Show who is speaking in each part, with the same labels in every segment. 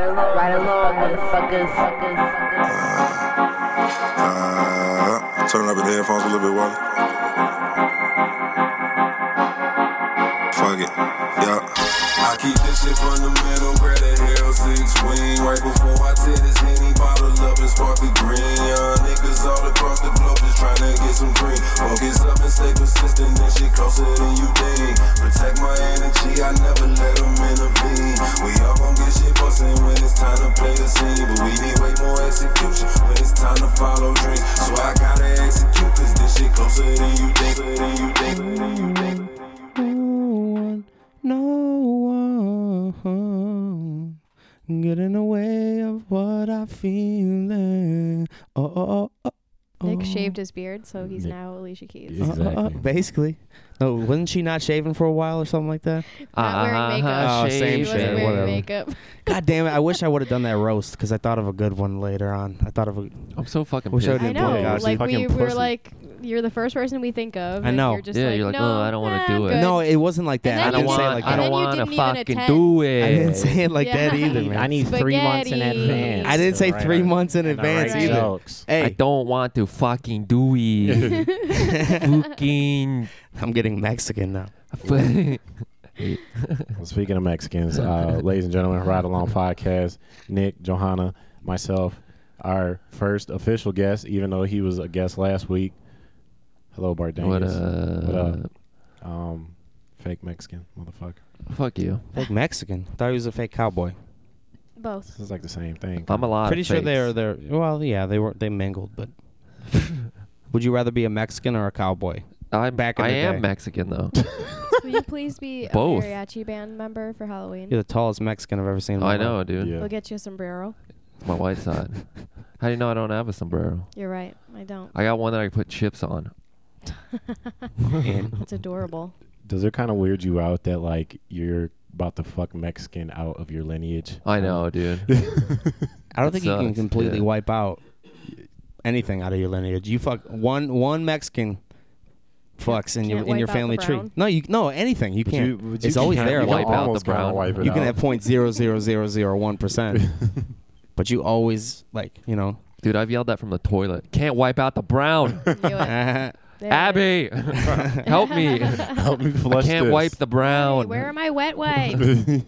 Speaker 1: my lord, motherfuckers.
Speaker 2: Uh, turn up the headphones a little bit, Wally. Fuck it. Yeah.
Speaker 3: I keep this shit from the metal, grab the Hell Six Wing. Right before I tear this Henny bottle up and spark the green. Young niggas all across the globe just trying to get some green. Focus up and stay persistent, this shit closer than you think. Protect my energy, I never let them intervene. We all gon' get shit bustin' when it's time to play the scene. But we need way more execution when it's time to follow dreams. So I gotta execute, cause this shit closer than you think. Closer than you think. Closer than you think.
Speaker 4: No one, no one get in the way of what I feel. Oh, oh, oh, oh.
Speaker 5: Nick shaved his beard, so he's
Speaker 6: Nick-
Speaker 5: now Alicia Keys.
Speaker 6: Yeah. Exactly.
Speaker 4: uh, basically, no. Wasn't she not shaving for a while or something like that?
Speaker 5: Not
Speaker 6: Uh-huh.
Speaker 5: wearing makeup.
Speaker 4: Oh, same
Speaker 5: he
Speaker 4: shit,
Speaker 5: wasn't wearing
Speaker 4: whatever.
Speaker 5: makeup.
Speaker 4: God damn it! I wish I would have done that roast because I thought of a good one later on. I thought of a.
Speaker 6: I'm so fucking
Speaker 4: Wish I
Speaker 6: pissed.
Speaker 4: would've
Speaker 5: I
Speaker 4: didn't blow
Speaker 5: know.
Speaker 4: it out, you
Speaker 5: like we
Speaker 6: fucking
Speaker 5: were
Speaker 6: pussy.
Speaker 5: like, you're the first person we think of.
Speaker 4: I
Speaker 5: and
Speaker 4: know.
Speaker 5: You're just
Speaker 6: Yeah,
Speaker 5: like,
Speaker 6: you're like,
Speaker 5: no,
Speaker 6: "Oh, I don't wanna
Speaker 5: nah,
Speaker 6: do
Speaker 5: I'm
Speaker 6: it."
Speaker 5: good."
Speaker 4: No, it wasn't like that.
Speaker 5: then
Speaker 6: I don't
Speaker 5: you
Speaker 6: want.
Speaker 4: say
Speaker 5: didn't-
Speaker 4: it like
Speaker 6: I
Speaker 4: that.
Speaker 5: then
Speaker 6: don't
Speaker 5: you
Speaker 6: want to
Speaker 5: didn't even
Speaker 6: fucking
Speaker 5: attend.
Speaker 6: do it.
Speaker 4: I didn't say it like that
Speaker 5: Yeah.
Speaker 4: either, man.
Speaker 7: I need three months in
Speaker 5: Spaghetti.
Speaker 7: advance.
Speaker 4: I didn't say
Speaker 7: to
Speaker 4: three
Speaker 7: write-
Speaker 4: months in
Speaker 7: and to write
Speaker 4: advance
Speaker 5: Right.
Speaker 4: either.
Speaker 7: Jokes.
Speaker 6: I
Speaker 4: Hey,
Speaker 6: don't want to fucking do it. fucking.
Speaker 4: I'm getting Mexican now.
Speaker 7: Well, Speaking of Mexicans, uh, ladies and gentlemen, Ride Along Podcast, Nick, Johanna, myself, our first official guest, even though he was a guest last week. Hello, Bart
Speaker 6: what
Speaker 7: Dangus. What
Speaker 6: uh?
Speaker 7: up? Um, fake Mexican motherfucker.
Speaker 6: Fuck you.
Speaker 4: Fake Mexican. Thought he was a fake cowboy.
Speaker 5: Both.
Speaker 7: This is like the same thing.
Speaker 6: I'm a lot.
Speaker 4: Pretty
Speaker 6: of
Speaker 4: sure they
Speaker 6: fakes.
Speaker 4: are there. Well, yeah, they were they mingled, but would you rather be a Mexican or a cowboy?
Speaker 6: I'm
Speaker 4: back in
Speaker 6: I
Speaker 4: the
Speaker 6: am
Speaker 4: day.
Speaker 6: Mexican though.
Speaker 5: Will you please be a
Speaker 6: Both.
Speaker 5: mariachi band member for Halloween?
Speaker 4: You're the tallest Mexican I've ever seen. in my
Speaker 6: I
Speaker 4: life.
Speaker 6: know, dude.
Speaker 7: Yeah.
Speaker 5: We'll get you a sombrero.
Speaker 6: It's my white side. How do you know I don't have a sombrero?
Speaker 5: You're right. I don't.
Speaker 6: I got one that I put chips on.
Speaker 4: And-
Speaker 5: It's adorable.
Speaker 7: Does it kind of weird you out that like you're about to fuck Mexican out of your lineage?
Speaker 6: I know, dude.
Speaker 4: I don't
Speaker 6: It
Speaker 4: think you can
Speaker 6: sucks,
Speaker 4: completely
Speaker 6: yeah.
Speaker 4: wipe out anything out of your lineage. You fuck one one Mexican fucks in your
Speaker 5: Can't
Speaker 4: in your
Speaker 5: wipe out the
Speaker 4: family tree.
Speaker 5: brown.
Speaker 4: No, you no anything. You
Speaker 7: Would
Speaker 4: can't.
Speaker 7: you- would you
Speaker 4: it's always
Speaker 7: kinda-
Speaker 4: there.
Speaker 7: you
Speaker 6: Wipe
Speaker 4: like,
Speaker 7: can
Speaker 6: out the
Speaker 7: almost kinda
Speaker 6: brown.
Speaker 7: wipe it
Speaker 4: you can
Speaker 7: out.
Speaker 4: have point zero zero zero zero one percent, but you always like you know.
Speaker 6: Dude, I've yelled that from the toilet. Can't wipe out the brown.
Speaker 5: Knew it. There it is.
Speaker 6: Abby, help me. I
Speaker 7: Help me flush
Speaker 6: can't
Speaker 7: this.
Speaker 6: wipe the
Speaker 5: Abby,
Speaker 6: brown.
Speaker 5: where are my wet wipes?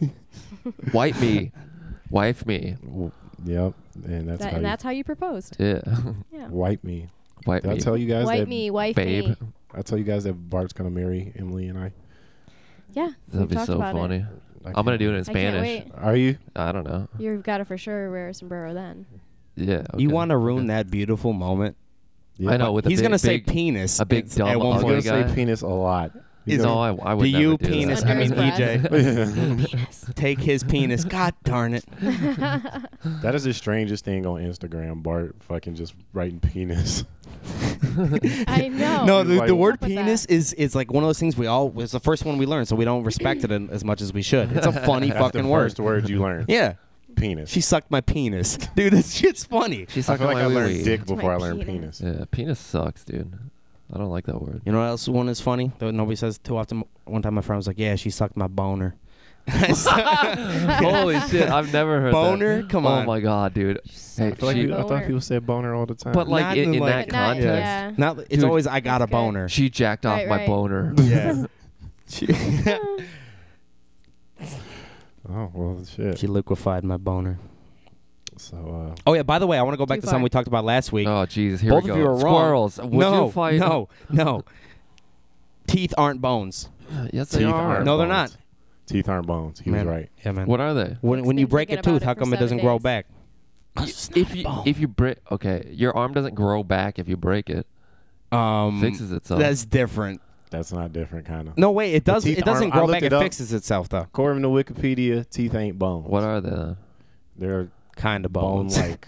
Speaker 6: wipe me. Wipe me.
Speaker 7: W- Yep, and that's
Speaker 5: That-
Speaker 7: how
Speaker 5: and
Speaker 7: you
Speaker 5: that's how you proposed.
Speaker 6: Yeah.
Speaker 5: Yeah.
Speaker 7: wipe me.
Speaker 6: wipe
Speaker 7: Did I
Speaker 6: me.
Speaker 7: tell you guys
Speaker 5: Wipe
Speaker 7: that
Speaker 5: me, wife
Speaker 6: babe.
Speaker 5: me.
Speaker 7: I tell you guys that Bart's gonna marry Emily and I.
Speaker 5: Yeah.
Speaker 6: That'd
Speaker 5: we've
Speaker 6: be
Speaker 5: talked
Speaker 6: so
Speaker 5: about it.
Speaker 6: funny.
Speaker 7: I
Speaker 6: I'm gonna do it in
Speaker 5: I can't
Speaker 6: Spanish.
Speaker 5: wait.
Speaker 7: Are you?
Speaker 6: I don't know.
Speaker 5: You've got to for sure wear a sombrero then.
Speaker 6: Yeah.
Speaker 4: You
Speaker 6: okay.
Speaker 4: want to ruin that beautiful moment?
Speaker 7: Yeah.
Speaker 6: I know. With a
Speaker 4: He's
Speaker 6: big-
Speaker 4: gonna say
Speaker 6: big-
Speaker 4: penis.
Speaker 6: a big
Speaker 4: at-
Speaker 6: dumb
Speaker 4: at one
Speaker 7: He's
Speaker 6: ugly
Speaker 7: gonna
Speaker 4: point.
Speaker 6: guy.
Speaker 7: say penis a lot. He's
Speaker 6: No,
Speaker 7: gonna-
Speaker 6: I, I would
Speaker 4: Do
Speaker 6: never
Speaker 4: you
Speaker 6: do that.
Speaker 4: penis?
Speaker 5: Under
Speaker 4: I mean
Speaker 5: his breath.
Speaker 4: EJ. Take his penis. God darn it.
Speaker 7: that is the strangest thing on Instagram. Bart fucking just writing penis.
Speaker 5: I know.
Speaker 4: No,
Speaker 7: You're
Speaker 4: the, the
Speaker 7: right.
Speaker 4: word
Speaker 5: Up with
Speaker 4: penis
Speaker 5: that.
Speaker 4: is is like one of those things we all. It's the first one we learned, so we don't respect it in- as much as we should. It's a funny
Speaker 7: That's
Speaker 4: fucking
Speaker 7: the
Speaker 4: word.
Speaker 7: first word you learn.
Speaker 4: Yeah,
Speaker 7: Penis.
Speaker 4: she sucked my penis, dude. This shit's funny.
Speaker 6: She's
Speaker 7: I feel like I learned dick
Speaker 5: my
Speaker 7: before I learned
Speaker 5: penis.
Speaker 7: penis.
Speaker 6: Yeah, penis sucks, dude. I don't like that word.
Speaker 4: You know what else one is funny that nobody says too often? One time my friend was like, "Yeah, she sucked my boner."
Speaker 6: Holy shit, I've never heard
Speaker 4: Boner?
Speaker 6: that.
Speaker 4: Come
Speaker 6: Oh
Speaker 4: on.
Speaker 6: my god, dude. Hey,
Speaker 7: I, feel like
Speaker 6: she-
Speaker 7: you- I thought
Speaker 5: Boner.
Speaker 7: people said boner all the time.
Speaker 6: but like
Speaker 4: Not
Speaker 6: in,
Speaker 4: in
Speaker 6: in
Speaker 4: like-
Speaker 6: that
Speaker 5: But not-
Speaker 6: context,
Speaker 5: yeah.
Speaker 4: Not it's
Speaker 6: Dude,
Speaker 4: always I got a
Speaker 5: that's good.
Speaker 4: boner.
Speaker 6: she jacked off
Speaker 5: Right,
Speaker 6: my
Speaker 5: right.
Speaker 6: boner.
Speaker 4: yeah. She,
Speaker 7: oh well, shit.
Speaker 4: she liquefied my boner.
Speaker 7: So uh,
Speaker 4: Oh yeah. By the way, I want to go back
Speaker 5: Too
Speaker 4: to
Speaker 5: far.
Speaker 4: something we talked about last week.
Speaker 6: Oh jeez, here
Speaker 4: Both
Speaker 6: we
Speaker 4: of
Speaker 6: go.
Speaker 4: you are wrong.
Speaker 6: Squirrels. Would
Speaker 4: no,
Speaker 6: you fight?
Speaker 4: no, no. Teeth aren't bones.
Speaker 6: Yes, they
Speaker 7: teeth
Speaker 6: are.
Speaker 7: aren't
Speaker 4: No, they're
Speaker 7: bones.
Speaker 4: not.
Speaker 7: Teeth aren't bones. He
Speaker 4: Man.
Speaker 7: was right.
Speaker 4: Yeah, man.
Speaker 6: What are they?
Speaker 4: When, when you
Speaker 5: been
Speaker 4: break a
Speaker 5: thinking about
Speaker 4: tooth,
Speaker 5: it
Speaker 4: how
Speaker 5: for
Speaker 4: come it
Speaker 5: seven
Speaker 4: doesn't grow
Speaker 5: days.
Speaker 4: back?
Speaker 6: If you if you break, okay, your arm doesn't grow back if you break it.
Speaker 4: Um,
Speaker 6: Fixes itself.
Speaker 4: That's different.
Speaker 7: That's not different, kind of.
Speaker 4: No, wait, it does.
Speaker 7: teeth
Speaker 4: It doesn't
Speaker 7: aren't- I
Speaker 4: grow
Speaker 7: looked
Speaker 4: back.
Speaker 7: it
Speaker 4: It,
Speaker 7: up.
Speaker 4: fixes itself though.
Speaker 7: According to Wikipedia, teeth ain't bones.
Speaker 6: What are they? then?
Speaker 7: They're
Speaker 4: Kind of
Speaker 7: bone
Speaker 4: bones.
Speaker 7: like.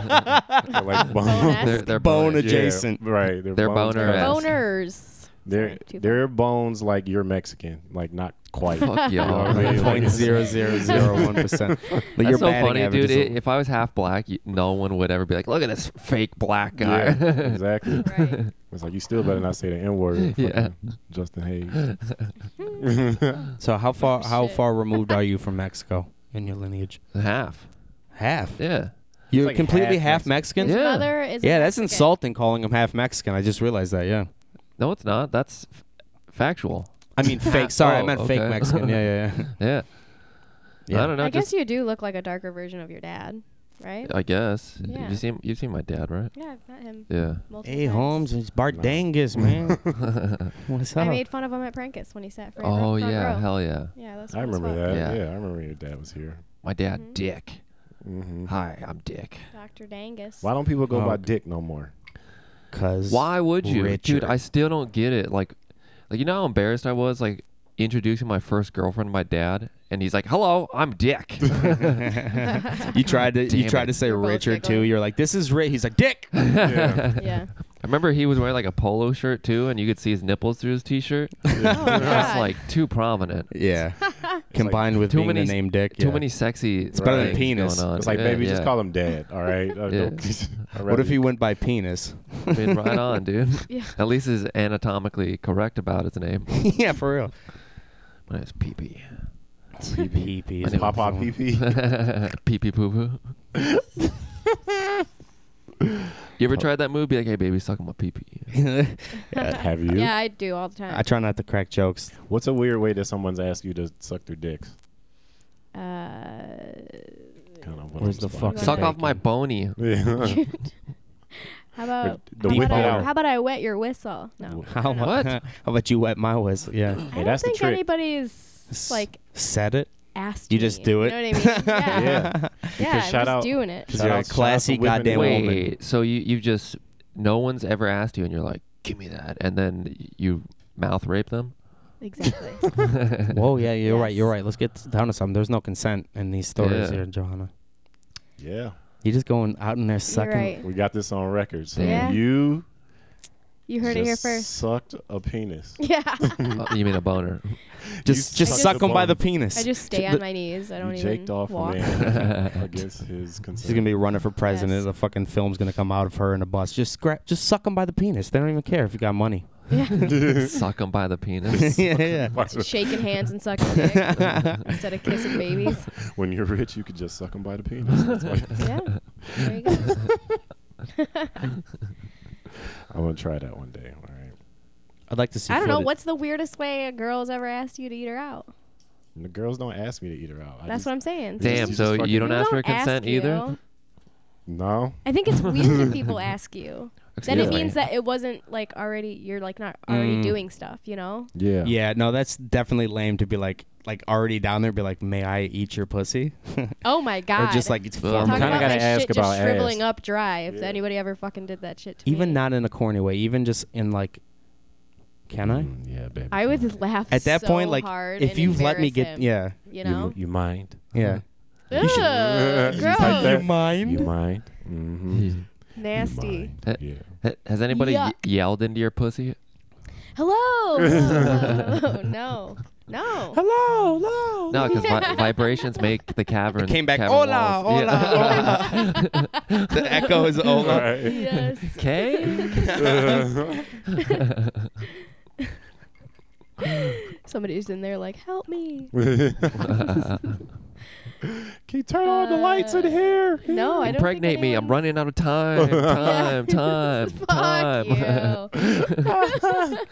Speaker 7: they're like bones.
Speaker 5: Bone-esque.
Speaker 6: They're, they're
Speaker 4: Bone
Speaker 6: boners.
Speaker 4: adjacent. Jason.
Speaker 7: Yeah, right. They're,
Speaker 6: They're
Speaker 7: bones
Speaker 6: boner
Speaker 7: like-
Speaker 6: ass.
Speaker 5: Boners.
Speaker 7: They're
Speaker 5: Sorry, too
Speaker 7: they're bones like you're Mexican, like not quite.
Speaker 6: Fuck
Speaker 7: You know what I
Speaker 6: y'all.
Speaker 7: mean? Like,
Speaker 4: Point
Speaker 7: it's-
Speaker 4: zero zero zero one percent. But your
Speaker 6: That's so
Speaker 4: batting
Speaker 6: funny,
Speaker 4: average
Speaker 6: dude.
Speaker 4: is a-
Speaker 6: I- if I was half black, you, no one would ever be like, "Look at this fake black guy."
Speaker 7: Yeah, exactly.
Speaker 5: far. Right.
Speaker 7: It's like you still better not say the N word.
Speaker 6: Yeah.
Speaker 7: Justin Hayes.
Speaker 5: Hmm.
Speaker 4: so how far how
Speaker 5: shit.
Speaker 6: Oh,
Speaker 4: far removed are you from Mexico in your lineage?
Speaker 6: half.
Speaker 4: Half.
Speaker 6: Yeah.
Speaker 4: You're
Speaker 7: like
Speaker 4: completely
Speaker 7: half
Speaker 4: half, Mexican.
Speaker 5: His
Speaker 6: Yeah.
Speaker 5: mother is.
Speaker 4: Yeah, that's
Speaker 5: Mexican.
Speaker 4: insulting calling him half Mexican. I just realized that. Yeah.
Speaker 6: No, it's not. That's f- factual.
Speaker 4: I mean fake. Sorry, I
Speaker 6: Oh,
Speaker 4: meant fake
Speaker 6: okay.
Speaker 4: Mexican. Yeah, yeah, yeah.
Speaker 6: Yeah.
Speaker 4: Yeah.
Speaker 6: I don't know.
Speaker 5: I
Speaker 6: just,
Speaker 5: guess you do look like a darker version of your dad, right?
Speaker 6: I guess.
Speaker 5: Yeah.
Speaker 6: You seen you seen my dad, right?
Speaker 5: yeah, I've met him.
Speaker 6: Yeah.
Speaker 5: multiple
Speaker 4: Hey
Speaker 5: times.
Speaker 4: Holmes, it's Bart
Speaker 7: No.
Speaker 4: Dangus, man. What's Mm. up?
Speaker 5: I made fun of him at Prankus when he sat front
Speaker 6: oh
Speaker 5: front row.
Speaker 6: yeah, hell yeah.
Speaker 5: Yeah, that's
Speaker 7: I
Speaker 5: fun as
Speaker 7: remember
Speaker 5: fuck.
Speaker 7: that. Yeah.
Speaker 6: Yeah.
Speaker 7: I remember your dad was here.
Speaker 6: My dad,
Speaker 5: Mhm.
Speaker 6: Dick.
Speaker 7: hmm
Speaker 6: Hi, I'm Dick.
Speaker 5: Dr. Dangus.
Speaker 7: Why don't people go
Speaker 4: Oh,
Speaker 7: by
Speaker 4: okay.
Speaker 7: Dick no more?
Speaker 4: Cause
Speaker 6: Why would you,
Speaker 4: Richard.
Speaker 6: dude? I still don't get it. Like, like you know how embarrassed I was like introducing my first girlfriend to my dad, and he's like, "Hello, I'm Dick."
Speaker 4: you tried to you
Speaker 6: Damn
Speaker 4: tried
Speaker 6: it.
Speaker 4: to say
Speaker 5: We're both
Speaker 4: Richard too.
Speaker 5: giggling.
Speaker 4: You're like, this is Ray. He's like Dick.
Speaker 7: Yeah.
Speaker 5: Yeah.
Speaker 6: I remember he was wearing like a polo shirt too, and you could see his nipples through his t-shirt.
Speaker 5: Oh,
Speaker 6: That's
Speaker 5: God.
Speaker 6: like too prominent.
Speaker 4: Yeah. Combined with
Speaker 6: Too
Speaker 4: being
Speaker 6: many-
Speaker 4: the name Dick.
Speaker 6: Too
Speaker 4: yeah.
Speaker 6: many sexy. It's
Speaker 4: better than penis.
Speaker 6: Going on.
Speaker 7: It's like,
Speaker 6: yeah,
Speaker 7: baby,
Speaker 6: yeah.
Speaker 7: just call him dad. All right. I don't- I'd
Speaker 4: What if
Speaker 7: rather-
Speaker 4: he went by penis?
Speaker 6: I mean, right on, dude.
Speaker 5: Yeah.
Speaker 6: At least is anatomically correct about his name.
Speaker 4: yeah, for real.
Speaker 6: My name's Pee Pee.
Speaker 4: Pee pee.
Speaker 6: My name
Speaker 7: Papa Pee Pee?
Speaker 6: Pee Pee Poo Poo. You ever tried that move? Be like, hey, baby, suck on my pee pee.
Speaker 7: Uh, Have you?
Speaker 5: Yeah, I do all the time.
Speaker 4: I try not to crack jokes.
Speaker 7: What's a weird way that someone's asked you to suck their dicks?
Speaker 5: Uh,
Speaker 7: Kind of
Speaker 4: Where's the fucking
Speaker 6: Suck off
Speaker 4: bacon?
Speaker 6: my bony.
Speaker 7: Yeah.
Speaker 5: how about
Speaker 7: the
Speaker 5: how
Speaker 7: whip
Speaker 5: about,
Speaker 7: it
Speaker 5: I,
Speaker 7: out.
Speaker 5: how about I wet your whistle? No.
Speaker 4: How mu-
Speaker 6: What?
Speaker 4: How about you wet my whistle? Yeah.
Speaker 5: I
Speaker 7: Hey,
Speaker 5: don't
Speaker 7: that's the
Speaker 5: think
Speaker 7: trick.
Speaker 5: anybody's like
Speaker 4: Said it.
Speaker 5: asked.
Speaker 4: You just
Speaker 5: me.
Speaker 4: do it.
Speaker 5: You know what I mean? Yeah. yeah.
Speaker 7: Yeah.
Speaker 5: I'm
Speaker 7: shout
Speaker 5: just
Speaker 7: out-
Speaker 5: doing it.
Speaker 4: Shout You're a
Speaker 7: out- shout out
Speaker 4: classy
Speaker 7: to women
Speaker 4: goddamn
Speaker 7: who-
Speaker 4: woman.
Speaker 6: Wait, so you you just no one's ever asked you, and you're like, give me that, and then you mouth rape them.
Speaker 5: Exactly.
Speaker 4: Whoa, yeah, you're right. You're
Speaker 5: Yes.
Speaker 4: right. Let's get down to something. There's no consent in these stories
Speaker 6: Yeah.
Speaker 4: here, Johanna.
Speaker 7: Yeah.
Speaker 4: You're just going out in there sucking.
Speaker 5: right.
Speaker 7: We got this on record. So
Speaker 5: Yeah.
Speaker 7: you
Speaker 5: You heard it here
Speaker 7: just
Speaker 5: first.
Speaker 7: sucked a penis.
Speaker 5: Yeah.
Speaker 6: Oh, you mean a boner?
Speaker 4: Just,
Speaker 7: You
Speaker 4: just suck
Speaker 5: suck
Speaker 7: the
Speaker 4: them by
Speaker 7: bone.
Speaker 4: the penis.
Speaker 5: I just stay on my knees. I
Speaker 7: You
Speaker 5: don't
Speaker 7: jaked
Speaker 5: even
Speaker 7: off a
Speaker 5: walk.
Speaker 7: man against his consent.
Speaker 4: She's gonna be running for president.
Speaker 5: Yes.
Speaker 4: The fucking film's gonna come out of her in a bus. Just scrap. Just suck them by the penis. They don't even care if you got money.
Speaker 5: Yeah.
Speaker 6: Suck them by the penis.
Speaker 4: yeah, yeah.
Speaker 5: Shaking hands and sucking dick instead of kissing babies.
Speaker 7: when you're rich, you could just suck him by the penis. That's why-
Speaker 5: Yeah. There you go.
Speaker 7: I'm gonna try that one day. All right.
Speaker 4: I'd like to see.
Speaker 5: I don't know.
Speaker 4: footage.
Speaker 5: What's the weirdest way a girl's ever asked you to eat her out?
Speaker 7: And the girls don't ask me to eat her out. I
Speaker 5: That's
Speaker 7: just-
Speaker 5: what I'm saying.
Speaker 6: Damn.
Speaker 7: Just
Speaker 6: So
Speaker 7: fucking-
Speaker 6: you don't
Speaker 5: People
Speaker 6: ask for consent either.
Speaker 5: you.
Speaker 7: No.
Speaker 5: I think it's weird when people ask you. Then
Speaker 6: Excuse
Speaker 5: it
Speaker 6: me.
Speaker 5: means that it wasn't like already. You're like not already
Speaker 4: Mm.
Speaker 5: doing stuff. You know.
Speaker 7: Yeah.
Speaker 4: Yeah, no, that's definitely lame to be like, like already down there, be like, "May I eat your pussy?"
Speaker 5: Oh my
Speaker 4: or
Speaker 5: god.
Speaker 4: just like it's
Speaker 6: Well, I'm
Speaker 5: Talk
Speaker 4: formal.
Speaker 5: about
Speaker 7: kinda gotta
Speaker 5: like
Speaker 7: ask
Speaker 5: shit
Speaker 7: about
Speaker 5: just shriveling
Speaker 7: ass.
Speaker 5: up dry. If
Speaker 7: Yeah.
Speaker 5: anybody ever fucking did that shit to
Speaker 4: even
Speaker 5: me.
Speaker 4: not in a corny way. Even just in like, can I?
Speaker 7: Mm, yeah, baby.
Speaker 5: I would laugh
Speaker 4: At that
Speaker 5: so
Speaker 4: come on. point, like,
Speaker 5: hard
Speaker 4: if
Speaker 5: and
Speaker 4: you've let me get,
Speaker 5: embarrass him,
Speaker 4: yeah,
Speaker 5: You know. Uh,
Speaker 7: You, mind?
Speaker 4: yeah.
Speaker 5: Ugh,
Speaker 7: Just like
Speaker 5: gross.
Speaker 7: that.
Speaker 4: mind?
Speaker 7: You mind? Mm-hmm.
Speaker 5: Nasty.
Speaker 6: Eh.
Speaker 7: Yeah.
Speaker 6: Ha- Has anybody ye-
Speaker 5: Yuck.
Speaker 6: yelled into your pussy?
Speaker 5: Hello. Whoa, no. No.
Speaker 4: Hello, hello.
Speaker 6: No, because vi- vibrations make the cavern.
Speaker 4: It came back.
Speaker 6: cavern
Speaker 4: Hola,
Speaker 6: walls-
Speaker 4: hola,
Speaker 6: Yeah.
Speaker 4: hola. the echo is
Speaker 7: Uh,
Speaker 4: hola.
Speaker 5: Yes.
Speaker 6: Okay.
Speaker 5: Somebody's in there like, help me.
Speaker 7: Can you turn on the lights in
Speaker 5: Uh,
Speaker 7: here?
Speaker 5: No, I don't.
Speaker 6: Impregnate
Speaker 5: think
Speaker 6: me. I'm
Speaker 5: anyone-
Speaker 6: running out of time. Time, time,
Speaker 5: Fuck
Speaker 6: time.
Speaker 5: you.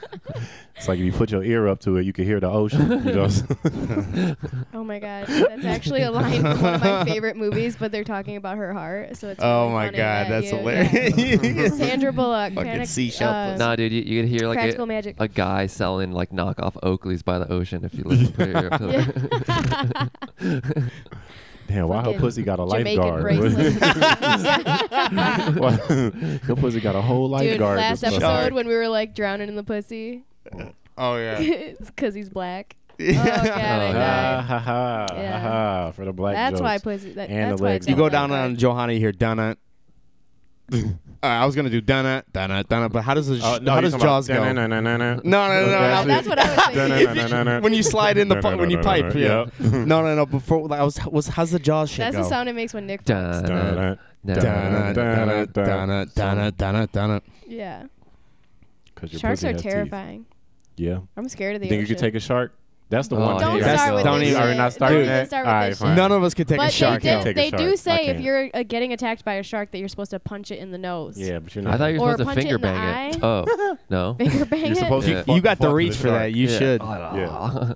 Speaker 7: It's like if you put your ear up to it, you can hear the ocean. You know?
Speaker 5: oh my god, that's actually a line from one of my favorite movies, but they're talking about her heart, so it's.
Speaker 4: Oh
Speaker 5: really
Speaker 4: my
Speaker 5: funny
Speaker 4: god,
Speaker 5: that
Speaker 4: that's
Speaker 5: you- yeah.
Speaker 4: hilarious.
Speaker 5: Sandra Bullock.
Speaker 4: Fucking
Speaker 5: Panic-
Speaker 4: seashell
Speaker 5: uh,
Speaker 6: nah, dude, you, you could hear like
Speaker 5: Practical
Speaker 6: a,
Speaker 5: magic.
Speaker 6: a guy selling like knockoff Oakleys by the ocean if you listen to your
Speaker 5: Yeah.
Speaker 7: Damn, why her
Speaker 5: Fucking
Speaker 7: pussy got a
Speaker 5: Jamaican
Speaker 7: lifeguard?
Speaker 5: bracelet.
Speaker 7: Why- her pussy got a whole
Speaker 5: Dude,
Speaker 7: lifeguard.
Speaker 5: last
Speaker 7: That's
Speaker 5: episode
Speaker 7: what I'm
Speaker 5: when we were like drowning in the pussy,
Speaker 4: oh yeah.
Speaker 5: it's because he's black. Oh god, I
Speaker 6: Oh,
Speaker 7: saying.
Speaker 5: died.
Speaker 7: Ha ha ha
Speaker 5: Yeah.
Speaker 7: ha ha for the black
Speaker 5: That's why
Speaker 7: jokes.
Speaker 5: pussy. That,
Speaker 7: And
Speaker 5: that's
Speaker 7: the
Speaker 5: why
Speaker 7: legs.
Speaker 5: it's
Speaker 4: You
Speaker 5: a
Speaker 4: go
Speaker 5: black
Speaker 4: down
Speaker 5: card.
Speaker 4: on Johanna here, Donna. Uh, I was gonna do Donna, Donna, Donna, but how does the
Speaker 7: Oh, no,
Speaker 4: how
Speaker 7: you're
Speaker 4: does
Speaker 7: talking about-
Speaker 4: Jaws go?
Speaker 7: No, no, no, no, no.
Speaker 4: No, no, no, no,
Speaker 5: Oh,
Speaker 4: no.
Speaker 5: that's what I was thinking.
Speaker 7: No, no, no, no, no.
Speaker 4: When you slide in the
Speaker 7: No,
Speaker 4: pi-
Speaker 7: no,
Speaker 4: when
Speaker 7: no,
Speaker 4: you
Speaker 7: no,
Speaker 4: pipe,
Speaker 7: no.
Speaker 4: yeah.
Speaker 7: Yep.
Speaker 4: no, no, no. Before I was, was how's the Jaws shit
Speaker 5: That's
Speaker 4: go?
Speaker 5: the sound it makes when Nick.
Speaker 6: Dun,
Speaker 5: fucks.
Speaker 6: dun,
Speaker 4: Donna,
Speaker 6: dun, dun, dun.
Speaker 4: Donna, Donna, Donna, Donna, Donna.
Speaker 5: Yeah,
Speaker 7: 'Cause your
Speaker 5: sharks
Speaker 7: pussy
Speaker 5: are
Speaker 7: has teeth.
Speaker 5: terrifying.
Speaker 7: Yeah.
Speaker 5: I'm scared of the
Speaker 7: Think you
Speaker 5: ocean.
Speaker 7: could take a shark? That's the
Speaker 6: Oh,
Speaker 7: one.
Speaker 6: I
Speaker 5: Don't
Speaker 6: hate
Speaker 7: That's-
Speaker 5: start with
Speaker 4: Don't
Speaker 5: this
Speaker 4: even-
Speaker 5: shit.
Speaker 4: Are
Speaker 7: we not starting
Speaker 5: Don't even
Speaker 7: that?
Speaker 5: start with
Speaker 7: All right,
Speaker 5: this
Speaker 7: fine.
Speaker 5: shit.
Speaker 4: None of us could take
Speaker 5: but
Speaker 4: a shark
Speaker 5: they,
Speaker 7: can't
Speaker 5: did,
Speaker 4: out.
Speaker 7: take a
Speaker 5: they
Speaker 7: shark. I
Speaker 5: do say if
Speaker 7: can't.
Speaker 5: you're uh, getting attacked by a shark that you're supposed to punch it in the nose.
Speaker 7: Yeah, but you're not.
Speaker 6: I thought you
Speaker 5: Or
Speaker 6: were supposed
Speaker 5: punch
Speaker 6: to
Speaker 5: it in
Speaker 6: finger
Speaker 5: the
Speaker 6: bang it. Oh no.
Speaker 5: Finger bang
Speaker 7: You're
Speaker 5: it.
Speaker 7: supposed
Speaker 6: Yeah.
Speaker 7: to. fuck-
Speaker 4: You got the
Speaker 7: fuck
Speaker 4: reach
Speaker 7: this
Speaker 4: for that.
Speaker 7: shark. Oh,
Speaker 4: You
Speaker 6: Yeah.
Speaker 4: should
Speaker 6: Yeah.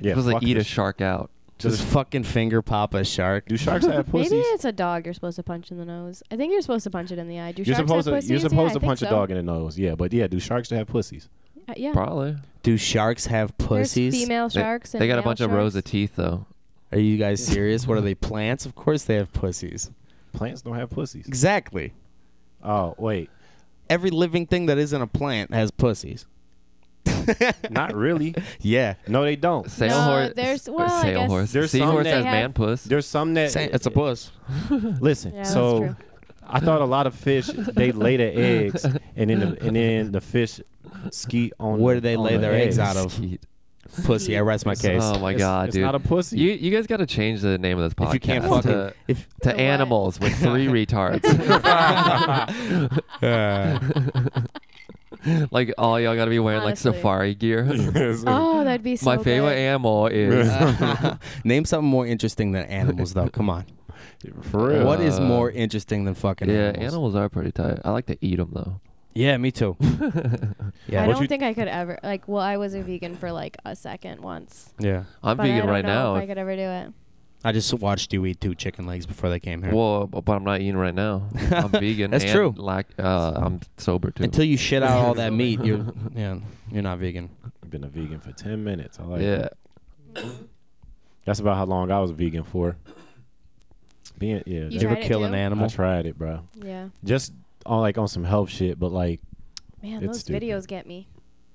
Speaker 7: Yeah,
Speaker 6: supposed
Speaker 7: fuck
Speaker 6: to eat a
Speaker 7: this.
Speaker 6: shark out.
Speaker 4: just fucking finger pop a shark.
Speaker 7: Do sharks have pussies?
Speaker 5: Maybe it's a dog you're supposed to punch in the nose. I think you're supposed to punch it in the eye. Do
Speaker 7: You're
Speaker 5: sharks
Speaker 7: supposed
Speaker 5: have
Speaker 7: to.
Speaker 5: pussies?
Speaker 7: You're
Speaker 5: yeah,
Speaker 7: supposed
Speaker 5: I
Speaker 7: to
Speaker 5: think
Speaker 7: punch
Speaker 5: so.
Speaker 7: a dog in the nose. Yeah, but yeah, do sharks have pussies?
Speaker 5: Uh, yeah.
Speaker 6: Probably.
Speaker 4: Do sharks have
Speaker 5: There's
Speaker 4: pussies?
Speaker 5: female
Speaker 6: They-
Speaker 5: sharks.
Speaker 6: They,
Speaker 5: and
Speaker 6: got a
Speaker 5: male
Speaker 6: bunch of rows of
Speaker 5: sharks.
Speaker 6: teeth though.
Speaker 4: Are you guys serious? what are they plants? Of course they have pussies.
Speaker 7: Plants don't have pussies.
Speaker 4: Exactly.
Speaker 7: Oh wait,
Speaker 4: Every living thing that isn't a plant has pussies.
Speaker 7: not really.
Speaker 4: Yeah.
Speaker 7: No, they don't.
Speaker 6: Sail
Speaker 5: No,
Speaker 6: horse.
Speaker 5: there's- well, I guess-
Speaker 6: horse.
Speaker 7: There's some
Speaker 6: Seahorse
Speaker 7: that
Speaker 6: has
Speaker 5: have-
Speaker 6: man puss.
Speaker 7: There's some that
Speaker 4: Say- It's a puss.
Speaker 7: Listen,
Speaker 5: Yeah, that's true.
Speaker 7: so I thought a lot of fish they lay their eggs and then the, and then the fish ski on.
Speaker 4: Where do they
Speaker 7: on
Speaker 4: lay
Speaker 7: the
Speaker 4: their eggs out of?
Speaker 6: Skeet.
Speaker 4: Pussy. I rest my case.
Speaker 6: Oh my
Speaker 7: It's-
Speaker 6: god,
Speaker 7: it's
Speaker 6: dude!
Speaker 7: not a pussy.
Speaker 6: You you guys got to change the name of this podcast
Speaker 4: if you can't
Speaker 6: to,
Speaker 4: fucking if
Speaker 6: to
Speaker 5: To what?
Speaker 6: animals with three retards. like all y'all got to be wearing
Speaker 5: Honestly.
Speaker 6: like safari gear.
Speaker 5: Oh, that'd be so
Speaker 6: my favorite
Speaker 5: good.
Speaker 6: animal is
Speaker 4: name something more interesting than animals though. Come on.
Speaker 7: For real.
Speaker 4: What is
Speaker 6: Uh,
Speaker 4: more interesting than fucking
Speaker 6: yeah.
Speaker 4: animals?
Speaker 6: Animals are pretty tight. I like to eat them though.
Speaker 4: Yeah, me too.
Speaker 5: I
Speaker 4: yeah.
Speaker 7: What
Speaker 5: don't
Speaker 7: you-
Speaker 5: think I could ever like. Well, I was a vegan for like a second once.
Speaker 4: Yeah.
Speaker 6: I'm
Speaker 5: but I
Speaker 6: vegan
Speaker 5: don't
Speaker 6: right
Speaker 5: know
Speaker 6: now.
Speaker 5: If I could ever do it.
Speaker 4: I just watched you eat two chicken legs before they came here.
Speaker 6: Well, but I'm not eating right now. I'm vegan.
Speaker 4: That's
Speaker 6: and
Speaker 4: true.
Speaker 6: Like, uh, I'm sober too.
Speaker 4: Until you shit out all that meat, you're yeah, you're not vegan.
Speaker 7: I've been a vegan for ten minutes. I like
Speaker 6: yeah,
Speaker 7: it. That's about how long I was vegan for. Being yeah,
Speaker 5: You
Speaker 7: that-
Speaker 4: Did you ever
Speaker 5: tried it
Speaker 4: kill
Speaker 5: too?
Speaker 4: an
Speaker 7: I
Speaker 4: animal?
Speaker 7: tried it, bro.
Speaker 5: Yeah.
Speaker 7: Just on like on some health shit, but like
Speaker 5: Man,
Speaker 7: It's
Speaker 5: those
Speaker 7: stupid.
Speaker 5: videos get me.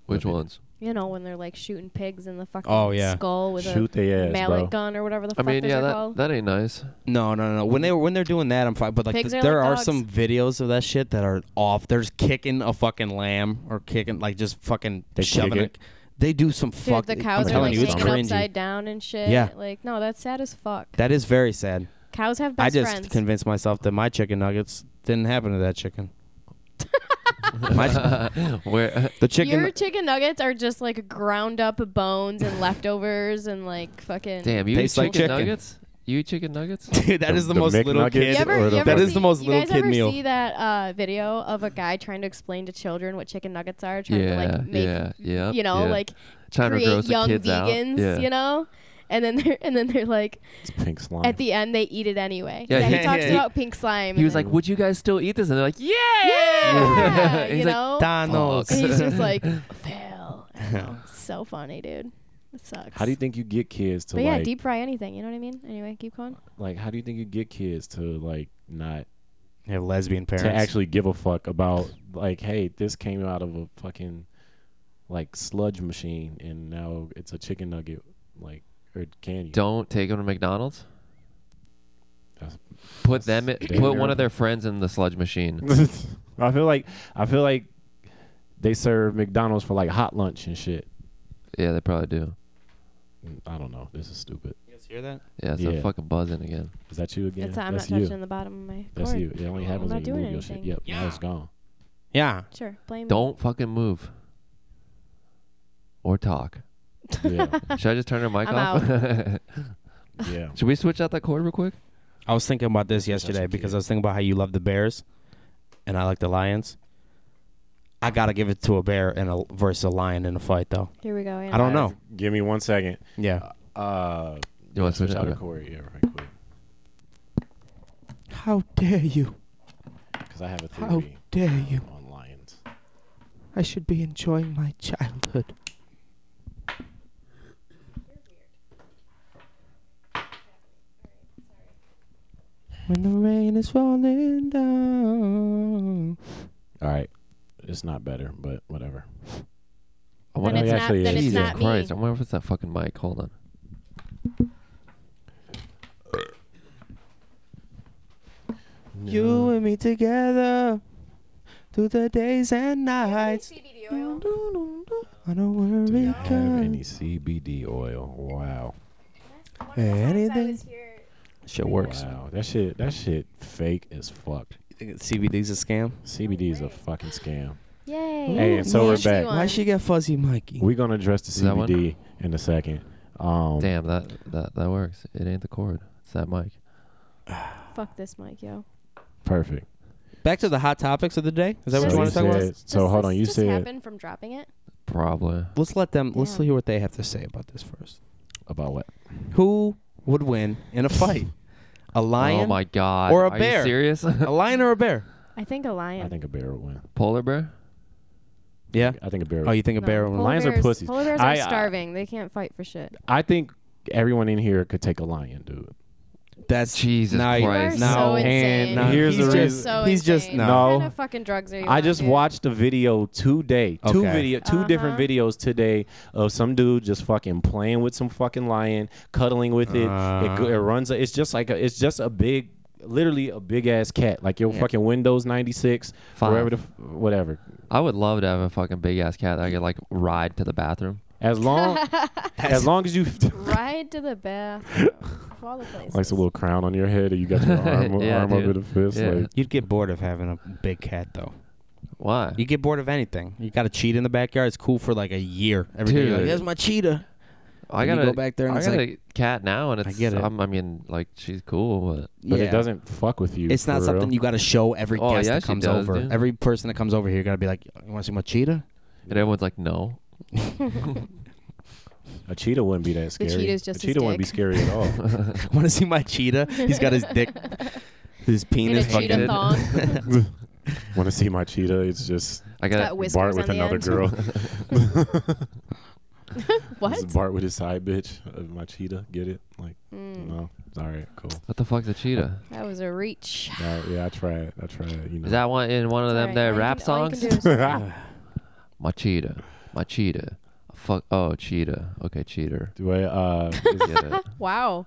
Speaker 6: which ones?
Speaker 5: You know when they're like shooting pigs in the fucking
Speaker 4: Oh, yeah.
Speaker 5: skull with
Speaker 7: shoot
Speaker 5: a
Speaker 7: their ass,
Speaker 5: mallet
Speaker 7: bro.
Speaker 5: gun or whatever the
Speaker 6: I
Speaker 5: fuck
Speaker 6: mean,
Speaker 5: those
Speaker 6: yeah,
Speaker 5: are
Speaker 6: that,
Speaker 5: called.
Speaker 6: that ain't nice.
Speaker 4: No, no, no. When they when they're doing that, I'm fine. But like,
Speaker 5: Pigs
Speaker 4: th-
Speaker 5: are
Speaker 4: there
Speaker 5: like
Speaker 4: are
Speaker 5: dogs.
Speaker 4: some videos of that shit that are off. They're just kicking a fucking lamb or kicking like just fucking
Speaker 7: They
Speaker 4: shoving
Speaker 7: kick
Speaker 4: it. They do some
Speaker 5: Dude,
Speaker 4: fuck.
Speaker 5: the
Speaker 4: I'm
Speaker 5: cows are
Speaker 4: telling
Speaker 5: like
Speaker 4: you, it's
Speaker 5: hanging
Speaker 4: cringy.
Speaker 5: upside down and shit.
Speaker 4: Yeah.
Speaker 5: Like, no, that's sad as fuck.
Speaker 4: That is very sad.
Speaker 5: cows have
Speaker 4: I
Speaker 5: best
Speaker 4: just
Speaker 5: friends.
Speaker 4: convinced myself that my chicken nuggets didn't happen to that chicken. my,
Speaker 6: Where
Speaker 4: the chicken.
Speaker 5: Your chicken nuggets are just like ground up bones and leftovers and like fucking.
Speaker 6: Damn, you eat
Speaker 4: Tastes like
Speaker 6: chicken
Speaker 4: chicken.
Speaker 6: nuggets? You eat chicken nuggets?
Speaker 4: Dude, that
Speaker 7: The-
Speaker 4: is the,
Speaker 7: the
Speaker 4: most little
Speaker 7: McNuggets
Speaker 4: kid.
Speaker 5: You ever,
Speaker 7: or
Speaker 5: you
Speaker 7: the
Speaker 5: ever
Speaker 4: that is the
Speaker 5: see-
Speaker 4: most
Speaker 5: you
Speaker 4: little
Speaker 5: guys
Speaker 4: kid
Speaker 5: ever
Speaker 4: meal.
Speaker 5: see that uh, video of a guy trying to explain to children what chicken nuggets are, trying
Speaker 6: yeah,
Speaker 5: to like make
Speaker 6: yeah, yeah.
Speaker 5: you know
Speaker 6: yeah.
Speaker 5: like
Speaker 6: Trying to
Speaker 5: create
Speaker 6: gross the
Speaker 5: young
Speaker 6: kids out.
Speaker 5: vegans,
Speaker 6: Yeah.
Speaker 5: you know, and then they're and then they're like
Speaker 7: It's pink slime.
Speaker 5: at the end they eat it anyway.
Speaker 6: Yeah,
Speaker 5: he
Speaker 6: yeah,
Speaker 5: talks
Speaker 4: yeah.
Speaker 5: about pink slime.
Speaker 6: He
Speaker 5: and
Speaker 6: was
Speaker 5: then-
Speaker 6: like, "Would you guys still eat this?" And they're like, "Yeah."
Speaker 5: yeah,
Speaker 6: He's
Speaker 5: you
Speaker 6: like,
Speaker 5: know,
Speaker 4: Thanos.
Speaker 5: and he's just like, fail. I know. so funny, dude. It sucks.
Speaker 7: how do you think you get kids to
Speaker 5: But yeah,
Speaker 7: like
Speaker 5: deep fry anything. You know what I mean? Anyway, keep going.
Speaker 7: like how do you think you get kids to like not
Speaker 4: You have lesbian parents.
Speaker 7: to actually give a fuck about like hey this came out of a fucking like sludge machine and now it's a chicken nugget like or can you
Speaker 6: "Don't take them to McDonald's."
Speaker 7: That's-
Speaker 6: Put them, in,
Speaker 7: damn
Speaker 6: put
Speaker 7: near-
Speaker 6: one of their friends in the sludge machine.
Speaker 7: I feel like I feel like they serve McDonald's for like hot lunch and shit
Speaker 6: yeah, they probably do.
Speaker 7: I don't know this is stupid
Speaker 4: You guys hear that?
Speaker 6: Yeah, it's
Speaker 7: Yeah.
Speaker 6: a fucking buzzing again.
Speaker 7: is that you again
Speaker 5: That's I'm
Speaker 7: that's
Speaker 5: not
Speaker 7: you
Speaker 5: touching the bottom of my
Speaker 7: that's
Speaker 5: cord.
Speaker 7: you it only happens
Speaker 5: not
Speaker 7: when you
Speaker 5: doing
Speaker 7: move your shit
Speaker 5: anything.
Speaker 7: yep now it's gone
Speaker 4: Yeah.
Speaker 5: Sure, blame me.
Speaker 6: Don't fucking move. Or talk.
Speaker 7: yeah
Speaker 6: Should I just turn her mic
Speaker 5: I'm
Speaker 6: off?
Speaker 7: yeah
Speaker 6: Should we switch out that cord real quick?
Speaker 4: I was thinking about this yesterday because I was thinking about how you love the Bears, and I like the Lions. I gotta give it to a bear and a versus a lion in a fight, though.
Speaker 5: Here we go. Yeah.
Speaker 4: I don't know.
Speaker 7: give me one second
Speaker 4: Yeah.
Speaker 7: uh
Speaker 6: You want to switch
Speaker 7: switch
Speaker 6: out?
Speaker 7: out of
Speaker 6: Okay.
Speaker 7: Corey yeah right quick
Speaker 4: How dare you?
Speaker 7: because I have a theory uh,
Speaker 4: How dare you?
Speaker 7: on lions
Speaker 4: I should be enjoying my childhood. When the rain is falling down.
Speaker 7: All right. It's not better, but whatever.
Speaker 6: I
Speaker 5: Then
Speaker 6: wonder
Speaker 7: Well,
Speaker 5: it's
Speaker 7: it
Speaker 5: not.
Speaker 7: actually
Speaker 5: Then
Speaker 7: is.
Speaker 5: it's
Speaker 6: Jesus
Speaker 5: not me.
Speaker 6: Christ! I wonder if it's that fucking mic. Hold on.
Speaker 4: You and me together through the days and nights. I don't
Speaker 7: Do you
Speaker 4: worry.
Speaker 7: have any CBD oil? Wow.
Speaker 4: Anything. Shit works.
Speaker 7: Wow. That shit that shit fake as fuck.
Speaker 4: You think CBD's a scam?
Speaker 7: CBD is a fucking scam.
Speaker 5: Yay.
Speaker 7: Hey, and so we're
Speaker 5: Nasty
Speaker 7: back.
Speaker 5: one.
Speaker 4: Why she get fuzzy, Mikey?
Speaker 7: We're gonna address the
Speaker 6: Is that one?
Speaker 7: CBD in a second. Um,
Speaker 6: Damn, that, that that works. It ain't the cord. It's that mic.
Speaker 5: Fuck this mic, yo.
Speaker 7: perfect.
Speaker 4: Back to the hot topics of the day. Is that
Speaker 5: So
Speaker 4: what you want to
Speaker 5: he
Speaker 4: talk about?
Speaker 7: said- So
Speaker 5: Does
Speaker 7: hold
Speaker 5: this
Speaker 7: on, you
Speaker 5: just
Speaker 7: said
Speaker 5: happened from dropping it.
Speaker 6: Probably.
Speaker 4: Let's let them. Let's
Speaker 5: Yeah.
Speaker 4: hear what they have to say about this first.
Speaker 7: about what?
Speaker 4: Who would win in a fight? A lion?
Speaker 6: oh my god.
Speaker 4: or a
Speaker 6: Are
Speaker 4: bear.
Speaker 6: You serious?
Speaker 4: A lion or a bear?
Speaker 5: I think a lion.
Speaker 7: I think a bear would win.
Speaker 6: Polar bear?
Speaker 4: Yeah.
Speaker 7: I think a bear. Would
Speaker 4: Oh, you think a
Speaker 5: No,
Speaker 4: bear would
Speaker 5: polar
Speaker 4: win?
Speaker 7: Lions are
Speaker 5: bears-
Speaker 7: pussies.
Speaker 5: Polar bears
Speaker 7: I-
Speaker 5: are
Speaker 7: I-
Speaker 5: starving. They can't fight for shit.
Speaker 7: I think everyone in here could take a lion, dude.
Speaker 4: That's
Speaker 6: Jesus
Speaker 4: nah, you-
Speaker 6: Christ.
Speaker 5: You are so
Speaker 4: No,
Speaker 5: insane.
Speaker 7: and
Speaker 4: no,
Speaker 7: here's
Speaker 4: he's
Speaker 7: the
Speaker 4: just-
Speaker 7: reason.
Speaker 5: So
Speaker 4: he's just-
Speaker 5: insane.
Speaker 4: no.
Speaker 5: What
Speaker 7: No.
Speaker 5: kind of fucking drugs are you
Speaker 7: I
Speaker 5: on,
Speaker 7: just
Speaker 5: dude?
Speaker 7: watched a video today, two
Speaker 4: Okay.
Speaker 7: video, 2 different
Speaker 5: Uh-huh.
Speaker 7: videos today of some dude just fucking playing with some fucking lion, cuddling with it. it, go-
Speaker 4: Uh.
Speaker 7: it runs. It's just like a, it's just a big, literally a big ass cat, like your
Speaker 4: Yeah.
Speaker 7: fucking Windows ninety six,
Speaker 6: Five.
Speaker 7: wherever the f- whatever.
Speaker 6: I would love to have a fucking big ass cat that I could like ride to the bathroom.
Speaker 7: As long as long as you
Speaker 5: Ride to the bathroom. of all the places.
Speaker 7: like a little crown on your head, or you got your arm,
Speaker 6: Yeah,
Speaker 7: arm
Speaker 6: dude.
Speaker 7: over the fist,
Speaker 6: Yeah.
Speaker 7: like
Speaker 4: You'd get bored of having a big cat, though.
Speaker 6: Why?
Speaker 4: You get bored of anything. You got a cheetah in the backyard. It's cool for like a year. Every day you're like,
Speaker 6: Dude.
Speaker 4: here's my cheetah.
Speaker 6: I
Speaker 4: Then
Speaker 6: gotta
Speaker 4: you go back there and
Speaker 6: I
Speaker 4: it's
Speaker 6: got
Speaker 4: like-
Speaker 6: a cat now, and
Speaker 4: I
Speaker 6: it's.
Speaker 4: get it.
Speaker 6: I'm, I mean, like she's cool, but
Speaker 7: but it doesn't fuck with you.
Speaker 4: It's not
Speaker 7: for
Speaker 4: something
Speaker 7: real.
Speaker 4: you got to show every
Speaker 6: Oh,
Speaker 4: guest
Speaker 6: yeah,
Speaker 4: that
Speaker 6: she
Speaker 4: comes
Speaker 6: does,
Speaker 4: over.
Speaker 6: dude.
Speaker 4: Every person that comes over here, you got to be like, you want to see my cheetah?
Speaker 6: and everyone's like, no.
Speaker 7: A cheetah wouldn't be that
Speaker 5: The
Speaker 7: scary.
Speaker 5: cheetah's just
Speaker 7: a
Speaker 5: his
Speaker 7: cheetah wouldn't be
Speaker 5: dick.
Speaker 7: scary at all.
Speaker 4: want to see my cheetah? He's got his dick, his
Speaker 5: In a
Speaker 4: penis
Speaker 6: fucking-
Speaker 5: cheetah
Speaker 4: fucking.
Speaker 5: thong.
Speaker 7: Want to see my cheetah? It's just
Speaker 6: I
Speaker 5: Got
Speaker 6: gotta.
Speaker 5: whiskers
Speaker 7: Bart
Speaker 5: on
Speaker 7: with
Speaker 5: the
Speaker 7: another
Speaker 5: end.
Speaker 7: girl.
Speaker 5: what?
Speaker 7: This is Bart with his side bitch. Uh, my cheetah, get it? Like,
Speaker 5: Mm,
Speaker 7: no. All right, cool.
Speaker 6: What the fuck's a cheetah?
Speaker 5: that was a reach.
Speaker 7: All right, yeah, I tried. I tried. You know,
Speaker 6: Is that one in one of them
Speaker 5: Alright,
Speaker 6: there
Speaker 5: all you
Speaker 6: rap
Speaker 5: can- all you
Speaker 6: songs?
Speaker 5: can do is-
Speaker 6: My cheetah. My cheetah. Fuck. Oh, cheetah. Okay, cheater.
Speaker 7: the way uh, is-
Speaker 6: Get it.
Speaker 5: wow.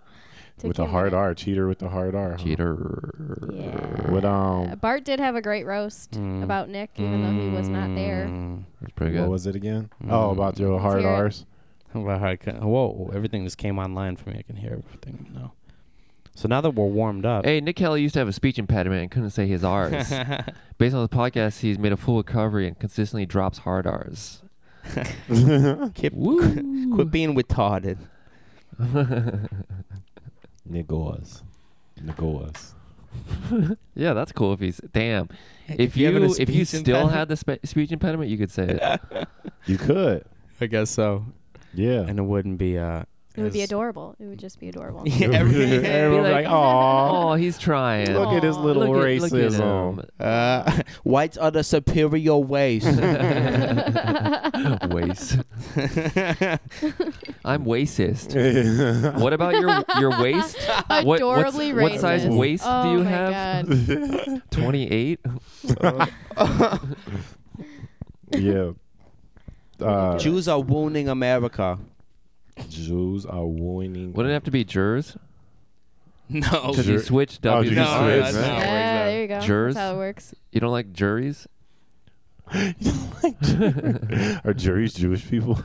Speaker 5: Took
Speaker 7: with
Speaker 5: you
Speaker 7: a hard
Speaker 5: minute.
Speaker 7: R, cheater with the hard R. huh?
Speaker 6: cheater.
Speaker 5: Yeah.
Speaker 7: What
Speaker 5: Uh,
Speaker 7: um,
Speaker 5: Bart did have a great roast
Speaker 4: Mm.
Speaker 5: about Nick, even though he was not there.
Speaker 4: Mm.
Speaker 6: That's pretty
Speaker 7: what
Speaker 6: good. Mm.
Speaker 7: was it again? Oh, about your hard
Speaker 5: hear it.
Speaker 7: R's.
Speaker 4: Well, I can- Whoa! Everything just came online for me. I can hear everything now. So now that we're warmed up,
Speaker 6: Hey, Nick Kelly used to have a speech impediment and couldn't say his R's. Based on the podcast, he's made a full recovery and consistently drops hard R's.
Speaker 4: Kip, quit being retarded.
Speaker 7: Nigoas. Nigoas.
Speaker 6: Yeah, that's cool. If he's damn, if
Speaker 4: you
Speaker 6: you,
Speaker 4: have a
Speaker 6: if you
Speaker 4: speech
Speaker 6: still
Speaker 4: impediment-
Speaker 6: had the spe- speech impediment, you could say it.
Speaker 7: You could.
Speaker 4: I guess so.
Speaker 7: Yeah.
Speaker 4: And it wouldn't be. Uh,
Speaker 5: It would be
Speaker 4: as-
Speaker 5: adorable. It would just be adorable.
Speaker 4: Yeah, every-
Speaker 7: Everyone
Speaker 6: like,
Speaker 7: like, oh,
Speaker 6: oh, he's trying.
Speaker 7: look at this
Speaker 5: Aw.
Speaker 7: little
Speaker 6: Look at- look at
Speaker 7: racism.
Speaker 6: him.
Speaker 4: uh, whites are the superior race.
Speaker 6: Waste. I'm waist. What about your your waist? What- what's-
Speaker 5: Adorably
Speaker 6: what,
Speaker 5: racist.
Speaker 6: size waist
Speaker 5: oh
Speaker 6: do you
Speaker 5: my
Speaker 6: have?
Speaker 5: God.
Speaker 6: Twenty eight.
Speaker 7: yeah. Uh,
Speaker 4: Jews are wounding America.
Speaker 7: Jews are winning.
Speaker 6: Wouldn't it have to be jurors?
Speaker 4: No.
Speaker 6: Because you
Speaker 7: Jur-
Speaker 6: switch
Speaker 7: Oh,
Speaker 6: W's.
Speaker 7: you
Speaker 4: No,
Speaker 7: just
Speaker 4: no,
Speaker 7: switch,
Speaker 4: that's
Speaker 7: man.
Speaker 4: not how it works
Speaker 5: Yeah,
Speaker 4: out.
Speaker 5: there you go.
Speaker 6: Jurors?
Speaker 5: That's how it works.
Speaker 6: You don't like juries?
Speaker 7: Are juries Jewish people?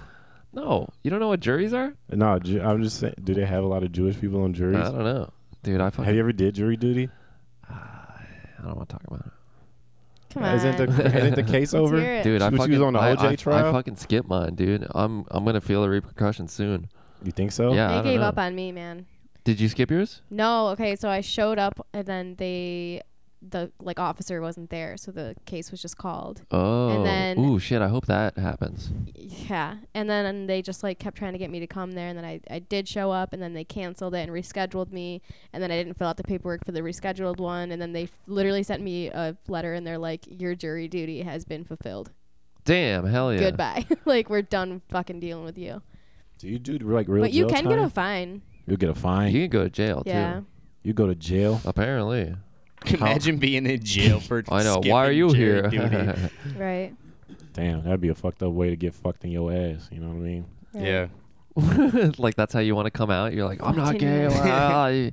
Speaker 6: No, you don't know what juries are?
Speaker 7: No, Ju- I'm just saying. Do they have a lot of Jewish people on juries?
Speaker 6: I don't know, dude. I fucking,
Speaker 7: Have you ever did jury duty?
Speaker 6: I don't want to talk about it,
Speaker 5: Come on.
Speaker 7: Isn't the isn't the
Speaker 5: Let's
Speaker 7: case over?
Speaker 5: hear it.
Speaker 6: dude. I
Speaker 7: She was-
Speaker 6: fucking
Speaker 7: she was on the
Speaker 6: I-
Speaker 7: OJ
Speaker 6: I- I
Speaker 7: trial?
Speaker 6: fucking skipped mine, dude. I'm I'm gonna feel the repercussions soon.
Speaker 7: You think so?
Speaker 6: Yeah, I
Speaker 5: they
Speaker 6: don't
Speaker 5: gave
Speaker 6: know.
Speaker 5: up on me, man.
Speaker 6: Did you skip yours?
Speaker 5: No, okay, so I showed up and then they the like officer wasn't there, so the case was just called.
Speaker 6: Oh,
Speaker 5: then-
Speaker 6: ooh, shit. I hope that happens.
Speaker 5: Yeah. And then they just like kept trying to get me to come there and then I, I did show up and then they canceled it and rescheduled me and then I didn't fill out the paperwork for the rescheduled one and then they f- literally sent me a letter and they're like your jury duty has been fulfilled.
Speaker 6: Damn, hell yeah.
Speaker 5: Goodbye. like we're done fucking dealing with you.
Speaker 7: Do you do like real?
Speaker 5: but you
Speaker 7: jail
Speaker 5: can get
Speaker 7: time?
Speaker 5: a fine.
Speaker 7: You get a fine.
Speaker 6: You
Speaker 7: You,
Speaker 6: can go to jail
Speaker 5: Yeah.
Speaker 6: too.
Speaker 7: go to jail.
Speaker 6: Apparently,
Speaker 4: Imagine being in jail for.
Speaker 6: I know. Why are
Speaker 4: skipping
Speaker 6: you
Speaker 4: jury
Speaker 6: here?
Speaker 4: duty.
Speaker 5: Right.
Speaker 7: Damn, that'd be a fucked up way to get fucked in your ass. You know what I mean?
Speaker 5: right.
Speaker 4: yeah.
Speaker 6: like that's how you want to come out. You're like, I'm not
Speaker 5: Fucking
Speaker 6: gay. ah, you-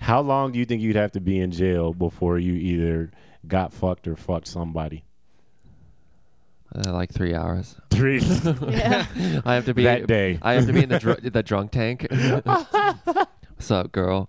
Speaker 7: How long do you think you'd have to be in jail before you either got fucked or fucked somebody?
Speaker 6: Uh, like three hours.
Speaker 7: Three
Speaker 5: Yeah.
Speaker 6: I have to be
Speaker 7: that day.
Speaker 6: I have to be in the dr- the drunk tank. What's up, girl?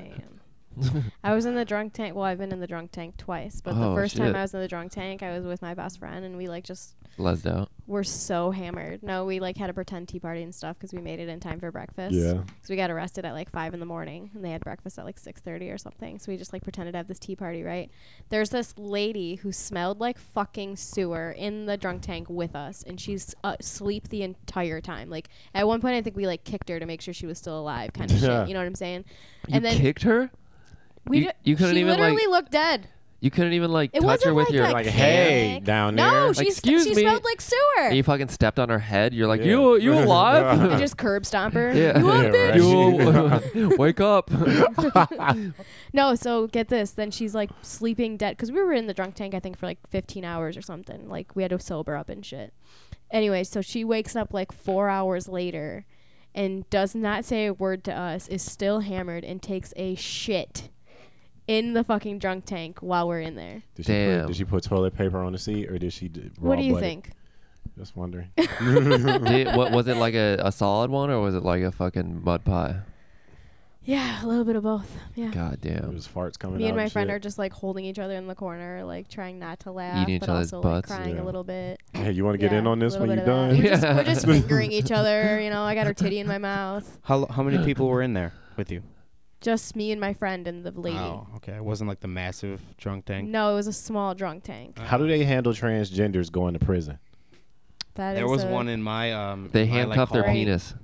Speaker 5: I was in the drunk tank. Well, I've been in the drunk tank twice, but
Speaker 6: Oh,
Speaker 5: the first
Speaker 6: shit.
Speaker 5: time I was in the drunk tank, I was with my best friend, and we like just
Speaker 6: Lesed out.
Speaker 5: were so hammered. No, we like had a pretend tea party and stuff because we made it in time for breakfast.
Speaker 7: Yeah.
Speaker 5: Because we got arrested at like five in the morning, and they had breakfast at like six thirty or something. So we just like pretended to have this tea party, right? There's this lady who smelled like fucking sewer in the drunk tank with us, and she's uh, asleep the entire time. Like at one point, I think we like kicked her to make sure she was still alive, kind of
Speaker 7: Yeah.
Speaker 5: shit. You know what I'm saying?
Speaker 6: You kicked her.
Speaker 5: We
Speaker 6: You-
Speaker 5: d-
Speaker 6: you couldn't
Speaker 5: she
Speaker 6: even,
Speaker 5: literally
Speaker 6: like-
Speaker 5: looked dead.
Speaker 6: You couldn't even like
Speaker 5: It
Speaker 6: touch
Speaker 5: wasn't
Speaker 6: her with
Speaker 5: like
Speaker 6: your
Speaker 5: a
Speaker 7: Like,
Speaker 5: kick.
Speaker 7: hey, down there.
Speaker 5: No,
Speaker 7: Like,
Speaker 5: she,
Speaker 6: "Excuse
Speaker 5: she
Speaker 6: me."
Speaker 5: smelled like sewer.
Speaker 6: And you fucking stepped on her head. You're like,
Speaker 7: Yeah.
Speaker 6: you you
Speaker 5: I
Speaker 6: alive?
Speaker 5: just curb stomp her.
Speaker 6: yeah.
Speaker 5: You up,
Speaker 7: Yeah,
Speaker 5: bitch?
Speaker 7: right.
Speaker 6: You- wake up.
Speaker 5: No, so get this. Then she's like sleeping dead because we were in the drunk tank, I think, for like 15 hours or something. Like we had to sober up and shit. Anyway, so she wakes up like four hours later and does not say a word to us, is still hammered, and takes a shit in the fucking drunk tank while we're in there.
Speaker 7: Did she, put,
Speaker 6: Damn.
Speaker 7: did she put toilet paper on the seat or did she? d-
Speaker 5: what do you
Speaker 7: raw butt it?
Speaker 5: think?
Speaker 7: Just wondering.
Speaker 6: Did, what was it like a, a solid one or was it like a fucking mud pie?
Speaker 5: Yeah, a little bit of both. Yeah.
Speaker 6: God
Speaker 7: It
Speaker 6: damn.
Speaker 7: was farts coming
Speaker 5: Me
Speaker 7: out.
Speaker 5: and my friend
Speaker 7: shit.
Speaker 5: are just like holding each other in the corner, like trying not to laugh,
Speaker 6: each
Speaker 5: but
Speaker 6: other's
Speaker 5: also
Speaker 6: butts.
Speaker 5: like crying
Speaker 7: Yeah.
Speaker 5: a little bit.
Speaker 7: Hey, you want to get
Speaker 5: Yeah,
Speaker 7: in on this
Speaker 5: little
Speaker 7: when you're
Speaker 5: bit of that.
Speaker 7: done?
Speaker 5: We're just, we're
Speaker 6: Yeah.
Speaker 5: just fingering each other. You know, I got her titty in my mouth.
Speaker 4: How how many people were in there with you?
Speaker 5: Just me and my friend and the lady.
Speaker 4: Oh, okay. It wasn't like the massive drunk thing.
Speaker 5: No, it was a small drunk tank.
Speaker 4: Uh,
Speaker 7: How do they handle transgenders going to prison?
Speaker 5: That
Speaker 4: There
Speaker 5: is
Speaker 4: was
Speaker 5: a-
Speaker 4: one in my um.
Speaker 6: They
Speaker 4: my, like,
Speaker 6: handcuff their
Speaker 4: hall.
Speaker 5: Right.
Speaker 6: penis.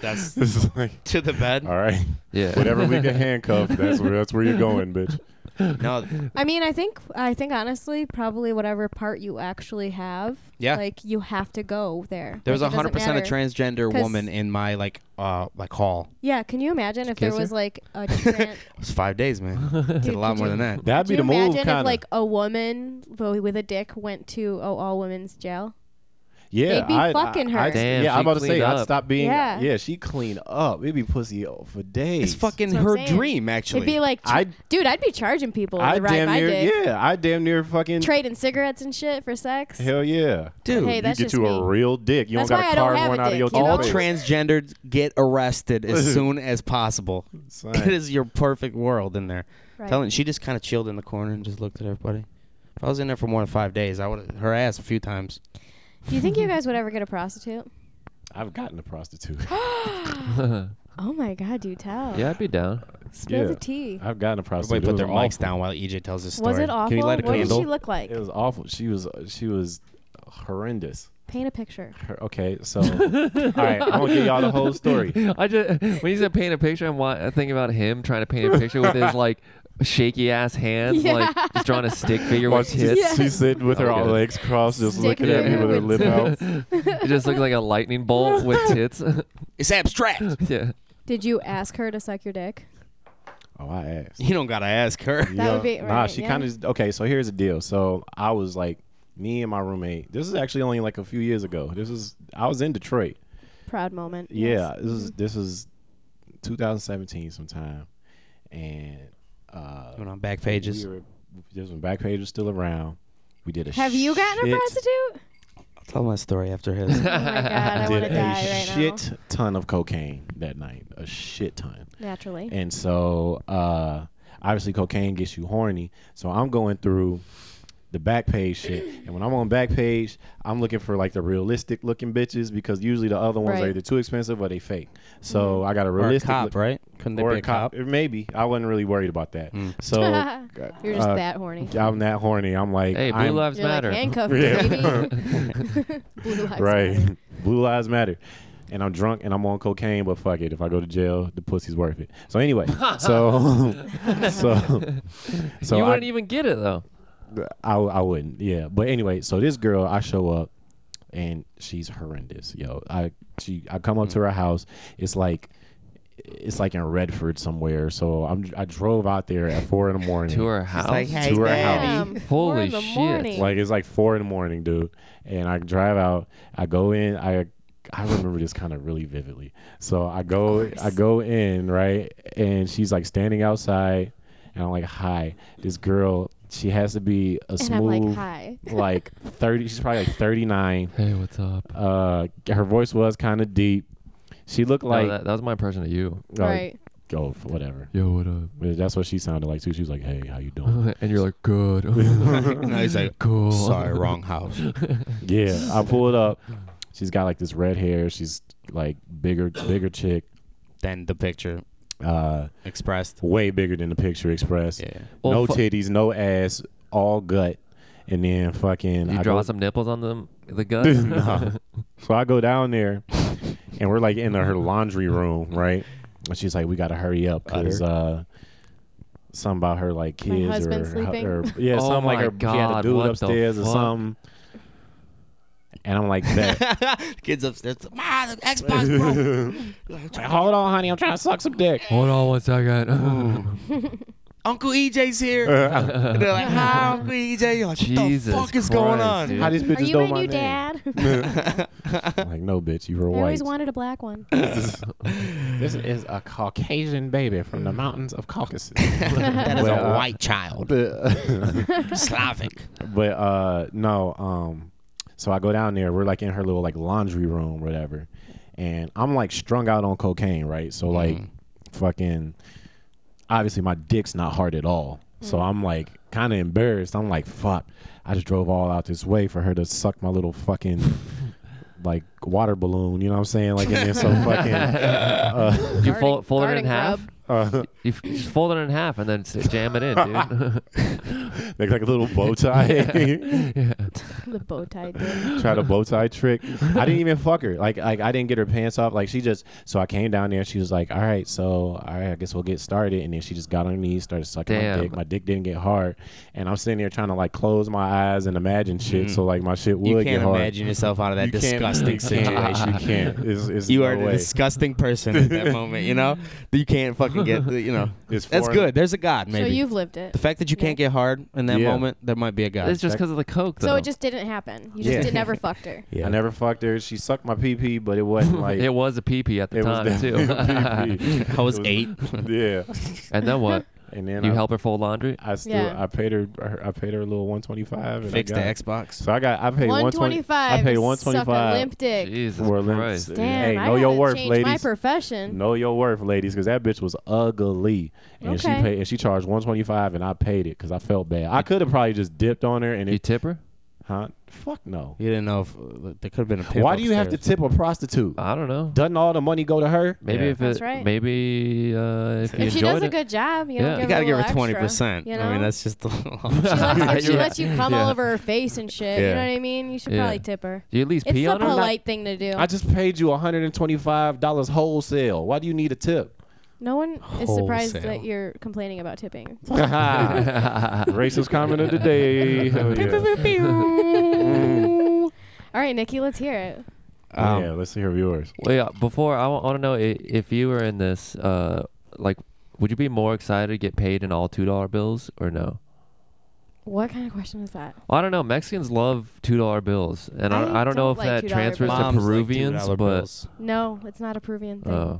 Speaker 4: That's
Speaker 7: This is like,
Speaker 4: to the bed.
Speaker 7: all right,
Speaker 6: Yeah.
Speaker 7: whatever we can handcuff, that's where that's where you're going, bitch.
Speaker 4: No,
Speaker 5: I mean, I think I think honestly, probably whatever part you actually have.
Speaker 4: Yeah.
Speaker 5: Like you have to go there.
Speaker 4: there was
Speaker 5: like, it
Speaker 4: hundred
Speaker 5: doesn't
Speaker 4: percent a
Speaker 5: matter.
Speaker 4: transgender
Speaker 5: 'Cause-
Speaker 4: woman in my like uh like hall.
Speaker 5: Yeah. Can you imagine if there
Speaker 6: kiss her?
Speaker 5: was like a trans?
Speaker 4: It was five days, man. Did a lot
Speaker 5: could
Speaker 4: more
Speaker 5: you-
Speaker 4: than that.
Speaker 7: That'd
Speaker 5: Do
Speaker 7: be
Speaker 5: you
Speaker 7: the move,
Speaker 5: imagine
Speaker 7: kind
Speaker 5: if
Speaker 7: of.
Speaker 5: like a woman w- with a dick went to a all women's jail?
Speaker 7: yeah,
Speaker 5: they'd be
Speaker 7: I,
Speaker 5: fucking her.
Speaker 6: Damn,
Speaker 7: yeah,
Speaker 6: she
Speaker 7: I'm about to say,
Speaker 6: cleaned
Speaker 7: I'd
Speaker 6: up.
Speaker 7: stop being. Yeah.
Speaker 5: Yeah.
Speaker 7: she cleaned up. It'd be pussy for days.
Speaker 4: It's fucking
Speaker 5: That's what
Speaker 4: her
Speaker 5: I'm saying.
Speaker 4: dream, actually.
Speaker 5: It'd be like, ch-
Speaker 7: I'd-
Speaker 5: dude, I'd be charging people
Speaker 7: I
Speaker 5: to ride
Speaker 7: damn
Speaker 5: my
Speaker 7: near,
Speaker 5: dick.
Speaker 7: yeah, I damn near fucking.
Speaker 5: Trading cigarettes and shit for sex.
Speaker 7: hell yeah,
Speaker 4: Dude,
Speaker 5: Hey,
Speaker 7: you
Speaker 5: that's
Speaker 7: get
Speaker 5: just
Speaker 7: you
Speaker 5: me.
Speaker 7: a real dick. You
Speaker 5: That's
Speaker 7: don't
Speaker 5: why
Speaker 7: gotta
Speaker 5: I don't
Speaker 7: carve
Speaker 5: have
Speaker 7: one
Speaker 5: a
Speaker 7: out of
Speaker 5: dick,
Speaker 7: your
Speaker 5: you know?
Speaker 4: all
Speaker 5: no.
Speaker 7: face.
Speaker 4: transgendered get arrested as soon as possible.
Speaker 7: Son.
Speaker 4: It is your perfect world in there.
Speaker 5: Right.
Speaker 4: Telling she just kind of chilled in the corner and just looked at everybody. If I was in there for more than five days, I would her ass a few times.
Speaker 5: Do you think you guys would ever get a prostitute?
Speaker 7: I've gotten a prostitute.
Speaker 5: Oh my god, do tell.
Speaker 6: yeah, I'd be down.
Speaker 5: Spill
Speaker 7: Yeah.
Speaker 5: the tea.
Speaker 7: I've gotten a prostitute.
Speaker 4: Everybody put
Speaker 7: It
Speaker 4: their
Speaker 7: was
Speaker 4: mics
Speaker 7: awful.
Speaker 4: down while EJ tells his story.
Speaker 5: Was it awful?
Speaker 4: Can we light a
Speaker 5: what did
Speaker 4: candle?
Speaker 5: she look like?
Speaker 7: It was awful. She was she was horrendous.
Speaker 5: Paint a picture.
Speaker 7: Her, okay, so all right, I'm gonna give y'all the whole story.
Speaker 6: I just when you said paint a picture, I'm wa- I think about him trying to paint a picture with his like shaky ass hands, like just drawing a stick figure with
Speaker 7: she's
Speaker 6: hits.
Speaker 5: Yes.
Speaker 7: she's sitting with her
Speaker 6: Oh, good.
Speaker 7: legs crossed, just
Speaker 5: Stick
Speaker 7: looking at me
Speaker 5: figure
Speaker 7: with her
Speaker 5: with
Speaker 7: lip out.
Speaker 6: It just looked like a lightning bolt with tits.
Speaker 4: It's abstract.
Speaker 6: yeah.
Speaker 5: Did you ask her to suck your dick?
Speaker 7: Oh, I asked.
Speaker 4: you don't gotta ask her.
Speaker 5: That would be-
Speaker 7: Nah,
Speaker 5: right,
Speaker 7: she
Speaker 5: yeah.
Speaker 7: kind of okay. So here's the deal. So I was like, me and my roommate. This is actually only like a few years ago. This is I was in Detroit.
Speaker 5: Proud moment.
Speaker 7: Yeah,
Speaker 5: Yes. Mm-hmm.
Speaker 7: this is this is 2017 sometime, and uh,
Speaker 4: Going on back pages.
Speaker 7: we were this when Backpage was still around. We did a
Speaker 5: Have you gotten a
Speaker 7: shit-
Speaker 5: prostitute?
Speaker 4: I'll tell my story after his.
Speaker 5: Oh my god, I
Speaker 7: did
Speaker 5: want to
Speaker 7: a
Speaker 5: die right
Speaker 7: shit ton of cocaine that night. A shit ton.
Speaker 5: now. Naturally.
Speaker 7: And so uh obviously cocaine gets you horny. So I'm going through the back page shit. And when I'm on back page, I'm looking for like the realistic looking bitches because usually the other ones are
Speaker 5: Right. Mm-hmm.
Speaker 7: either too expensive or they fake. So I got a
Speaker 4: or a
Speaker 7: realistic
Speaker 4: cop,
Speaker 7: look-
Speaker 4: right? Couldn't they
Speaker 7: or
Speaker 4: be a cop?
Speaker 7: Maybe. I wasn't really worried about that.
Speaker 6: Mm.
Speaker 7: So
Speaker 5: You're just
Speaker 7: uh,
Speaker 5: that horny.
Speaker 7: I'm that horny. I'm like
Speaker 6: Hey, blue
Speaker 7: I'm,
Speaker 6: lives
Speaker 5: You're like
Speaker 6: matter.
Speaker 5: handcuffed,
Speaker 7: Yeah.
Speaker 5: baby. Blue lives matter.
Speaker 7: right. Blue lives matter. And I'm drunk and I'm on cocaine, but fuck it. If I go to jail, the pussy's worth it. So anyway, so so so
Speaker 6: you
Speaker 7: I,
Speaker 6: wouldn't even get it though.
Speaker 7: I I wouldn't. Yeah. But anyway, so this girl, I show up and she's horrendous. Yo, I she I come up to her house. It's like it's like in Redford somewhere. So I'm I drove out there at four in the morning.
Speaker 6: To her house.
Speaker 7: To her house.
Speaker 5: Damn, Um,
Speaker 6: Holy
Speaker 5: four in the
Speaker 6: shit.
Speaker 5: morning.
Speaker 7: Like it's like four in the morning, dude. And I drive out. I go in. I I remember this kind of really vividly. So I go I go in right, and she's like standing outside, and I'm like, hi, this girl. She has to be a
Speaker 5: and I'm
Speaker 7: smooth,
Speaker 5: like, hi.
Speaker 7: like thirty. She's probably like thirty nine.
Speaker 6: hey, what's up?
Speaker 7: Uh, her voice was kind of deep. She looked
Speaker 6: Like
Speaker 7: like
Speaker 6: that, that was my impression of you.
Speaker 7: like,
Speaker 5: right.
Speaker 7: go f- whatever.
Speaker 6: Yo, what up?
Speaker 7: But That's what she sounded like too. She was like, "Hey, how you doing?"
Speaker 6: and you're like, good.
Speaker 4: No, he's like,
Speaker 6: cool.
Speaker 4: sorry, wrong house.
Speaker 7: yeah, I pulled up. She's got like this red hair. She's like bigger, bigger chick.
Speaker 4: Then the picture
Speaker 7: Uh,
Speaker 4: expressed.
Speaker 7: way bigger than the picture express.
Speaker 4: Yeah.
Speaker 6: Well,
Speaker 7: no
Speaker 6: fu-
Speaker 7: titties, no ass, all gut, and then fucking.
Speaker 6: You
Speaker 7: I
Speaker 6: draw
Speaker 7: go-
Speaker 6: some nipples on them, the gut.
Speaker 7: no. So I go down there, and we're like in her laundry room, right? And she's like, "We gotta hurry up because uh, something about her like
Speaker 5: My
Speaker 7: kids or,
Speaker 5: husband's
Speaker 7: her-
Speaker 5: sleeping.
Speaker 7: or yeah,
Speaker 6: Oh
Speaker 7: something like
Speaker 6: my
Speaker 7: her she had a
Speaker 6: God,
Speaker 7: dude
Speaker 6: what the
Speaker 7: upstairs or
Speaker 6: fuck?
Speaker 7: something." And I'm like, "Bet."
Speaker 4: Kids upstairs. Ma, the Xbox broke.
Speaker 7: Like, Hold on, honey, I'm trying to suck some dick.
Speaker 6: Hold on one second.
Speaker 4: Uncle EJ's here. And they're like, hi, Uncle EJ. You're like, what the
Speaker 6: Jesus
Speaker 4: fuck is going
Speaker 6: Christ,
Speaker 4: on?
Speaker 6: dude.
Speaker 7: How these bitches
Speaker 5: Are you
Speaker 7: know
Speaker 5: my
Speaker 7: my
Speaker 5: new
Speaker 7: name?
Speaker 5: dad?
Speaker 7: I'm like, no, bitch, you were
Speaker 5: I
Speaker 7: white.
Speaker 5: always wanted a black one.
Speaker 7: this is a Caucasian baby from the mountains of Caucasus.
Speaker 4: That is
Speaker 7: Well,
Speaker 4: a
Speaker 7: uh,
Speaker 4: white child. Slavic.
Speaker 7: But uh no, um so I go down there, we're like in her little like laundry room, whatever. And I'm like strung out on cocaine, right? So like
Speaker 6: Mm-hmm.
Speaker 7: fucking obviously my dick's not hard at all. So I'm like kind of embarrassed. I'm like, fuck. I just drove all out this way for her to suck my little fucking like water balloon, you know what I'm saying? Like and then so fucking uh,
Speaker 6: you
Speaker 5: Garden-
Speaker 6: fold, fold it
Speaker 5: garden
Speaker 6: in half.
Speaker 5: grub.
Speaker 7: uh
Speaker 6: You f- just fold it in half and then s- jam it in, dude.
Speaker 7: like, like a little bow tie.
Speaker 5: the bow tie did.
Speaker 7: tried a bow tie trick. I didn't even fuck her. Like, like I didn't get her pants off. Like she just. So I came down there. She was like, "All right, so all right, I guess we'll get started." And then she just got on her knees, started sucking
Speaker 6: Damn.
Speaker 7: my dick. My dick didn't get hard, and I'm sitting there trying to like close my eyes and imagine shit. So like my shit would
Speaker 4: Mm. You
Speaker 7: get
Speaker 4: can't
Speaker 7: hard.
Speaker 4: imagine yourself out of that
Speaker 7: You can't-
Speaker 4: disgusting
Speaker 7: you can't,
Speaker 4: situation.
Speaker 7: You can't. It's, it's
Speaker 4: You
Speaker 7: no
Speaker 4: are a
Speaker 7: way.
Speaker 4: disgusting person at that moment, you know? You can't fucking get, the- you know.
Speaker 7: It's
Speaker 4: That's
Speaker 7: foreign.
Speaker 4: good. There's a God, maybe.
Speaker 5: So you've lived it.
Speaker 4: the fact that you can't get hard in that
Speaker 7: Yeah.
Speaker 4: moment, there might be a God.
Speaker 6: it's just because of the coke, though.
Speaker 5: So it just didn't happen. You just
Speaker 7: Yeah.
Speaker 5: did, never fucked her.
Speaker 4: yeah.
Speaker 7: I never fucked her. She sucked my pee pee, but it wasn't like
Speaker 6: it was a pee pee at the
Speaker 7: it was
Speaker 6: time too.
Speaker 7: definitely a pee-pee.
Speaker 4: I was
Speaker 7: It
Speaker 4: eight.
Speaker 7: Yeah,
Speaker 6: and then what?
Speaker 7: and then
Speaker 6: You
Speaker 7: I,
Speaker 6: help her fold laundry?
Speaker 7: I still
Speaker 5: Yeah.
Speaker 7: I paid her I paid her a little one twenty five and
Speaker 4: Fix the
Speaker 7: I got,
Speaker 4: Xbox.
Speaker 7: So I got I paid one twenty
Speaker 5: 125.
Speaker 7: I paid
Speaker 5: to
Speaker 7: one twenty
Speaker 5: Suck a
Speaker 7: five
Speaker 5: limp dick.
Speaker 6: Jesus
Speaker 7: for
Speaker 6: Christ.
Speaker 7: limps.
Speaker 5: Damn,
Speaker 7: hey,
Speaker 5: I
Speaker 7: know your
Speaker 5: gotta
Speaker 7: worth,
Speaker 5: change My
Speaker 7: ladies.
Speaker 5: profession.
Speaker 7: Know your worth, ladies, because that bitch was ugly, and she
Speaker 5: Okay.
Speaker 7: paid and she charged one twenty five, and I paid it because I felt bad. I could have probably just dipped on her and
Speaker 6: You
Speaker 7: it,
Speaker 6: tip her?
Speaker 7: huh? Fuck no.
Speaker 4: You didn't know if uh, there could have been a pimp
Speaker 7: Why do you have to
Speaker 4: upstairs. Uh,
Speaker 7: tip a prostitute?
Speaker 6: I don't know.
Speaker 7: Doesn't all the money go to her?
Speaker 6: Maybe
Speaker 4: Yeah.
Speaker 6: if it,
Speaker 5: That's right.
Speaker 6: maybe uh, if you
Speaker 5: If she
Speaker 6: enjoyed
Speaker 5: does a
Speaker 6: it.
Speaker 5: good job, you
Speaker 6: Yeah.
Speaker 5: know,
Speaker 6: You
Speaker 4: you gotta give her
Speaker 5: twenty
Speaker 4: twenty percent.
Speaker 5: You know?
Speaker 4: I mean, that's just the.
Speaker 5: She lets, if she
Speaker 6: You're
Speaker 5: lets you come
Speaker 6: Yeah.
Speaker 5: all over her face and shit. You
Speaker 4: Yeah.
Speaker 5: know what I mean? You should
Speaker 6: Yeah.
Speaker 5: probably tip her.
Speaker 6: Do you at least
Speaker 5: It's
Speaker 6: pee
Speaker 5: the
Speaker 6: on her?
Speaker 5: polite thing to do.
Speaker 7: I just paid you one hundred and twenty five dollars wholesale. Why do you need a tip?
Speaker 5: no one is surprised
Speaker 4: Wholesale.
Speaker 5: that you're complaining about tipping.
Speaker 7: Ah. Racist comment of the day. Hell yeah.
Speaker 5: All right, Nikki, let's hear it.
Speaker 4: Um,
Speaker 7: yeah, let's hear yours.
Speaker 6: Well, yeah. Before I want to know i- if you were in this, uh, like, would you be more excited to get paid in all two dollar bills or no?
Speaker 5: What kind of question is that?
Speaker 6: Well, I don't know. Mexicans love two dollar bills, and I,
Speaker 5: I
Speaker 6: I, don't know if
Speaker 5: don't like
Speaker 6: that
Speaker 5: $2
Speaker 6: transfers
Speaker 5: bills.
Speaker 6: to
Speaker 4: Moms like
Speaker 6: Peruvians,
Speaker 4: $2
Speaker 6: but
Speaker 4: bills.
Speaker 5: No, it's not a Peruvian thing.
Speaker 6: uh,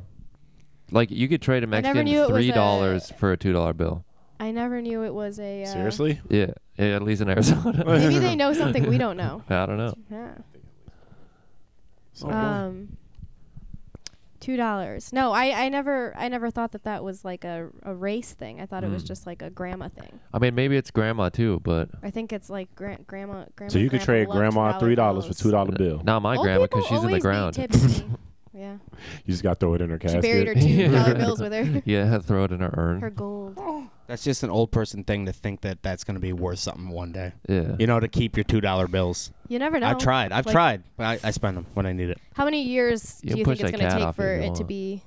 Speaker 6: like you could trade a
Speaker 5: never
Speaker 6: Mexican
Speaker 5: knew it was
Speaker 6: three dollars
Speaker 5: a-
Speaker 6: for a two dollar bill.
Speaker 5: I never knew it was a. Uh,
Speaker 7: Seriously?
Speaker 6: Yeah, yeah, at least in Arizona.
Speaker 5: Maybe they know something we don't know.
Speaker 6: I
Speaker 7: Oh.
Speaker 6: don't know.
Speaker 5: Yeah.
Speaker 7: So-
Speaker 5: Um, two dollars. No, I, I never I never thought that that was like a, a race thing. I thought it was
Speaker 6: Mm.
Speaker 5: just like a grandma thing.
Speaker 6: I mean, maybe it's grandma too, but
Speaker 5: I think it's like gra- grandma grandma.
Speaker 7: so you could
Speaker 5: grandpa
Speaker 7: trade
Speaker 5: loved
Speaker 7: grandma
Speaker 5: $2
Speaker 7: three dollars for
Speaker 5: bills.
Speaker 7: two dollar bill.
Speaker 6: not my
Speaker 5: Old
Speaker 6: grandma because
Speaker 5: people
Speaker 6: she's in the
Speaker 5: always be
Speaker 6: ground.
Speaker 5: tipsy. yeah,
Speaker 7: You just got to throw it in her
Speaker 5: she
Speaker 7: casket.
Speaker 5: buried her two dollar bills with her
Speaker 6: yeah, throw it in her urn.
Speaker 5: her gold.
Speaker 4: That's just an old person thing to think that that's gonna be worth something one day.
Speaker 6: yeah.
Speaker 4: You know, to keep your two dollar bills.
Speaker 5: You never know.
Speaker 4: I've tried. I've
Speaker 5: Like,
Speaker 4: tried. I, I spend them when I need it
Speaker 5: How many years
Speaker 6: You
Speaker 5: do you
Speaker 6: push
Speaker 5: think it's
Speaker 6: that
Speaker 5: gonna
Speaker 6: cat
Speaker 5: take
Speaker 6: off
Speaker 5: for
Speaker 6: if you
Speaker 5: it to
Speaker 6: want.
Speaker 5: be?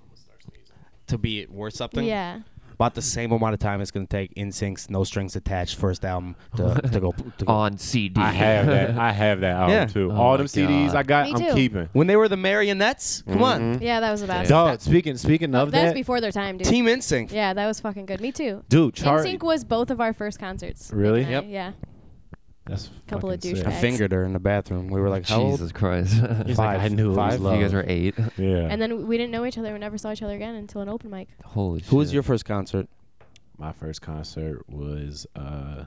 Speaker 4: to be worth something.
Speaker 5: Yeah.
Speaker 4: About the same amount of time it's gonna take Insync's No Strings Attached first album to, to go. To go.
Speaker 6: on CD.
Speaker 7: I have that. I have that album
Speaker 4: Yeah.
Speaker 7: too.
Speaker 6: Oh
Speaker 7: All
Speaker 6: my
Speaker 7: them CDs I got,
Speaker 5: Me
Speaker 7: I'm
Speaker 5: too.
Speaker 7: keeping.
Speaker 4: When they were the marionettes. Come on,
Speaker 5: Yeah, that was the best.
Speaker 7: Dog. Speaking speaking of
Speaker 5: That was
Speaker 7: that,
Speaker 5: before their time, dude.
Speaker 4: Team Insync.
Speaker 5: Yeah, that was fucking good. Me too.
Speaker 7: dude, Charlie.
Speaker 5: NSYNC was both of our first concerts.
Speaker 7: Really?
Speaker 5: Nick and I,
Speaker 4: Yep.
Speaker 5: Yeah.
Speaker 7: That's
Speaker 5: Couple of
Speaker 7: fucking sick.
Speaker 4: I
Speaker 5: douchebags.
Speaker 4: fingered her in the bathroom. We were like, how old?
Speaker 6: Jesus Christ.
Speaker 7: He's
Speaker 6: If
Speaker 7: like,
Speaker 4: Five.
Speaker 7: I knew it was
Speaker 4: Five?
Speaker 7: love.
Speaker 6: you guys were eight.
Speaker 7: yeah.
Speaker 5: And then we didn't know each other. We never saw each other again until an open mic.
Speaker 6: Holy shit.
Speaker 4: Who was your first concert?
Speaker 7: my first concert was uh,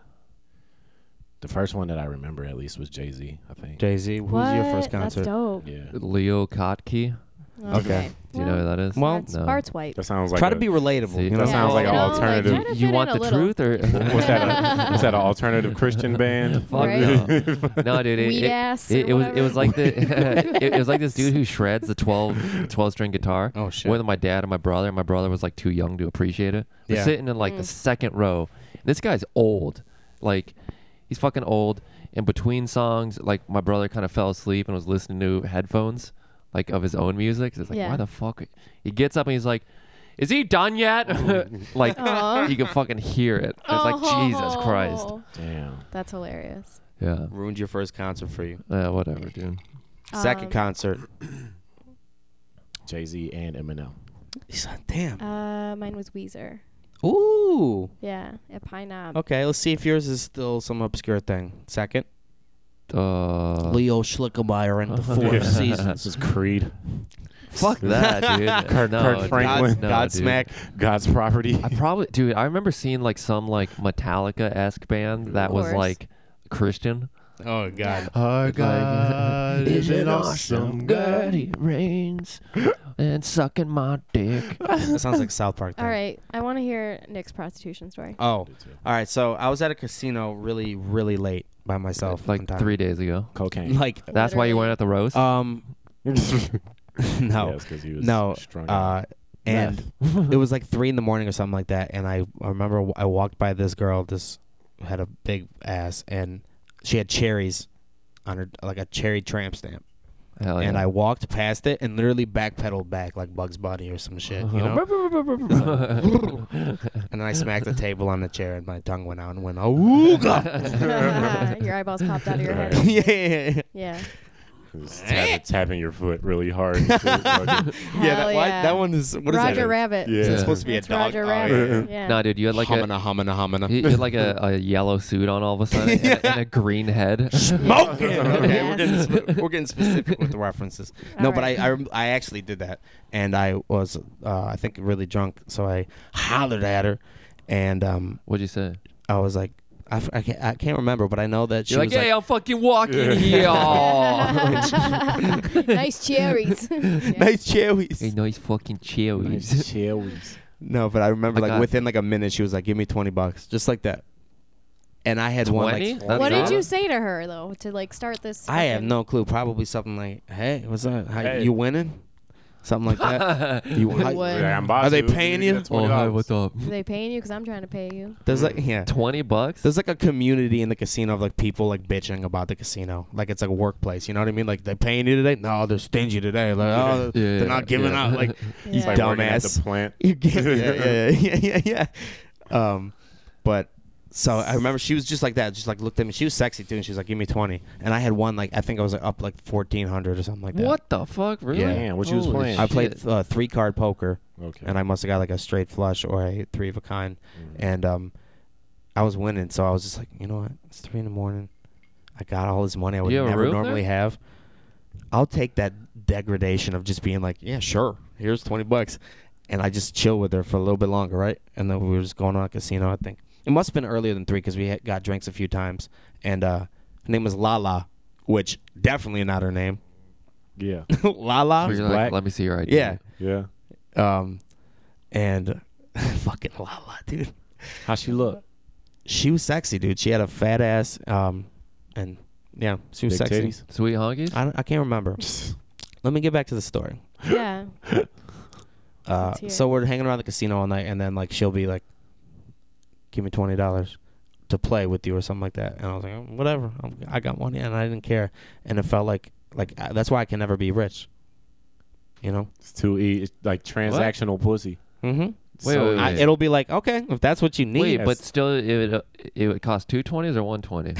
Speaker 7: the first one that I remember at least was Jay Z. I think.
Speaker 4: Jay Z. Who was your first concert?
Speaker 5: That's dope.
Speaker 7: yeah.
Speaker 6: Leo Kottke?
Speaker 7: Okay.
Speaker 6: Do you know who that is?
Speaker 4: Well,
Speaker 5: Bart's,
Speaker 6: no.
Speaker 5: Bart's white.
Speaker 7: That sounds like
Speaker 4: Try to
Speaker 7: a-
Speaker 4: be relatable.
Speaker 6: See,
Speaker 4: you know?
Speaker 7: that
Speaker 5: Yeah.
Speaker 7: sounds like an
Speaker 5: You know, like,
Speaker 7: alternative.
Speaker 5: try to
Speaker 6: you
Speaker 5: fit
Speaker 6: want
Speaker 5: in
Speaker 6: the
Speaker 5: a little.
Speaker 6: truth or
Speaker 7: What's that? A, what's that? An alternative Christian band?
Speaker 6: Fuck
Speaker 5: Right?
Speaker 6: no. no, dude. It,
Speaker 5: Weed
Speaker 6: it,
Speaker 5: ass
Speaker 6: it,
Speaker 5: or
Speaker 6: it was it
Speaker 5: whatever.
Speaker 6: was like the it, it was like this dude who shreds the 12, 12 string guitar.
Speaker 4: Oh, shit.
Speaker 6: With my dad and my brother. and My brother was like too young to appreciate it. We're
Speaker 4: Yeah.
Speaker 6: sitting in like
Speaker 5: Mm.
Speaker 6: the second row. This guy's old, like he's fucking old. In between songs, like my brother kind of fell asleep and was listening to headphones, like of his own music. It's like
Speaker 5: Yeah.
Speaker 6: why the fuck? He gets up and he's like. Is he done yet?
Speaker 4: Oh.
Speaker 6: like
Speaker 5: Aw.
Speaker 6: you can fucking hear it. It's like Jesus Christ.
Speaker 5: Oh,
Speaker 7: Damn.
Speaker 5: That's hilarious.
Speaker 6: Yeah.
Speaker 4: Ruined your first concert for you.
Speaker 6: Yeah, whatever, dude.
Speaker 4: Second
Speaker 5: Um,
Speaker 4: concert.
Speaker 7: Jay Z and Eminem.
Speaker 4: He's like, damn.
Speaker 5: Uh, mine was Weezer.
Speaker 4: Ooh.
Speaker 5: Yeah, at Pine Knob.
Speaker 4: Okay, let's see if yours is still some obscure thing. Second.
Speaker 6: Uh,
Speaker 4: Leo Schlickenmeyer and the
Speaker 6: Uh-huh.
Speaker 4: Four
Speaker 7: This is Creed.
Speaker 6: fuck that, dude.
Speaker 7: Kirk-
Speaker 6: no,
Speaker 7: Kirk
Speaker 6: dude.
Speaker 7: Franklin.
Speaker 6: No, dude.
Speaker 4: Godsmack.
Speaker 7: God's property.
Speaker 6: I probably, dude. I remember seeing like some like Metallica esque band that
Speaker 5: Of
Speaker 6: was
Speaker 5: course.
Speaker 6: like Christian.
Speaker 4: Oh God.
Speaker 6: Our
Speaker 7: God is an awesome God.
Speaker 6: He reigns and sucking my dick.
Speaker 4: that sounds like South Park. Thing.
Speaker 5: All right, I want to hear Nick's prostitution story.
Speaker 4: Oh. All right. So I was at a casino really, really late by myself.
Speaker 6: like
Speaker 4: one time.
Speaker 6: three days ago.
Speaker 7: Cocaine.
Speaker 4: Like.
Speaker 6: That's why you went at the roast.
Speaker 4: Um. No.
Speaker 7: Yes, 'cause he was
Speaker 4: no.
Speaker 7: strung
Speaker 4: Uh.
Speaker 7: out.
Speaker 4: And it was like three in the morning or something like that. And I, I remember w- I walked by this girl. This had a big ass, and she had cherries on her, like a cherry tramp stamp.
Speaker 6: Hell yeah.
Speaker 4: And I walked past it and literally backpedaled back like Bugs Bunny or some shit,
Speaker 6: Uh-huh.
Speaker 4: you know. and then I smacked the table on the chair, and my tongue went out and went, "Oh God!"
Speaker 5: Your eyeballs popped out of your head.
Speaker 4: yeah, yeah, yeah.
Speaker 5: Yeah.
Speaker 7: Just tap- tapping your foot really hard. Fucking-
Speaker 4: Yeah,
Speaker 5: Hell
Speaker 4: that, why- that one is. What is
Speaker 5: Roger
Speaker 4: that?
Speaker 5: Rabbit.
Speaker 7: Yeah.
Speaker 4: Is
Speaker 6: Yeah.
Speaker 4: it supposed to be
Speaker 5: It's
Speaker 4: a dog?
Speaker 5: Roger
Speaker 4: Oh,
Speaker 5: Rabbit. Yeah.
Speaker 6: nah, dude. You had
Speaker 4: Like
Speaker 6: like
Speaker 4: humana, humana,
Speaker 6: a
Speaker 4: humana.
Speaker 6: you you had like a, a yellow suit on all of a sudden and, a, and a green head.
Speaker 4: Smoking. okay, we're
Speaker 5: Yes.
Speaker 4: getting, sp- we're getting specific with the references. No,
Speaker 5: All
Speaker 4: but
Speaker 5: right.
Speaker 4: I, I rem- I actually did that, and I was uh, I think really drunk, so I hollered at her, and um,
Speaker 6: What'd you say?
Speaker 4: I was like, I, f- I can't, I can't remember, but I know that she
Speaker 6: You're like,
Speaker 4: was
Speaker 6: hey, I'm fucking walking here.
Speaker 5: nice cherries. Yeah.
Speaker 4: nice cherries.
Speaker 6: hey, nice fucking cherries.
Speaker 7: Chillies.
Speaker 4: No, but I remember
Speaker 6: Like
Speaker 4: like,
Speaker 6: a-
Speaker 4: within like a minute, she was like, "Give me twenty bucks," just like that. And I had one
Speaker 6: 20?
Speaker 4: like,
Speaker 6: That's
Speaker 5: What did
Speaker 6: all?
Speaker 5: you say to her though to like start this?
Speaker 4: I have
Speaker 5: fucking-
Speaker 4: no clue. Probably something like, "Hey, what's up? How,
Speaker 7: Hey.
Speaker 4: You winning?" Something like that. you how-
Speaker 5: What?
Speaker 7: Yeah, I'm about
Speaker 4: Are they
Speaker 7: to.
Speaker 4: paying
Speaker 7: Give me
Speaker 4: you?
Speaker 7: that
Speaker 6: Oh, hi,
Speaker 7: $20.
Speaker 6: what's up?
Speaker 5: Are they paying you? Because I'm trying to pay you.
Speaker 4: There's like yeah.
Speaker 6: 20 bucks?
Speaker 4: There's like a community in the casino of like people like bitching about the casino. Like it's like a workplace. You know what I mean? Like they're paying you today. No, they're stingy today. Like oh,
Speaker 6: Yeah,
Speaker 4: they're not giving
Speaker 6: yeah.
Speaker 4: out. Like you
Speaker 5: It's
Speaker 7: It's like working at
Speaker 4: dumbass.
Speaker 7: the plant.
Speaker 4: You get- yeah, yeah, yeah, yeah, yeah. Um, but so I remember she was just like that, just like looked at me. She was sexy too, and she was like, "Give me 20. And I had one like I think I was like, up like fourteen hundred or something like that.
Speaker 6: What the fuck? Really?
Speaker 4: Yeah.
Speaker 7: Damn, what you was
Speaker 6: Holy
Speaker 7: playing?
Speaker 4: I
Speaker 6: shit.
Speaker 4: played uh, three card poker,
Speaker 7: Okay.
Speaker 4: and I must have got like a straight flush or a three of a kind,
Speaker 6: Mm.
Speaker 4: and um, I was winning. So I was just like, you know what? It's three in the morning. I got all this money I would
Speaker 6: You have a
Speaker 4: never
Speaker 6: room
Speaker 4: normally
Speaker 6: there?
Speaker 4: have. I'll take that degradation of just being like, yeah, sure, here's twenty bucks, and I just chill with her for a little bit longer, right? And then we were just going on a casino. I think it must have been earlier than three because we had, got drinks a few times, and uh, her name was Lala, which definitely not her name.
Speaker 7: yeah.
Speaker 4: Lala,
Speaker 6: You're like,
Speaker 7: black.
Speaker 6: Let me see your ID.
Speaker 4: yeah.
Speaker 7: Yeah.
Speaker 4: Um, and fucking Lala, dude.
Speaker 7: How she look?
Speaker 4: She was sexy, dude. She had a fat ass. Um, and yeah, she was
Speaker 7: Big
Speaker 4: sexy.
Speaker 7: titties?
Speaker 6: Sweet honkies?
Speaker 4: I, don't- I can't remember. Let me get back to the story.
Speaker 5: Yeah.
Speaker 4: Uh,
Speaker 5: Let's hear
Speaker 4: so
Speaker 5: it.
Speaker 4: we're hanging around the casino all night, and then like she'll be like, "Give me twenty dollars to play with you" or something like that. And I was like, "Oh, "Whatever, I'm, I got money," and I didn't care. And it felt like like I, that's why I can never be rich. You know.
Speaker 7: It's too e- it's like transactional pussy.
Speaker 4: Mm-hmm.
Speaker 6: Wait, wait,
Speaker 4: I,
Speaker 6: wait.
Speaker 4: it'll be like, okay, if that's what you need.
Speaker 6: Wait, but still, it would, uh, it would cost two twenties or one twenty.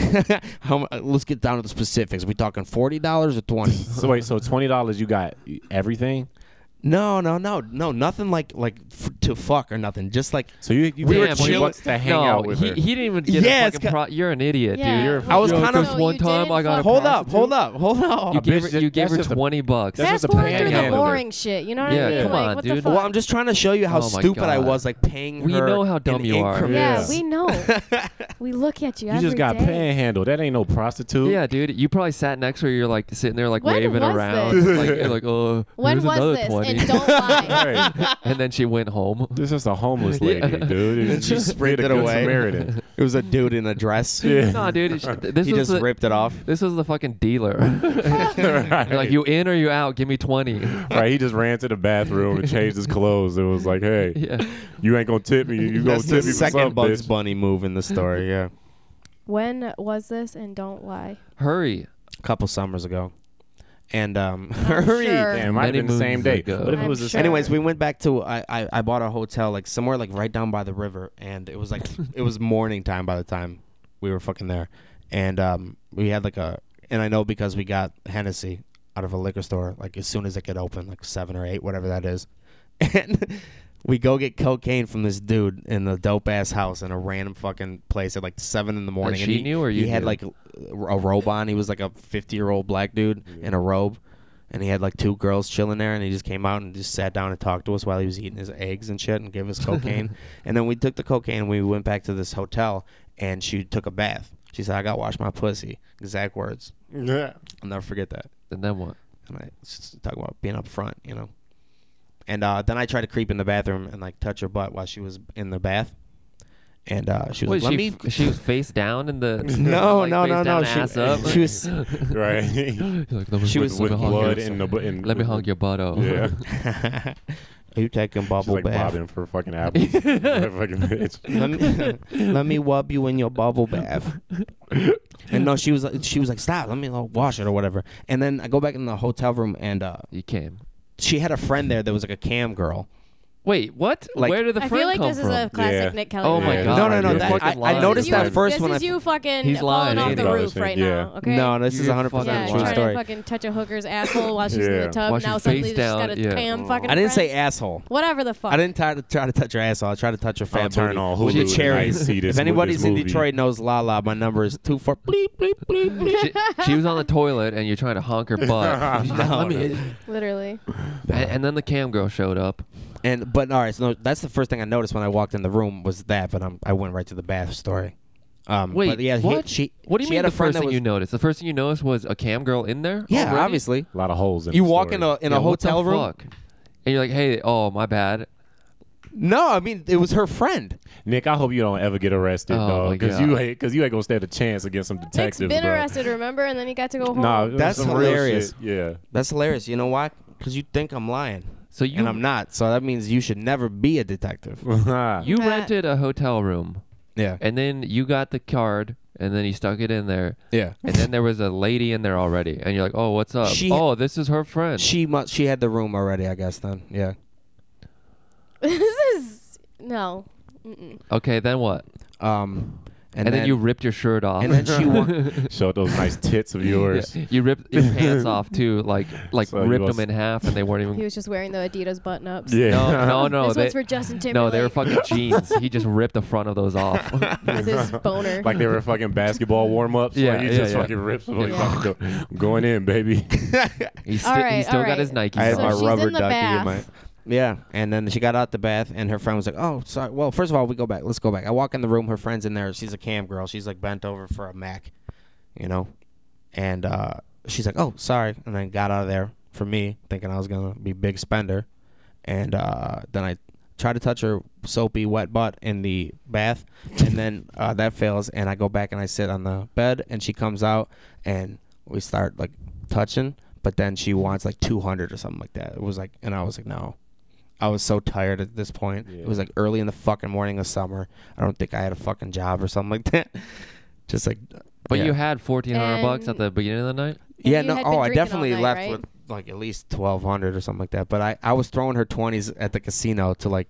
Speaker 4: How, mu- uh, let's get down to the specifics. We talking forty dollars or twenty?
Speaker 7: So wait, so twenty dollars you got everything?
Speaker 4: No, no, no, no, nothing like like f- to fuck or nothing. Just like
Speaker 7: So you, you
Speaker 4: We were
Speaker 7: paid 20
Speaker 4: chilling-
Speaker 7: bucks to hang
Speaker 6: no,
Speaker 7: out with
Speaker 6: he,
Speaker 7: her.
Speaker 6: he didn't even get
Speaker 4: Yeah,
Speaker 6: a
Speaker 4: it's
Speaker 6: fucking
Speaker 4: ca-
Speaker 6: pro- You're an idiot,
Speaker 5: Yeah.
Speaker 6: dude. You're a
Speaker 4: I was
Speaker 6: yo,
Speaker 4: kind of-
Speaker 6: this
Speaker 5: No,
Speaker 6: one
Speaker 5: you
Speaker 6: time
Speaker 5: didn't
Speaker 6: I got a
Speaker 5: fuck.
Speaker 4: hold up,
Speaker 6: prostitute.
Speaker 4: hold up, hold up.
Speaker 6: You
Speaker 7: bitch
Speaker 6: gave her,
Speaker 7: just-
Speaker 6: you gave
Speaker 7: that's
Speaker 6: her
Speaker 7: just a-
Speaker 6: twenty bucks.
Speaker 7: that's
Speaker 5: Fast
Speaker 7: just a
Speaker 5: forward through the
Speaker 7: panhandler.
Speaker 5: boring shit. You know what
Speaker 6: Yeah,
Speaker 5: I mean?
Speaker 6: come
Speaker 5: like,
Speaker 6: on,
Speaker 5: what The
Speaker 6: dude.
Speaker 5: fuck?
Speaker 4: well, I'm just trying to show you how
Speaker 6: Oh my
Speaker 4: stupid I
Speaker 6: God.
Speaker 4: was, like paying.
Speaker 6: We
Speaker 4: her
Speaker 6: know how
Speaker 4: in
Speaker 6: dumb you are.
Speaker 5: yeah,
Speaker 4: increments.
Speaker 7: Yeah.
Speaker 5: we know. we look at you.
Speaker 7: You just
Speaker 5: every
Speaker 7: got
Speaker 5: day.
Speaker 7: panhandled. That ain't no prostitute.
Speaker 6: Yeah, dude. You probably sat next to her. You're like sitting there, like
Speaker 5: When
Speaker 6: waving
Speaker 5: was
Speaker 6: around.
Speaker 5: this?
Speaker 6: like, you're like, oh,
Speaker 5: When
Speaker 6: here's
Speaker 5: was
Speaker 6: another
Speaker 5: this?
Speaker 6: 20.
Speaker 5: And don't lie.
Speaker 7: Right.
Speaker 6: And then she went home.
Speaker 7: This is a homeless lady,
Speaker 6: Yeah.
Speaker 7: dude.
Speaker 4: And she
Speaker 7: Did a
Speaker 4: sprayed
Speaker 7: good
Speaker 4: it away.
Speaker 7: Samaritan.
Speaker 4: It was a dude in a dress.
Speaker 7: Yeah.
Speaker 6: nah, dude. it's- This
Speaker 4: He
Speaker 6: was
Speaker 4: just
Speaker 6: the,
Speaker 4: ripped it off.
Speaker 6: This was the fucking dealer. You're like, you in or you out? Give me twenty.
Speaker 7: Right, he just ran to the bathroom and changed his clothes. It was like, hey,
Speaker 6: Yeah.
Speaker 7: you ain't gonna tip me. You gonna
Speaker 4: That's the
Speaker 7: tip me for
Speaker 4: second
Speaker 7: something,
Speaker 4: Bugs
Speaker 7: bitch.
Speaker 4: Bunny move in the story. Yeah,
Speaker 5: When was this? And don't lie.
Speaker 6: Hurry.
Speaker 4: a couple summers ago, and um, hurry.
Speaker 5: sure.
Speaker 7: Damn, it might have
Speaker 6: Many
Speaker 7: been the same
Speaker 6: moons
Speaker 7: day.
Speaker 6: ago.
Speaker 7: What if it
Speaker 5: I'm
Speaker 7: was the
Speaker 5: sure.
Speaker 7: same?
Speaker 4: Anyways, we went back to I, I I bought a hotel like somewhere like right down by the river, and it was like it was morning time by the time we were fucking there, and um we had like a and I know because we got Hennessy out of a liquor store like as soon as it could open like seven or eight whatever that is, and we go get cocaine from this dude in a dope ass house in a random fucking place at like seven in the morning.
Speaker 6: she
Speaker 4: and he,
Speaker 6: knew or you
Speaker 4: he had
Speaker 6: knew?
Speaker 4: like a, a robe on. He was like a fifty year old black dude
Speaker 6: Mm-hmm.
Speaker 4: in a robe and he had like two girls chilling there, and he just came out and just sat down and talked to us while he was eating his eggs and shit, and gave us cocaine. and then we took the cocaine, and we went back to this hotel, and she took a bath. She said, "I got to wash my pussy." Exact words.
Speaker 7: Yeah.
Speaker 4: I'll never forget that.
Speaker 6: And then what?
Speaker 4: And I just talk about being up front, you know. And uh, then I tried to creep in the bathroom and like touch her butt while she was in the bath, and uh, she was
Speaker 6: Wait,
Speaker 4: like, "Let
Speaker 6: she,
Speaker 4: me."
Speaker 6: she was face down in the.
Speaker 4: no,
Speaker 6: like,
Speaker 4: no, no,
Speaker 6: face
Speaker 4: no.
Speaker 6: down,
Speaker 4: She,
Speaker 6: ass up?
Speaker 4: she was.
Speaker 7: Right.
Speaker 6: You're like, let me-
Speaker 4: She
Speaker 6: let
Speaker 4: was
Speaker 6: me
Speaker 7: with
Speaker 6: hug your-
Speaker 7: blood in the bu- in,
Speaker 6: Let me hug your butt up.
Speaker 7: Yeah.
Speaker 4: Are you taking
Speaker 7: She's
Speaker 4: bubble
Speaker 7: like
Speaker 4: bath?
Speaker 7: bobbing for fucking apples. That fucking bitch.
Speaker 4: let me let me rub you in your bubble bath. And no, she was she was like, stop, let me like, wash it or whatever. And then I go back in the hotel room and uh,
Speaker 6: You came.
Speaker 4: she had a friend there that was like a cam girl.
Speaker 6: Wait, what?
Speaker 4: Like-
Speaker 6: Where did the
Speaker 5: I
Speaker 6: friend
Speaker 5: feel like
Speaker 6: come
Speaker 5: this
Speaker 6: from?
Speaker 5: is a classic
Speaker 7: Yeah.
Speaker 5: Nick Kelly.
Speaker 6: Oh
Speaker 5: movie.
Speaker 6: my
Speaker 7: Yeah.
Speaker 6: god!
Speaker 4: No, no, no,
Speaker 6: you're
Speaker 4: that-
Speaker 6: fucking
Speaker 4: I- I
Speaker 6: lying,
Speaker 4: noticed
Speaker 5: This
Speaker 6: dude.
Speaker 4: that
Speaker 5: is you-
Speaker 4: first
Speaker 5: This
Speaker 4: when
Speaker 5: is
Speaker 4: I-
Speaker 5: you fucking
Speaker 6: He's lying,
Speaker 5: falling off
Speaker 6: ain't
Speaker 5: the
Speaker 6: he?
Speaker 5: roof right
Speaker 7: Yeah.
Speaker 5: now. Okay.
Speaker 4: No, this is
Speaker 6: You're
Speaker 4: 100
Speaker 5: Yeah,
Speaker 4: percent
Speaker 6: fucking
Speaker 4: true
Speaker 5: trying to
Speaker 4: story.
Speaker 5: fucking touch a hooker's asshole while she's in
Speaker 7: Yeah.
Speaker 5: the tub.
Speaker 6: While
Speaker 5: now
Speaker 6: she's
Speaker 5: suddenly
Speaker 6: face
Speaker 5: just got a
Speaker 6: down, yeah.
Speaker 5: tam fucking.
Speaker 4: I didn't say
Speaker 5: friend.
Speaker 4: asshole.
Speaker 5: Whatever the fuck.
Speaker 4: I didn't try to try to touch her asshole. I tried to touch her
Speaker 7: I'll
Speaker 4: fat
Speaker 7: turn
Speaker 4: booty
Speaker 7: on
Speaker 4: with the
Speaker 7: Hulu
Speaker 4: cherries.
Speaker 7: tonight, see this
Speaker 4: if anybody's
Speaker 7: this
Speaker 4: in
Speaker 7: movie.
Speaker 4: Detroit knows La La, my number is two four bleep bleep bleep bleep.
Speaker 6: she, she was on the toilet and you're trying to honk her butt. She's like,
Speaker 4: No,
Speaker 6: "Let me
Speaker 4: no.
Speaker 6: hit-"
Speaker 5: Literally.
Speaker 6: and, and then the cam girl showed up.
Speaker 4: And but all right, so no, that's the first thing I noticed when I walked in the room was that. But i I went right to the bath story. Um,
Speaker 6: Wait,
Speaker 4: but yeah, he-
Speaker 6: what?
Speaker 4: she?
Speaker 6: what do you
Speaker 4: she
Speaker 6: mean
Speaker 4: had a
Speaker 6: the
Speaker 4: friend
Speaker 6: first
Speaker 4: that
Speaker 6: thing
Speaker 4: was-
Speaker 6: you noticed? The first thing you noticed was a cam girl in there?
Speaker 4: Yeah,
Speaker 6: already?
Speaker 4: obviously.
Speaker 7: A lot of holes in
Speaker 4: You
Speaker 7: the
Speaker 4: walk
Speaker 7: story.
Speaker 4: in a in
Speaker 6: Yeah,
Speaker 4: a
Speaker 6: what the
Speaker 4: hotel room.
Speaker 6: fuck? And you're like, hey, oh, my bad.
Speaker 4: No, I mean it was her friend.
Speaker 7: Nick, I hope you don't ever get arrested,
Speaker 6: Oh, my
Speaker 7: dog, because
Speaker 6: God.
Speaker 7: you ain't because you ain't gonna stand a chance against some detectives.
Speaker 5: Nick's been
Speaker 7: bro.
Speaker 5: arrested, remember? And then he got to go home.
Speaker 7: Nah,
Speaker 4: That's
Speaker 7: some real
Speaker 4: hilarious.
Speaker 7: shit. Yeah.
Speaker 4: That's hilarious. You know why? Because you think I'm lying,
Speaker 6: So you
Speaker 4: and I'm not. So that means you should never be a detective.
Speaker 6: you
Speaker 5: Nah.
Speaker 6: rented a hotel room
Speaker 4: Yeah,
Speaker 6: and then you got the card and then you stuck it in there.
Speaker 4: yeah.
Speaker 6: And then there was a lady in there already. And you're like, oh, what's up?
Speaker 4: She-
Speaker 6: oh, this is her friend.
Speaker 4: She must. She had the room already, I guess. Then, yeah.
Speaker 5: this is no. Mm-mm.
Speaker 6: okay, then what?
Speaker 4: Um, and,
Speaker 6: And, then, you ripped your shirt off.
Speaker 4: and then she wa-
Speaker 7: Showed those nice tits of yours.
Speaker 6: Yeah, you ripped your pants off too, like like
Speaker 7: So you
Speaker 6: ripped
Speaker 7: was-
Speaker 6: them in half, and they weren't even.
Speaker 5: He was just wearing the Adidas button ups.
Speaker 7: Yeah.
Speaker 6: No, no, no.
Speaker 5: this
Speaker 6: they,
Speaker 5: one's for Justin Timberlake.
Speaker 6: no, they were fucking jeans. He just ripped the front of those off.
Speaker 5: With his boner.
Speaker 7: like they were fucking basketball warm ups.
Speaker 6: Yeah,
Speaker 7: Yeah, he
Speaker 6: yeah,
Speaker 7: just
Speaker 6: yeah.
Speaker 7: fucking rips. them.
Speaker 5: Yeah.
Speaker 7: Fucking go- I'm going in, baby.
Speaker 6: He, sti-
Speaker 5: All
Speaker 6: he
Speaker 5: right,
Speaker 6: still
Speaker 5: all
Speaker 6: got his
Speaker 5: right.
Speaker 6: Nike.
Speaker 4: I had
Speaker 5: So
Speaker 4: my
Speaker 5: she's
Speaker 4: rubber
Speaker 5: in the
Speaker 4: ducky in
Speaker 5: bath.
Speaker 4: my. Yeah, and then she got out the bath, and her friend was like, "Oh, sorry." Well, first of all, we go back. Let's go back. I walk in the room. Her friend's in there. She's a cam girl. She's like bent over for a mac, you know, and uh, she's like, "Oh, sorry," and then got out of there for me, thinking I was gonna be big spender, and uh, then I try to touch her soapy wet butt in the bath, and then uh, that fails, and I go back and I sit on the bed, and she comes out, and we start like touching, but then she wants like 200 or something like that. It was like, and I was like, no. I was so tired at this point.
Speaker 7: Yeah.
Speaker 4: It was like early in the fucking morning of summer. I don't think I had a fucking job or something like that. Just like,
Speaker 6: But
Speaker 4: yeah.
Speaker 6: you had fourteen hundred bucks at
Speaker 5: And-
Speaker 6: the beginning of the night.
Speaker 5: And
Speaker 4: Yeah,
Speaker 5: you
Speaker 4: no.
Speaker 5: had been
Speaker 4: Oh, I
Speaker 5: drinking all
Speaker 4: definitely
Speaker 5: night,
Speaker 4: left
Speaker 5: right?
Speaker 4: with like at least twelve hundred or something like that. But I, I was throwing her twenties at the casino to like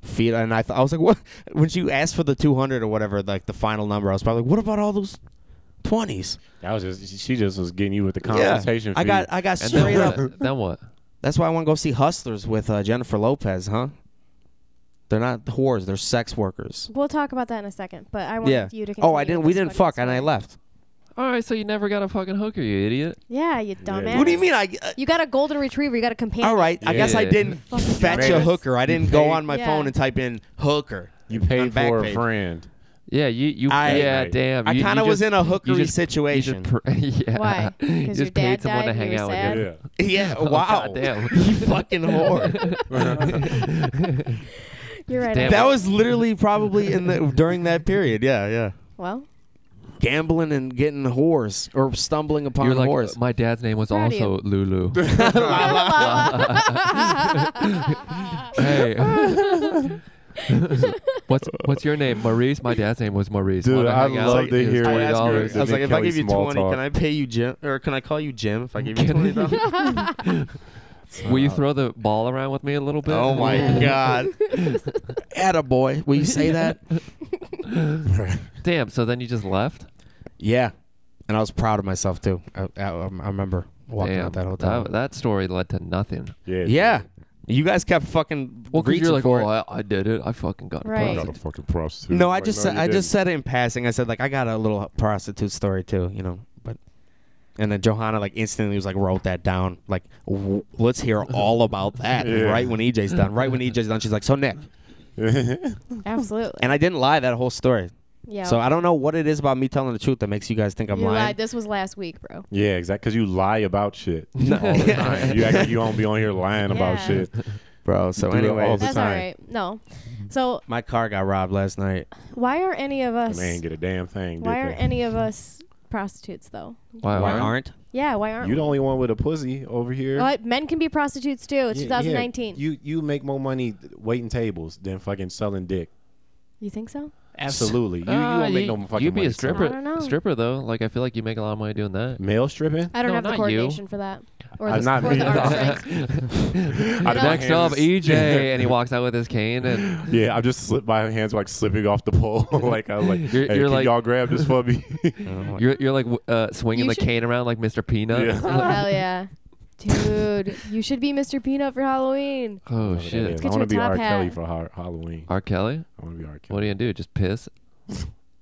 Speaker 4: feed, and I th- I was like, what? When she asked for the two hundred or whatever, like the final number, I was probably like, what about all those twenties?
Speaker 7: That was just she just was getting you with the consultation fee.
Speaker 4: I got I got
Speaker 6: And
Speaker 4: straight
Speaker 6: then
Speaker 4: up.
Speaker 6: what? then what?
Speaker 4: That's why I want to go see Hustlers with uh, Jennifer Lopez, huh? They're not whores; they're sex workers.
Speaker 5: We'll talk about that in a second, but I want
Speaker 4: yeah.
Speaker 5: you to continue
Speaker 4: oh, I
Speaker 5: with
Speaker 4: didn't. We
Speaker 5: this
Speaker 4: didn't
Speaker 5: fucking
Speaker 4: fuck, and I
Speaker 5: story.
Speaker 4: left.
Speaker 6: All right, so you never got a fucking hooker, you idiot.
Speaker 5: Yeah, you dumbass.
Speaker 7: Yeah.
Speaker 4: What do you mean? I. Uh,
Speaker 5: You got a golden retriever. You got a companion.
Speaker 4: all right. I guess I
Speaker 6: Yeah.
Speaker 4: didn't
Speaker 5: Fucking
Speaker 4: fetch a
Speaker 7: dumbass.
Speaker 4: hooker. I didn't go on my
Speaker 5: Yeah.
Speaker 4: phone and type in hooker.
Speaker 7: You
Speaker 4: On
Speaker 7: paid
Speaker 4: back
Speaker 7: for
Speaker 4: page.
Speaker 7: a friend.
Speaker 6: Yeah, you. you
Speaker 4: I-
Speaker 6: yeah,
Speaker 7: Right.
Speaker 6: damn.
Speaker 4: I
Speaker 6: you- you
Speaker 4: kind of was
Speaker 6: just-
Speaker 4: in a hookery
Speaker 6: you just- you
Speaker 4: situation.
Speaker 6: just pr- yeah.
Speaker 5: Why? 'Cause
Speaker 6: You
Speaker 5: your
Speaker 6: just
Speaker 5: dad
Speaker 6: paid someone
Speaker 5: died
Speaker 6: to
Speaker 5: and
Speaker 6: hang
Speaker 5: you were
Speaker 6: out
Speaker 5: sad?
Speaker 6: with you.
Speaker 7: Yeah.
Speaker 4: yeah.
Speaker 6: Oh,
Speaker 4: wow.
Speaker 6: goddamn.
Speaker 4: you fucking whore.
Speaker 5: You're right.
Speaker 6: Damn.
Speaker 5: I-
Speaker 4: that was literally probably in the during that period. Yeah. Yeah.
Speaker 5: well,
Speaker 4: Gambling and getting whores or stumbling upon
Speaker 6: You're like,
Speaker 4: whores.
Speaker 6: my dad's name was
Speaker 5: Proud of
Speaker 6: also Lulu. hey, what's what's your name, Maurice? My dad's name was Maurice.
Speaker 7: Dude,
Speaker 6: Wanna
Speaker 7: I
Speaker 6: hang out?
Speaker 7: love to
Speaker 6: It was
Speaker 4: I
Speaker 7: hear Twenty
Speaker 4: asked her,
Speaker 7: dollars
Speaker 4: I was
Speaker 7: and
Speaker 4: like,
Speaker 7: then
Speaker 4: if I
Speaker 7: Kelly
Speaker 4: give you
Speaker 7: small
Speaker 4: twenty,
Speaker 7: talk.
Speaker 4: can I pay you Jim or can I call you Jim if I give you
Speaker 6: Can
Speaker 4: twenty
Speaker 6: I-
Speaker 4: dollars?
Speaker 6: Will you throw the ball around with me a little bit?
Speaker 4: oh my god. Attaboy. Will you say that?
Speaker 6: Damn. So then you just left.
Speaker 4: Yeah. And I was proud of myself too. I, I, I remember walking
Speaker 6: Damn.
Speaker 4: out that hotel.
Speaker 6: That, that story led to nothing.
Speaker 7: Yeah.
Speaker 4: yeah. You guys kept fucking
Speaker 6: Well, 'cause
Speaker 4: reaching
Speaker 6: you're like,
Speaker 4: for
Speaker 6: oh,
Speaker 4: it.
Speaker 6: I, I did it. I fucking got
Speaker 5: Right.
Speaker 6: it.
Speaker 5: Got
Speaker 7: Not a fucking prostitute.
Speaker 4: No, I
Speaker 7: Like,
Speaker 4: just
Speaker 7: you
Speaker 4: I just
Speaker 7: didn't.
Speaker 4: said it in passing. I said like I got a little prostitute story too, you know. But and then Johanna like instantly was like wrote that down. Like w- let's hear all about that
Speaker 7: Yeah.
Speaker 4: right when EJ's done. Right when EJ's done, she's like, so Nick.
Speaker 5: absolutely.
Speaker 4: And I didn't lie that whole story.
Speaker 5: yeah.
Speaker 4: So I don't know what it is about me telling the truth that makes you guys think I'm
Speaker 5: you
Speaker 4: lying.
Speaker 5: lied. This was last week, bro.
Speaker 7: Yeah, exactly. Because you lie about shit all the time. You act like you don't be on here lying about
Speaker 5: Yeah.
Speaker 7: shit.
Speaker 4: Bro, so
Speaker 7: do it all
Speaker 4: anyways,
Speaker 7: the
Speaker 5: That's all
Speaker 7: time.
Speaker 5: right. No. So
Speaker 4: my car got robbed last night.
Speaker 5: why are any of
Speaker 7: And
Speaker 5: us?
Speaker 7: they ain't get a damn thing.
Speaker 5: Why
Speaker 7: did
Speaker 5: are
Speaker 7: they?
Speaker 5: any of us prostitutes though?
Speaker 6: Why,
Speaker 4: Why
Speaker 6: aren't-
Speaker 4: aren't?
Speaker 5: Yeah. Why aren't?
Speaker 7: You
Speaker 5: we?
Speaker 7: the only one with a pussy over here.
Speaker 5: Well, men can be prostitutes too. It's
Speaker 7: Yeah, yeah.
Speaker 5: 2019. You,
Speaker 7: You you make more money waiting tables than fucking selling dick.
Speaker 5: think so?
Speaker 7: Absolutely. You, you
Speaker 6: Ah,
Speaker 7: don't make
Speaker 6: you-
Speaker 7: no fucking
Speaker 6: You'd be
Speaker 7: money
Speaker 6: a stripper.
Speaker 5: I don't know.
Speaker 6: Stripper though. Like I feel like you make a lot of money doing that.
Speaker 7: selling- Male stripping?
Speaker 5: I don't
Speaker 6: No,
Speaker 5: have the
Speaker 6: not you.
Speaker 5: coordination for that. Or
Speaker 7: Uh,
Speaker 5: the,
Speaker 7: not
Speaker 5: or
Speaker 7: me.
Speaker 5: the arm strength.
Speaker 7: I did my
Speaker 6: Next up,
Speaker 7: hands-
Speaker 6: EJ, and he walks out with his cane, and
Speaker 7: Yeah, I just slipped my hands like slipping off the pole. like I was like,
Speaker 6: You're-
Speaker 7: hey,
Speaker 6: you're
Speaker 7: can
Speaker 6: like-
Speaker 7: y'all grab this for me?
Speaker 6: you're you're like w- uh, swinging
Speaker 5: You
Speaker 6: the
Speaker 5: should-
Speaker 6: cane around like Mr. Peanut.
Speaker 7: Yeah.
Speaker 5: Oh hell yeah, dude! You should be Mr. Peanut for Halloween.
Speaker 6: Oh
Speaker 7: Yeah,
Speaker 6: shit.
Speaker 5: get
Speaker 7: I
Speaker 5: you
Speaker 7: want
Speaker 5: a
Speaker 7: to be
Speaker 5: top
Speaker 7: R.
Speaker 5: hat.
Speaker 7: Kelly for ha- Halloween.
Speaker 6: R. Kelly.
Speaker 7: I want to be R.
Speaker 6: What are
Speaker 7: Kelly.
Speaker 6: you gonna do? Just piss?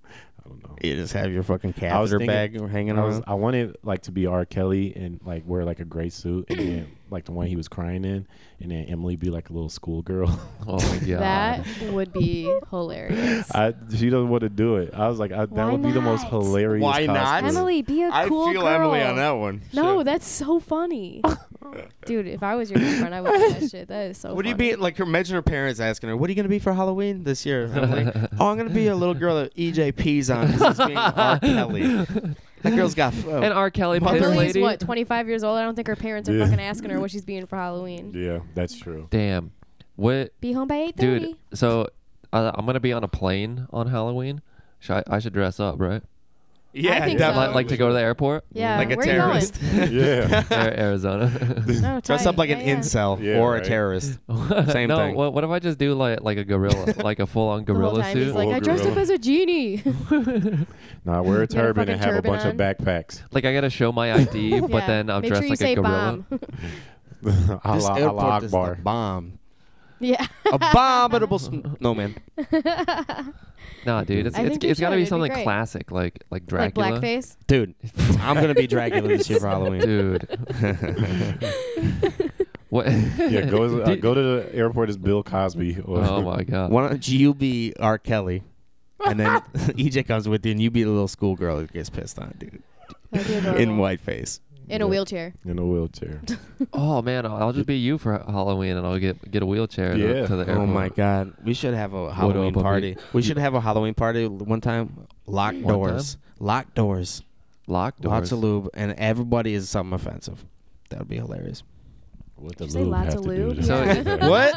Speaker 7: I don't know.
Speaker 4: You just have your fucking
Speaker 7: I was
Speaker 4: catheter
Speaker 7: thinking-
Speaker 4: bag hanging
Speaker 7: I was
Speaker 4: around.
Speaker 7: I wanted like to be R. Kelly and like wear like a gray suit and then like the one he was crying in, and then Emily be like a little schoolgirl.
Speaker 6: Oh my god.
Speaker 5: That would be hilarious.
Speaker 7: I she doesn't want to do it. I was like, I, that
Speaker 5: Why
Speaker 7: would be the most
Speaker 5: not?
Speaker 7: hilarious.
Speaker 4: Why not?
Speaker 7: costume.
Speaker 5: Emily, be a cool girl.
Speaker 4: one.
Speaker 5: No, that's so funny, dude. If I was your girlfriend, I would do that shit. That is so.
Speaker 4: What do you
Speaker 5: funny.
Speaker 4: be like? Her imagine her parents asking her, "What are you gonna be for Halloween this year?" I'm like, "Oh, I'm gonna be a little girl that EJ pees on 'cause it's being R. Kelly." That girl's got. Uh,
Speaker 6: And R. Kelly
Speaker 4: Mother-
Speaker 6: piss
Speaker 5: Emily's
Speaker 6: lady.
Speaker 5: what 25 years old. I don't think her parents are
Speaker 7: Yeah.
Speaker 5: fucking asking her what she's being for Halloween.
Speaker 7: Yeah, that's true.
Speaker 6: Damn. What,
Speaker 5: Be home by 8:30.
Speaker 6: dude? So uh, I'm gonna be on a plane on Halloween. Should I, I should dress up, right?
Speaker 4: yeah, definitely.
Speaker 5: think so.
Speaker 6: Like, like to go to the airport.
Speaker 5: Oh. yeah,
Speaker 4: like a
Speaker 5: where
Speaker 4: terrorist.
Speaker 5: you going?
Speaker 7: Yeah.
Speaker 6: Air- Arizona.
Speaker 5: No,
Speaker 4: Dress
Speaker 5: tight.
Speaker 4: up like an
Speaker 5: Yeah, yeah.
Speaker 4: incel
Speaker 7: Yeah,
Speaker 4: or a
Speaker 7: right.
Speaker 4: terrorist. Same
Speaker 6: no,
Speaker 4: thing.
Speaker 6: What, what if I just do like like a gorilla, like a full on
Speaker 5: The whole
Speaker 6: gorilla
Speaker 5: time
Speaker 6: suit,
Speaker 5: he's
Speaker 6: like,
Speaker 5: like, I dressed up
Speaker 7: gorilla.
Speaker 5: as a genie.
Speaker 7: Nah, wear a turban
Speaker 5: fucking
Speaker 7: and have a
Speaker 5: turban
Speaker 7: bunch
Speaker 5: on.
Speaker 7: of backpacks.
Speaker 6: I gotta show my ID, but
Speaker 5: Yeah.
Speaker 6: then I'm
Speaker 5: Make
Speaker 6: dressed
Speaker 5: sure you
Speaker 6: like
Speaker 5: say
Speaker 6: a gorilla.
Speaker 5: Bomb.
Speaker 7: a la,
Speaker 4: This
Speaker 7: a
Speaker 4: airport
Speaker 7: la
Speaker 4: is the
Speaker 7: Akbar.
Speaker 4: bomb.
Speaker 5: yeah.
Speaker 4: A abominable. Sm- no man.
Speaker 6: Nah, dude, it's
Speaker 5: I
Speaker 6: it's,
Speaker 5: think you
Speaker 6: it's gotta
Speaker 5: should.
Speaker 6: be
Speaker 5: It'd be
Speaker 6: something
Speaker 5: great.
Speaker 6: classic, like like
Speaker 5: like
Speaker 6: Dracula.
Speaker 5: blackface.
Speaker 4: Dude, I'm gonna be Dracula this year for Halloween.
Speaker 6: dude. what?
Speaker 7: Yeah, go, as, uh, go to the airport as Bill Cosby. Or
Speaker 6: Oh my god.
Speaker 4: Why don't you be R. Kelly, and then EJ comes with you, and you be the little schoolgirl who gets pissed on, dude,
Speaker 5: That'd be
Speaker 4: in
Speaker 5: adorable.
Speaker 4: whiteface.
Speaker 5: In a wheelchair.
Speaker 7: in a wheelchair.
Speaker 6: Oh man, I'll- I'll just be you for Halloween, and I'll get get a wheelchair to-
Speaker 7: Yeah.
Speaker 6: to, the airport.
Speaker 4: Oh my God, we should have a Halloween
Speaker 6: puppy?
Speaker 4: party. We should have a Halloween party one time. Locked
Speaker 6: One
Speaker 4: doors, locked doors,
Speaker 6: Locked doors.
Speaker 4: lots of lube, and everybody is something offensive. That would be hilarious.
Speaker 7: What
Speaker 5: Did you say lots of lube?
Speaker 6: So-
Speaker 5: Yeah.
Speaker 4: What?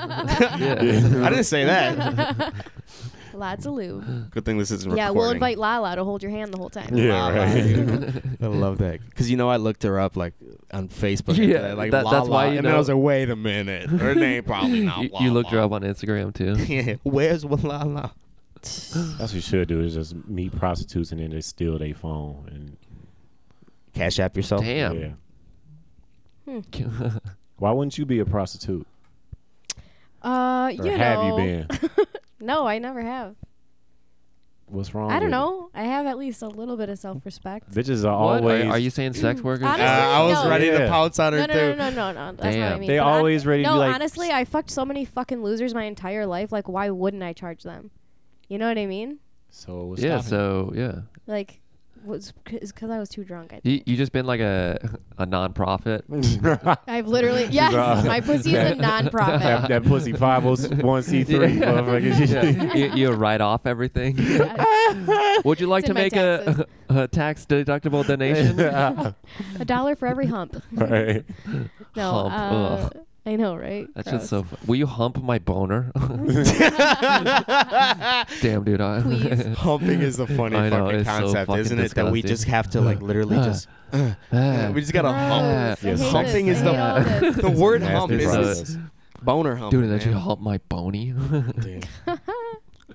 Speaker 6: Yeah.
Speaker 4: I didn't say that.
Speaker 5: Lots of lube.
Speaker 4: Good thing this isn't
Speaker 5: Yeah,
Speaker 4: recording.
Speaker 5: we'll invite Lala to hold your hand the whole time.
Speaker 7: Yeah, right.
Speaker 4: I love that because you know I looked her up like on Facebook.
Speaker 6: Yeah,
Speaker 4: today, like
Speaker 6: that- that's
Speaker 4: Lala,
Speaker 6: why you
Speaker 4: and then I
Speaker 6: know-
Speaker 4: was like, wait a minute, her name probably not.
Speaker 6: You, you looked her
Speaker 4: Lala.
Speaker 6: up on Instagram too.
Speaker 4: Yeah, where's Walala?
Speaker 7: That's what you should do is just meet prostitutes and then they steal their phone. And
Speaker 6: Um,
Speaker 4: Cash app yourself.
Speaker 6: Damn.
Speaker 7: yeah. Why wouldn't you be a prostitute?
Speaker 5: Uh,
Speaker 7: Or
Speaker 5: you
Speaker 7: have
Speaker 5: know.
Speaker 7: you been?
Speaker 5: No, I never have.
Speaker 7: What's wrong?
Speaker 5: I don't
Speaker 7: with
Speaker 5: know. I have at least a little bit of self-respect.
Speaker 7: It? Bitches are
Speaker 6: What? Are-
Speaker 7: always.
Speaker 6: Are, you saying sex workers?
Speaker 5: Honestly,
Speaker 4: Uh, I was
Speaker 5: no.
Speaker 4: ready to
Speaker 7: Yeah.
Speaker 4: pounce on her
Speaker 5: No, no,
Speaker 4: too.
Speaker 5: no, no, no, no. That's not what I
Speaker 6: Damn.
Speaker 5: mean.
Speaker 7: They
Speaker 5: But hon-
Speaker 7: always ready to
Speaker 5: No,
Speaker 7: be like.
Speaker 5: honestly, I fucked so many fucking losers my entire life. Like, why wouldn't I charge them? You know what I mean?
Speaker 7: So what's
Speaker 6: yeah.
Speaker 7: stopping
Speaker 6: So yeah,
Speaker 5: Like, was because I was too drunk. I
Speaker 6: you you just been like a a nonprofit.
Speaker 7: you?
Speaker 5: I've literally yes,
Speaker 7: Uh,
Speaker 5: my pussy's a
Speaker 7: that,
Speaker 5: nonprofit.
Speaker 7: that pussy 501c3. motherfucker.
Speaker 6: Yeah. you, you write off everything. Would you like
Speaker 5: It's in
Speaker 6: to
Speaker 5: my
Speaker 6: make a, a tax deductible donation?
Speaker 5: a dollar for every hump.
Speaker 7: right.
Speaker 5: No,
Speaker 6: Hump,
Speaker 5: uh,
Speaker 6: ugh.
Speaker 5: I know, right?
Speaker 6: That's just so.
Speaker 5: Gross.
Speaker 6: Fu- Will you hump my boner? Damn, dude. I,
Speaker 5: Please.
Speaker 4: Humping is the funny
Speaker 6: I know,
Speaker 4: fucking
Speaker 6: it's so
Speaker 4: concept,
Speaker 6: fucking
Speaker 4: isn't it? That we
Speaker 6: disgusting.
Speaker 4: just have to like literally just we just gotta hump.
Speaker 5: Gross. I
Speaker 7: Yes.
Speaker 5: hate
Speaker 4: Humping
Speaker 5: this.
Speaker 4: is
Speaker 5: I
Speaker 4: the-
Speaker 5: hate all this.
Speaker 4: The word
Speaker 7: Nasty
Speaker 4: hump is
Speaker 6: process.
Speaker 4: this boner hump.
Speaker 6: Dude, that you hump my bony.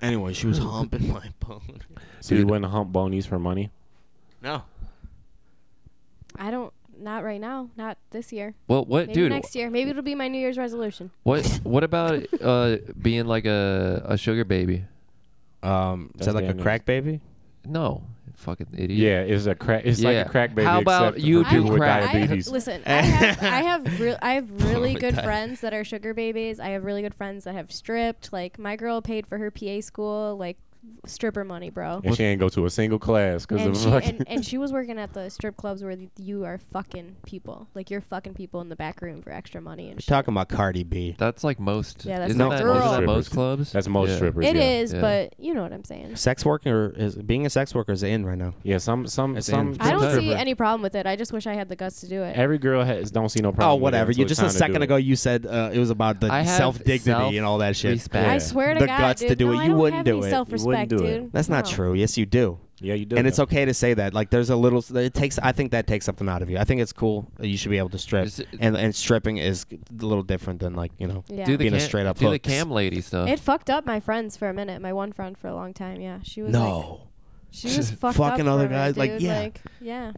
Speaker 4: Anyway, she was humping my bone.
Speaker 7: So you wouldn't hump bonies for money?
Speaker 4: No.
Speaker 5: I don't. Not right now. Not this year.
Speaker 6: well, what,
Speaker 5: Maybe
Speaker 6: Uh, dude?
Speaker 5: next year. Maybe it'll be my New Year's resolution.
Speaker 6: What? What about uh, being like a, a sugar baby?
Speaker 4: Um, is
Speaker 7: That's
Speaker 4: that like a
Speaker 7: damn nice.
Speaker 4: crack baby?
Speaker 6: No, fucking idiot.
Speaker 7: Yeah, it's a crack. It's
Speaker 6: Yeah.
Speaker 7: like a crack baby.
Speaker 6: How about
Speaker 7: except
Speaker 6: you
Speaker 7: for
Speaker 6: do
Speaker 7: people with
Speaker 6: crack?
Speaker 5: I,
Speaker 7: diabetes?
Speaker 5: listen, I have, I have, real I have really
Speaker 4: With
Speaker 5: good
Speaker 4: that.
Speaker 5: friends that are sugar babies. I have really good friends that have stripped. Like my girl paid for her PA school, like stripper money, bro.
Speaker 7: and she ain't go to a single class because
Speaker 5: And
Speaker 7: of
Speaker 5: she,
Speaker 7: fucking.
Speaker 5: and, and she was working at the strip clubs where the, you are fucking people. Like you're fucking people in the back room for extra money and
Speaker 4: We're
Speaker 5: shit.
Speaker 4: talking about Cardi B.
Speaker 6: That's like most.
Speaker 5: Yeah, that's
Speaker 6: isn't
Speaker 5: not
Speaker 6: that,
Speaker 5: girl.
Speaker 6: isn't that most
Speaker 7: Strippers.
Speaker 6: clubs?
Speaker 7: That's most
Speaker 6: yeah.
Speaker 7: strippers.
Speaker 5: It
Speaker 7: yeah.
Speaker 5: is,
Speaker 6: Yeah.
Speaker 5: but you know what I'm saying.
Speaker 4: Sex worker is being a sex worker is in right now.
Speaker 7: Yeah, some some
Speaker 4: It's
Speaker 7: some.
Speaker 4: in.
Speaker 5: I don't
Speaker 6: Sometimes-
Speaker 5: see any problem with it. I just wish I had the guts to do it.
Speaker 7: Every girl has don't see no problem.
Speaker 4: Oh,
Speaker 7: with it
Speaker 4: whatever.
Speaker 7: until
Speaker 4: You
Speaker 7: it's
Speaker 4: just a
Speaker 7: time to
Speaker 4: second
Speaker 7: do
Speaker 4: ago you said uh, it was about the
Speaker 6: I have
Speaker 4: self dignity and all that shit.
Speaker 6: self-respect.
Speaker 5: I
Speaker 7: Yeah.
Speaker 5: swear to
Speaker 4: The
Speaker 5: God,
Speaker 4: guts
Speaker 5: dude,
Speaker 4: to do
Speaker 5: no,
Speaker 4: it.
Speaker 5: I
Speaker 4: You
Speaker 5: don't
Speaker 4: wouldn't
Speaker 5: have
Speaker 4: do
Speaker 5: any
Speaker 4: it. You wouldn't
Speaker 5: Self-respect,
Speaker 7: do it.
Speaker 5: dude.
Speaker 4: That's not
Speaker 5: No.
Speaker 4: true. Yes, you do.
Speaker 7: it. Yeah, you do.
Speaker 4: And
Speaker 7: though.
Speaker 4: it's okay to say that. Like there's a little. It takes. I think that takes something out of you. I think it's cool. that You should be able to strip.
Speaker 6: Is it-
Speaker 4: And and stripping is a little different than like you know.
Speaker 5: Yeah.
Speaker 6: Do the
Speaker 4: Being a
Speaker 6: cam-
Speaker 4: straight-up
Speaker 6: do the
Speaker 4: hooks.
Speaker 6: cam lady stuff.
Speaker 5: It fucked up my friends for a minute. My one friend for a long time. Yeah, she was. like,
Speaker 4: No.
Speaker 5: she was fucked up
Speaker 4: Fucking other
Speaker 5: from it,
Speaker 4: guys, like,
Speaker 5: dude,
Speaker 4: yeah.
Speaker 5: like, yeah.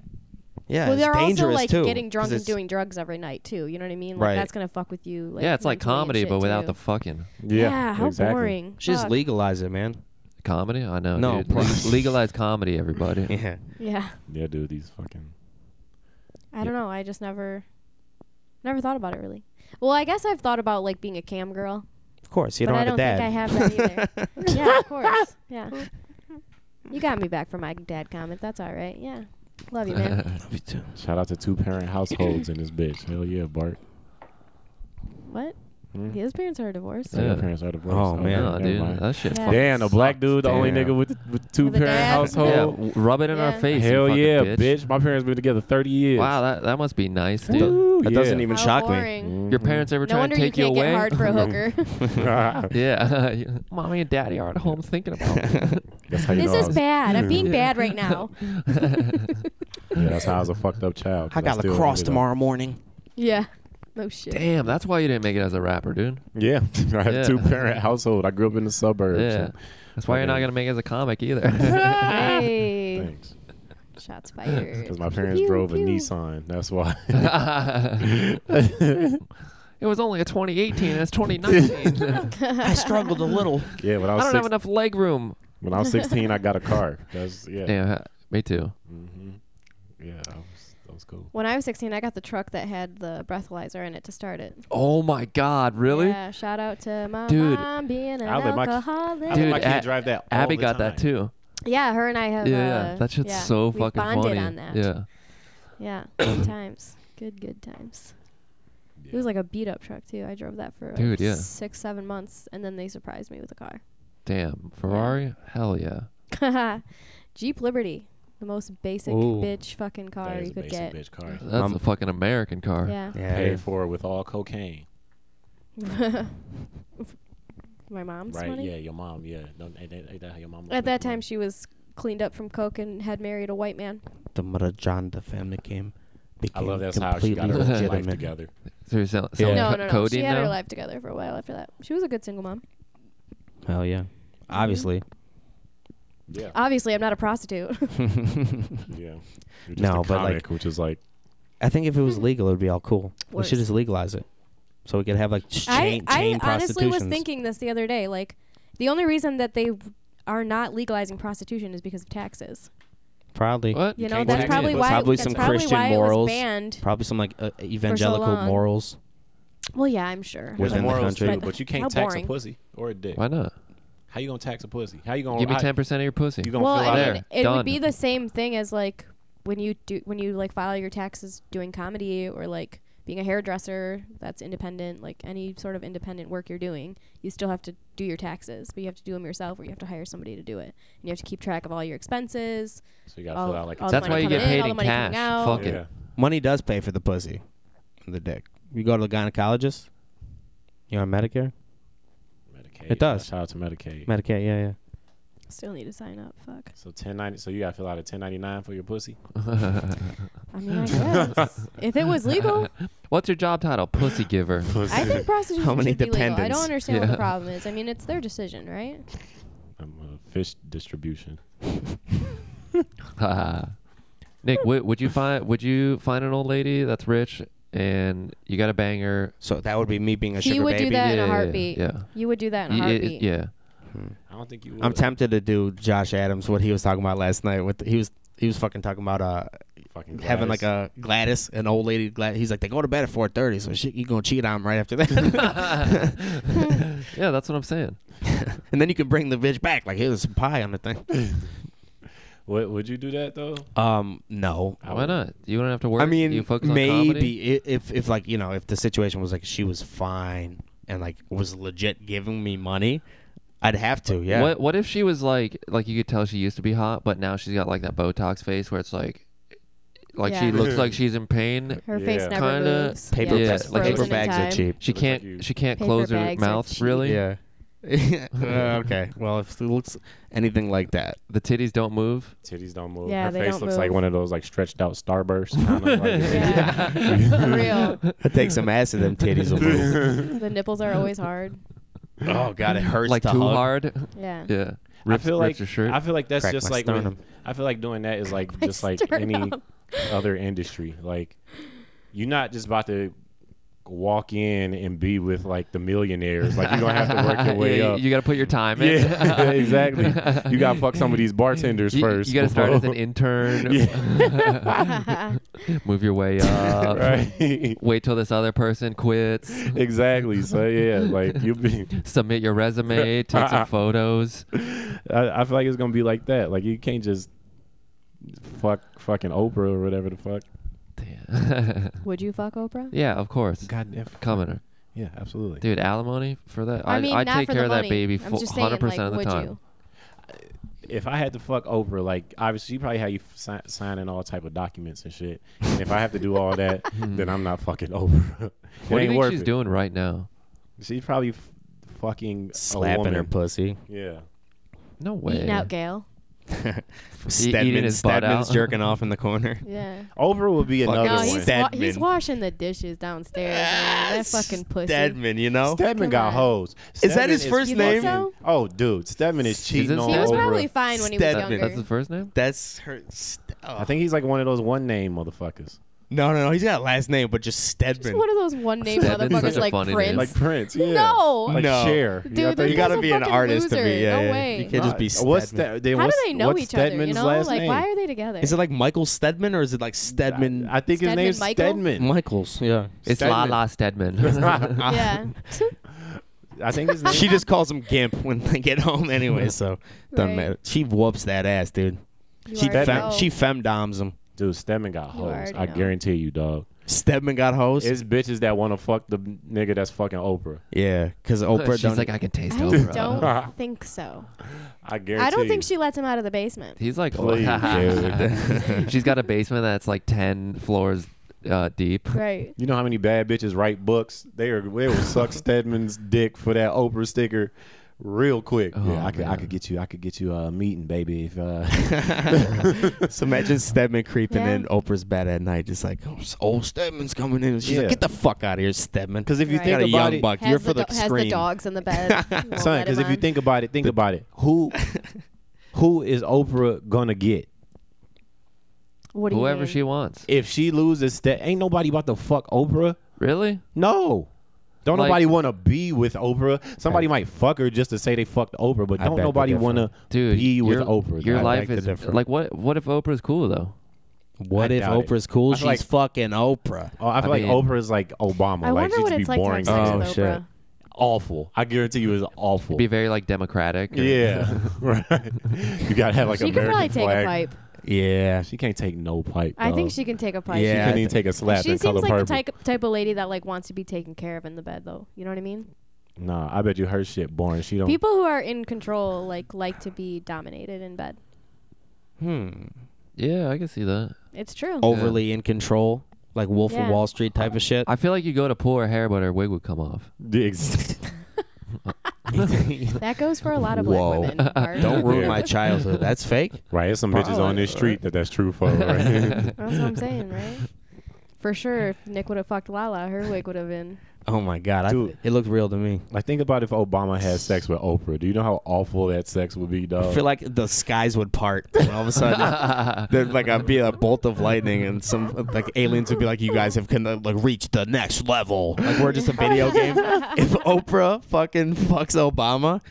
Speaker 4: Yeah.
Speaker 5: well,
Speaker 4: it's
Speaker 5: they're also
Speaker 4: dangerous
Speaker 5: like
Speaker 4: too,
Speaker 5: getting
Speaker 4: 'cause
Speaker 5: drunk and
Speaker 4: it's-
Speaker 5: doing drugs every night too. You know what I mean? Like
Speaker 4: Right.
Speaker 5: that's gonna fuck with you. Like,
Speaker 6: yeah, it's like
Speaker 5: mentally and
Speaker 6: comedy,
Speaker 5: shit,
Speaker 6: but without
Speaker 5: too.
Speaker 6: the fucking
Speaker 5: yeah, how
Speaker 7: exactly.
Speaker 5: boring.
Speaker 4: Just
Speaker 5: Fuck.
Speaker 4: legalize it, man.
Speaker 6: comedy. I know.
Speaker 4: No,
Speaker 6: dude.
Speaker 4: please.
Speaker 6: Le- legalize comedy, everybody.
Speaker 4: Yeah.
Speaker 5: Yeah,
Speaker 7: Yeah, dude, these fucking.
Speaker 5: I don't know. I just never, never thought about it really. Well, I guess I've thought about like being a cam girl.
Speaker 4: Of course, you
Speaker 5: But
Speaker 4: don't
Speaker 5: I
Speaker 4: have a dad.
Speaker 5: don't think I have that either. yeah, of course. Yeah. You got me back for my dad comment. That's all right. Yeah. Love you, man.
Speaker 4: Me too.
Speaker 7: Shout out to two parent households in this bitch. Hell yeah, Bart.
Speaker 5: what?
Speaker 7: Hmm?
Speaker 5: His parents are divorced.
Speaker 7: So
Speaker 6: Yeah.
Speaker 7: your parents are divorced.
Speaker 4: Oh,
Speaker 7: Okay,
Speaker 4: man.
Speaker 6: no,
Speaker 7: never
Speaker 6: dude,
Speaker 7: mind.
Speaker 6: that shit.
Speaker 5: Yeah.
Speaker 6: fucking
Speaker 7: Damn, a black
Speaker 6: sucks.
Speaker 7: dude, the only
Speaker 6: Damn.
Speaker 7: nigga with with two
Speaker 5: With a
Speaker 7: parent
Speaker 5: dad.
Speaker 7: household.
Speaker 6: Yeah, w- rub it in
Speaker 5: Yeah.
Speaker 6: our face. you
Speaker 7: Hell
Speaker 6: fucking
Speaker 7: yeah,
Speaker 6: bitch.
Speaker 7: bitch. My parents been together 30 years.
Speaker 6: Wow, that, that must be nice, dude.
Speaker 7: Ooh,
Speaker 4: That
Speaker 7: yeah.
Speaker 4: doesn't even
Speaker 5: How
Speaker 4: shock me.
Speaker 5: boring.
Speaker 7: Mm-hmm.
Speaker 6: Your parents ever Mm-hmm.
Speaker 5: No
Speaker 6: trying
Speaker 5: wonder
Speaker 6: to
Speaker 5: you
Speaker 6: take
Speaker 5: can't
Speaker 6: away?
Speaker 5: get hard for a hooker.
Speaker 6: yeah, mommy and daddy are at home thinking about.
Speaker 7: That's how you
Speaker 5: this
Speaker 7: know Mm. I
Speaker 5: is
Speaker 7: was-
Speaker 5: bad. I'm being bad right now.
Speaker 7: Yeah, that's how I was a fucked up child.
Speaker 4: I
Speaker 7: 'cause
Speaker 4: got
Speaker 7: still
Speaker 4: lacrosse
Speaker 7: ended up-
Speaker 4: tomorrow morning.
Speaker 5: Yeah. No shit.
Speaker 6: Damn, that's why you didn't make it as a rapper, dude.
Speaker 7: Yeah, I had
Speaker 6: Yeah.
Speaker 7: a two parent household. I grew up in the suburbs.
Speaker 6: Yeah,
Speaker 7: and-
Speaker 6: that's why you're not
Speaker 7: Fucking-
Speaker 6: gonna make it as a comic either.
Speaker 5: Hey.
Speaker 7: Thanks.
Speaker 5: Shots fired.
Speaker 7: Because my parents
Speaker 5: Pew,
Speaker 7: drove a
Speaker 5: pew.
Speaker 7: Nissan. That's why.
Speaker 6: it was only a 2018. It's 2019.
Speaker 4: I struggled a little.
Speaker 7: yeah, when I
Speaker 6: I
Speaker 7: was
Speaker 6: don't have
Speaker 7: six,
Speaker 6: enough leg room.
Speaker 7: when I was 16, I got a car. That's yeah.
Speaker 6: Yeah, me too.
Speaker 7: hmm Yeah, that was, that was cool.
Speaker 5: When I was 16, I got the truck that had the breathalyzer in it to start it.
Speaker 6: Oh my God, really?
Speaker 5: Yeah. Shout out to my
Speaker 6: Dude.
Speaker 5: mom being an
Speaker 7: I let my ki-
Speaker 5: alcoholic.
Speaker 7: I let my
Speaker 6: Dude,
Speaker 7: kid
Speaker 6: A-
Speaker 7: drive that. all
Speaker 6: Abby
Speaker 7: the
Speaker 6: got that too.
Speaker 7: time.
Speaker 5: Yeah, her and I have.
Speaker 6: Yeah,
Speaker 5: uh,
Speaker 6: that shit's
Speaker 5: yeah,
Speaker 6: so
Speaker 5: we've
Speaker 6: fucking
Speaker 5: bonded
Speaker 6: funny.
Speaker 5: on that.
Speaker 6: Yeah.
Speaker 5: Yeah, good times. Good, good times. It was like a beat up truck too. I drove that for like
Speaker 6: Dude, yeah.
Speaker 5: six, seven months, and then they surprised me with a
Speaker 6: Damn, Ferrari? Hell yeah.
Speaker 5: car. Jeep Liberty, the most basic
Speaker 4: Ooh.
Speaker 5: bitch fucking
Speaker 7: That
Speaker 5: car
Speaker 7: is
Speaker 5: you
Speaker 7: a
Speaker 5: could
Speaker 7: basic
Speaker 5: get.
Speaker 7: bitch car.
Speaker 6: That's
Speaker 4: Um,
Speaker 6: a fucking American car.
Speaker 5: Yeah,
Speaker 7: Paid for with all cocaine.
Speaker 5: my mom's
Speaker 7: right?
Speaker 5: money.
Speaker 7: Yeah, your mom. Yeah. No, ain't, that- ain't that how your mom?
Speaker 5: At that time, she was cleaned up from coke and had married a white man.
Speaker 4: The Marajanda family came.
Speaker 7: I
Speaker 4: became
Speaker 7: love that's how she
Speaker 4: completely
Speaker 7: got her whole life
Speaker 4: legitimate.
Speaker 7: together.
Speaker 6: So you're selling,
Speaker 4: Yeah.
Speaker 6: selling
Speaker 5: No,
Speaker 6: co-
Speaker 5: no, no.
Speaker 6: codeine
Speaker 5: she had
Speaker 6: now?
Speaker 5: her life together for a while after that. She was a good single mom.
Speaker 4: Hell yeah.
Speaker 5: Mm-hmm.
Speaker 4: Obviously.
Speaker 7: Yeah.
Speaker 5: Obviously, I'm not a prostitute.
Speaker 7: Yeah. You're just
Speaker 4: No,
Speaker 7: a
Speaker 4: but, like-
Speaker 7: comic, which is like
Speaker 4: I think if it was legal, it would be all cool. We
Speaker 5: Worse.
Speaker 4: should just legalize it. so we could have like ch- chain,
Speaker 5: I,
Speaker 4: chain
Speaker 5: I honestly was
Speaker 4: prostitutions.
Speaker 5: thinking this the other day. Like, the only reason that they are not legalizing prostitution is because of taxes.
Speaker 4: probably
Speaker 6: What?
Speaker 5: You
Speaker 6: You
Speaker 5: know,
Speaker 6: can't
Speaker 5: that's
Speaker 6: tax
Speaker 5: probably
Speaker 6: it.
Speaker 5: why.
Speaker 4: Probably
Speaker 5: that's
Speaker 4: some
Speaker 5: probably
Speaker 4: Christian
Speaker 5: why It
Speaker 4: morals.
Speaker 5: was banned.
Speaker 4: probably some like uh, evangelical
Speaker 5: long.
Speaker 4: morals.
Speaker 5: Well, yeah, I'm sure.
Speaker 4: With-
Speaker 7: There's
Speaker 4: within the
Speaker 7: morals
Speaker 4: country.
Speaker 7: too, but you can't
Speaker 5: How
Speaker 7: tax
Speaker 5: boring.
Speaker 7: a pussy or a dick.
Speaker 6: Why not?
Speaker 7: How you gonna tax a pussy? How you gonna
Speaker 6: Give me
Speaker 7: how-
Speaker 6: ten percent of your pussy.
Speaker 7: You gonna
Speaker 5: well,
Speaker 7: fill
Speaker 5: I
Speaker 7: out
Speaker 5: mean,
Speaker 6: there.
Speaker 5: it
Speaker 6: Done.
Speaker 5: would be the same thing as like when you do when you like file your taxes doing comedy or like being a hairdresser that's independent like any sort of independent work you're doing you still have to do your taxes but you have to do them yourself or you have to hire somebody to do it and you have to keep track of all your expenses
Speaker 7: So you gotta fill
Speaker 5: all-
Speaker 7: out like
Speaker 5: all
Speaker 7: a
Speaker 5: the
Speaker 6: That's why
Speaker 5: money
Speaker 6: you get
Speaker 5: coming in,
Speaker 6: paid
Speaker 5: all
Speaker 6: in
Speaker 5: the money
Speaker 6: cash.
Speaker 5: coming out.
Speaker 6: Fuck it.
Speaker 7: Yeah.
Speaker 4: Money does pay for the pussy, and the dick. You go to the gynecologist. You're on Medicare,
Speaker 7: Medicaid.
Speaker 4: It does.
Speaker 7: Shout out to Medicaid.
Speaker 4: Medicaid. Yeah, yeah.
Speaker 5: still need to sign up fuck
Speaker 7: So ten ninety. So you gotta fill out a ten ninety nine for your pussy.
Speaker 5: i mean i guess if it was legal
Speaker 6: What's your job title? Pussy giver.
Speaker 5: i think prostitution
Speaker 4: How many
Speaker 5: should be legal i
Speaker 4: dependents?
Speaker 5: don't understand what
Speaker 6: Yeah.
Speaker 5: the problem is i mean it's their decision right
Speaker 7: Um, uh, fish distribution.
Speaker 6: Nick, would, would you find would you find an old lady that's rich and you got a banger?
Speaker 4: So that would be me being a
Speaker 5: he
Speaker 4: sugar
Speaker 5: would
Speaker 4: baby.
Speaker 5: do that in
Speaker 6: Yeah,
Speaker 5: a
Speaker 6: yeah,
Speaker 5: heartbeat
Speaker 6: yeah.
Speaker 5: you would do that in a
Speaker 6: Y- it-
Speaker 5: heartbeat
Speaker 6: it- yeah.
Speaker 7: I don't think you. Would.
Speaker 4: I'm tempted to do Josh Adams what he was talking about last night. With he was he was fucking talking about uh
Speaker 7: Fucking
Speaker 4: having like
Speaker 7: Gladys.
Speaker 4: a Gladys, an old lady. Glad he's like they go to bed at 4:30, so shit, you gonna cheat on him right after that,
Speaker 6: Yeah, that's what I'm saying.
Speaker 4: and then you can bring the bitch back. Like here's some pie on the thing.
Speaker 7: Would, would you do that though?
Speaker 4: Um, no.
Speaker 7: I
Speaker 6: Why
Speaker 7: would.
Speaker 6: not? You don't have to work.
Speaker 4: I mean,
Speaker 6: you focus on comedy?
Speaker 4: maybe i if if like you know if the situation was like she was fine and like was legit giving me money, I'd have to. Yeah.
Speaker 6: What What if she was like like you could tell she used to be hot, but now she's got like that Botox face where it's like, like she
Speaker 5: Yeah.
Speaker 6: looks like she's in pain.
Speaker 5: Her face
Speaker 7: Yeah.
Speaker 5: never
Speaker 6: Kinda
Speaker 5: moves.
Speaker 4: Paper,
Speaker 5: yeah,
Speaker 6: ba-
Speaker 5: it's
Speaker 4: bags, like paper
Speaker 5: frozen in
Speaker 4: bags
Speaker 5: time.
Speaker 4: are cheap.
Speaker 6: She
Speaker 7: looks like
Speaker 6: can't
Speaker 7: you-
Speaker 6: she can't
Speaker 5: Paper
Speaker 6: close her
Speaker 5: bags are
Speaker 6: mouth
Speaker 5: cheap.
Speaker 6: really.
Speaker 4: Yeah. Uh, okay. Well, if it looks anything like that,
Speaker 6: The titties don't move.
Speaker 7: Titties don't move.
Speaker 5: Yeah,
Speaker 7: Her
Speaker 5: they
Speaker 7: face
Speaker 5: don't
Speaker 7: looks like
Speaker 5: move.
Speaker 7: one of those like stretched out starbursts. kinda like-
Speaker 5: Yeah. For real.
Speaker 4: I take some acid. Them titties will move.
Speaker 5: The nipples are always hard.
Speaker 4: oh God, it hurts.
Speaker 6: like
Speaker 4: to
Speaker 6: too
Speaker 4: hug.
Speaker 6: hard.
Speaker 5: Yeah.
Speaker 6: Yeah.
Speaker 7: I
Speaker 6: Rips,
Speaker 7: feel
Speaker 6: rips
Speaker 7: like
Speaker 6: her shirt.
Speaker 7: I feel like that's
Speaker 4: Crack
Speaker 7: just
Speaker 4: my
Speaker 7: like with-
Speaker 4: sternum.
Speaker 7: I feel like doing that is like
Speaker 5: my
Speaker 7: just like any
Speaker 5: sternum.
Speaker 7: other industry. Like you're not just about to walk in and be with like the millionaires. Like you're gonna have to work your way
Speaker 6: Yeah, you-
Speaker 7: up.
Speaker 6: You, got to put your time in.
Speaker 7: yeah, exactly. You gotta fuck some of these bartenders
Speaker 6: You-
Speaker 7: first.
Speaker 6: You, got to start as an
Speaker 7: before-
Speaker 6: intern.
Speaker 5: yeah.
Speaker 6: Move your way up.
Speaker 7: right.
Speaker 6: Wait till this other person quits.
Speaker 7: exactly. So yeah, like you be.
Speaker 6: Submit your resume. Take some photos.
Speaker 7: I, I feel like it's gonna be like that. Like you can't just fuck fucking Oprah or whatever the fuck.
Speaker 6: Damn.
Speaker 5: Would you fuck Oprah?
Speaker 6: yeah, of course.
Speaker 7: Goddamn.
Speaker 6: Commoner,
Speaker 7: Yeah, absolutely.
Speaker 6: dude, alimony for that.
Speaker 5: I mean,
Speaker 6: I'd
Speaker 5: not
Speaker 6: take
Speaker 5: for
Speaker 6: care
Speaker 5: the
Speaker 6: of
Speaker 5: money.
Speaker 6: that baby
Speaker 5: I'm just saying,
Speaker 6: hundred
Speaker 5: like,
Speaker 6: percent of the
Speaker 5: would
Speaker 6: time.
Speaker 5: you?
Speaker 7: if I had to fuck Oprah, like obviously she probably had you si- signing all type of documents and shit. And if I have to do all that, then I'm not fucking Oprah. It
Speaker 6: Hmm. What do
Speaker 7: ain't
Speaker 6: you think
Speaker 7: worth
Speaker 6: she's
Speaker 7: it.
Speaker 6: doing right now?
Speaker 7: She's probably f- fucking a
Speaker 4: slapping her
Speaker 7: woman.
Speaker 4: pussy.
Speaker 7: Yeah,
Speaker 6: No way.
Speaker 5: Eating out Gail.
Speaker 4: E-, Stedman,
Speaker 6: his butt
Speaker 4: Stedman's
Speaker 6: out.
Speaker 4: jerking off in the corner.
Speaker 5: Yeah.
Speaker 7: Oprah would be
Speaker 4: Fuck
Speaker 7: another
Speaker 5: No,
Speaker 4: Other
Speaker 5: he's,
Speaker 7: one.
Speaker 5: wa- he's
Speaker 4: Stedman.
Speaker 5: washing the dishes downstairs. Man. That fucking pussy.
Speaker 4: Stedman, you know.
Speaker 7: Stedman got
Speaker 5: Oh, on.
Speaker 7: hoes.
Speaker 4: Is that
Speaker 7: Stedman
Speaker 4: his first
Speaker 5: You
Speaker 4: name?
Speaker 5: think so?
Speaker 7: Oh, dude, Stedman is cheating
Speaker 6: it
Speaker 7: on
Speaker 5: He was
Speaker 6: Stedman?
Speaker 7: Oprah.
Speaker 5: probably fine when he was
Speaker 4: Stedman.
Speaker 5: younger.
Speaker 6: That's his first name.
Speaker 4: That's her. St- oh.
Speaker 7: I think he's like one of those one name motherfuckers,
Speaker 4: no, no, no. He's got a last name, but just
Speaker 5: Just
Speaker 4: Stedman.
Speaker 5: one of those one name
Speaker 6: Stedman's such
Speaker 5: motherfuckers
Speaker 6: a
Speaker 5: like
Speaker 6: funny name.
Speaker 5: Prince.
Speaker 7: like Prince. Yeah.
Speaker 5: No.
Speaker 7: like
Speaker 4: No.
Speaker 7: Cher.
Speaker 5: Dude,
Speaker 7: got
Speaker 5: there's
Speaker 7: the-
Speaker 4: you gotta
Speaker 5: a
Speaker 4: be Uh, an
Speaker 5: fucking
Speaker 4: artist to
Speaker 5: loser.
Speaker 4: be. Yeah,
Speaker 5: No
Speaker 4: yeah, yeah.
Speaker 5: way.
Speaker 4: You can't just be Stedman.
Speaker 7: What's that? Then
Speaker 5: How
Speaker 7: what's,
Speaker 5: do they know
Speaker 7: what's
Speaker 5: each
Speaker 7: Stedman's
Speaker 5: other? You know,
Speaker 7: last
Speaker 5: like
Speaker 7: name?
Speaker 5: why are they together?
Speaker 4: Is it like Michael Stedman or is it like Stedman?
Speaker 7: I think his
Speaker 5: Stedman
Speaker 7: name's
Speaker 5: Michael?
Speaker 7: Stedman.
Speaker 4: Michael's. Yeah.
Speaker 6: It's La La Stedman.
Speaker 5: yeah.
Speaker 7: I think his name.
Speaker 4: she just calls him Gimp when they get home anyway, so doesn't
Speaker 5: Right.
Speaker 4: matter. She whoops that ass, dude.
Speaker 5: You
Speaker 4: she
Speaker 5: already
Speaker 4: fem-
Speaker 5: know.
Speaker 4: she femdoms him.
Speaker 7: Dude, Stedman got
Speaker 5: You
Speaker 7: hoes.
Speaker 5: already
Speaker 7: I
Speaker 5: know.
Speaker 7: guarantee you, dog.
Speaker 4: Stedman got hoes.
Speaker 7: It's bitches that want to fuck the nigga that's fucking Oprah.
Speaker 4: yeah, because Oprah
Speaker 6: She's
Speaker 4: don't.
Speaker 6: like, I can taste
Speaker 5: I
Speaker 6: Oprah.
Speaker 5: don't think so.
Speaker 7: I guarantee.
Speaker 5: I don't think
Speaker 7: you.
Speaker 5: she lets him out of the basement.
Speaker 6: He's like,
Speaker 7: Please,
Speaker 6: she's got a basement that's like ten floors uh, deep.
Speaker 5: Right.
Speaker 7: You know how many bad bitches write books? They are. They will suck Stedman's dick for that Oprah sticker, real quick. yeah, I could. I
Speaker 6: man.
Speaker 7: could get you. I could get you a meeting, baby. If uh,
Speaker 4: so imagine Stedman creeping
Speaker 5: Yeah.
Speaker 4: in Oprah's bed at night, just like, oh, old Stedman's coming in. She's
Speaker 7: Yeah.
Speaker 4: like, get the fuck out of here, Stedman.
Speaker 7: because if you
Speaker 5: Right.
Speaker 7: think
Speaker 4: got a
Speaker 7: about
Speaker 4: young
Speaker 7: it,
Speaker 4: buck,
Speaker 5: Has
Speaker 4: you're
Speaker 5: the
Speaker 4: for the
Speaker 5: do- has the
Speaker 4: scream.
Speaker 5: dogs in the bed. Won't
Speaker 7: son,
Speaker 5: let
Speaker 7: because
Speaker 5: him
Speaker 7: if you
Speaker 5: on.
Speaker 7: think about it, think about it. Who, who is Oprah gonna get?
Speaker 5: what do you
Speaker 6: Whoever
Speaker 5: mean?
Speaker 6: she wants.
Speaker 7: If she loses, that ain't nobody about to fuck Oprah.
Speaker 6: Really?
Speaker 7: No. Don't
Speaker 6: Like-
Speaker 7: nobody want to be with Oprah. Somebody might fuck her just to say they fucked Oprah, but
Speaker 4: I
Speaker 7: don't
Speaker 4: beg to
Speaker 7: nobody
Speaker 4: differ.
Speaker 7: want to
Speaker 6: dude.
Speaker 7: be with
Speaker 6: your,
Speaker 7: Oprah.
Speaker 6: Your
Speaker 7: though.
Speaker 6: life
Speaker 7: I beg
Speaker 6: is
Speaker 7: to differ.
Speaker 6: like what? What if Oprah's cool though?
Speaker 4: What
Speaker 7: I
Speaker 4: if
Speaker 7: doubt it.
Speaker 4: Oprah's cool?
Speaker 7: I feel
Speaker 4: She's
Speaker 7: like-
Speaker 4: fucking Oprah.
Speaker 7: Oh, I feel
Speaker 6: I
Speaker 7: like
Speaker 6: mean-
Speaker 7: Oprah is like Obama.
Speaker 5: I
Speaker 7: like
Speaker 5: wonder
Speaker 7: she
Speaker 5: what
Speaker 7: just be
Speaker 5: it's like to
Speaker 7: boring.
Speaker 5: have sex
Speaker 4: Oh,
Speaker 5: with
Speaker 4: shit.
Speaker 5: Oprah.
Speaker 7: awful. I guarantee you, it's awful.
Speaker 6: Be very like democratic. or-
Speaker 7: yeah, right. You gotta have like
Speaker 5: she
Speaker 7: a
Speaker 5: could
Speaker 7: American
Speaker 5: probably take
Speaker 7: flag.
Speaker 5: a pipe.
Speaker 4: Yeah.
Speaker 7: She can't take no pipe.
Speaker 5: I think
Speaker 7: though.
Speaker 5: she can take a pipe.
Speaker 7: She
Speaker 4: Yeah, I
Speaker 7: couldn't even take a slap.
Speaker 5: Oh. She
Speaker 7: in
Speaker 5: seems
Speaker 7: color
Speaker 5: like the
Speaker 7: purple.
Speaker 5: type, type of lady that like wants to be taken care of in the bed, though. You know what I mean?
Speaker 7: Nah, I bet you her shit boring. She don't.
Speaker 5: People who are in control like like to be dominated in bed.
Speaker 4: Hmm.
Speaker 6: yeah, I can see that.
Speaker 5: It's true.
Speaker 4: Overly in control, like Wolf
Speaker 5: Yeah.
Speaker 4: of Wall Street type of shit.
Speaker 6: I feel like you go to pull her hair, but her wig would come off.
Speaker 5: That goes for a lot of black
Speaker 4: Whoa.
Speaker 5: women. Barb.
Speaker 4: Don't ruin
Speaker 7: Yeah.
Speaker 4: my childhood. That's fake.
Speaker 7: right, there's some bitches on this street that that's true for. Right?
Speaker 5: That's what I'm saying, right? For sure, if Nick would have fucked Lala, her wig would have been.
Speaker 4: Oh my god, I,
Speaker 7: Dude.
Speaker 4: it looked real to me.
Speaker 7: like think about if Obama had sex with Oprah. Do you know how awful that sex would be, dog?
Speaker 4: I feel like the skies would part, and all of a sudden, there'd like I'd be a bolt of lightning, and some like aliens would be like, "You guys have kind of like reached the next level. Like we're just a video game." If Oprah fucking fucks Obama,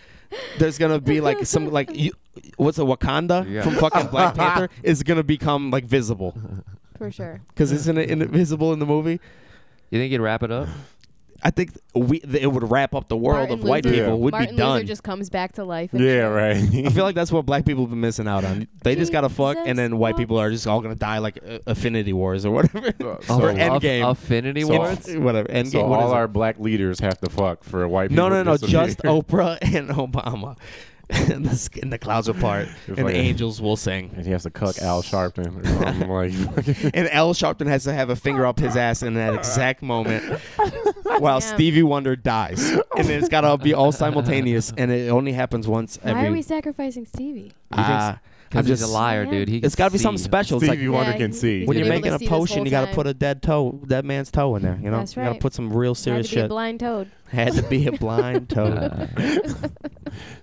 Speaker 4: there's gonna be like some like you, what's it, Wakanda
Speaker 6: Yeah.
Speaker 4: from fucking Black Panther is gonna become like visible
Speaker 5: For sure.
Speaker 4: because isn't it invisible in the movie?
Speaker 6: You think you'd wrap it up?
Speaker 4: I think we it would wrap up the world of white
Speaker 5: Luther,
Speaker 4: people. Would
Speaker 5: Martin
Speaker 4: be done.
Speaker 5: Luther just comes back to life. and
Speaker 7: yeah,
Speaker 5: shit.
Speaker 7: right.
Speaker 4: I feel like that's what black people have been missing out on. They just gotta fuck, and then white
Speaker 5: Jesus
Speaker 4: people are just all gonna die like uh, Affinity Wars or whatever,
Speaker 7: Uh,
Speaker 4: or
Speaker 6: Aff-
Speaker 4: Endgame,
Speaker 6: Affinity
Speaker 4: It's-
Speaker 6: Wars?
Speaker 4: whatever. Endgame.
Speaker 7: so
Speaker 4: what is
Speaker 7: all
Speaker 4: it?
Speaker 7: our black leaders have to fuck for white people.
Speaker 4: no, no, no,
Speaker 7: to
Speaker 4: just
Speaker 7: disappear.
Speaker 4: Oprah and Obama, and the, sk- and the clouds will part, and the
Speaker 7: like-
Speaker 4: angels will sing.
Speaker 7: And he has to cuck Al Sharpton. Or something like,
Speaker 4: And L. Sharpton has to have a finger up his ass in that exact moment, while
Speaker 5: Damn.
Speaker 4: Stevie Wonder dies, and it's gotta be all simultaneous, and it only happens once
Speaker 5: Why
Speaker 4: every.
Speaker 5: are we sacrificing Stevie?
Speaker 4: Ah, I'm
Speaker 6: Because he's a
Speaker 4: just-
Speaker 6: liar,
Speaker 5: Yeah.
Speaker 6: dude. He
Speaker 4: it's gotta
Speaker 6: can
Speaker 4: be something
Speaker 6: see.
Speaker 4: special. It's like,
Speaker 7: Stevie Wonder
Speaker 5: Yeah,
Speaker 7: can
Speaker 5: he-
Speaker 7: see.
Speaker 5: he's
Speaker 4: when
Speaker 6: You're
Speaker 4: you're
Speaker 5: able to
Speaker 6: making
Speaker 4: making a
Speaker 5: see this whole
Speaker 4: potion, you gotta
Speaker 5: time.
Speaker 4: put a dead toe, dead man's toe in there. You know,
Speaker 5: That's
Speaker 4: you gotta
Speaker 5: right.
Speaker 4: put some real
Speaker 5: Had
Speaker 4: serious
Speaker 5: to be a
Speaker 4: shit.
Speaker 5: blind toad.
Speaker 4: Had to be a blind toe.
Speaker 6: Uh,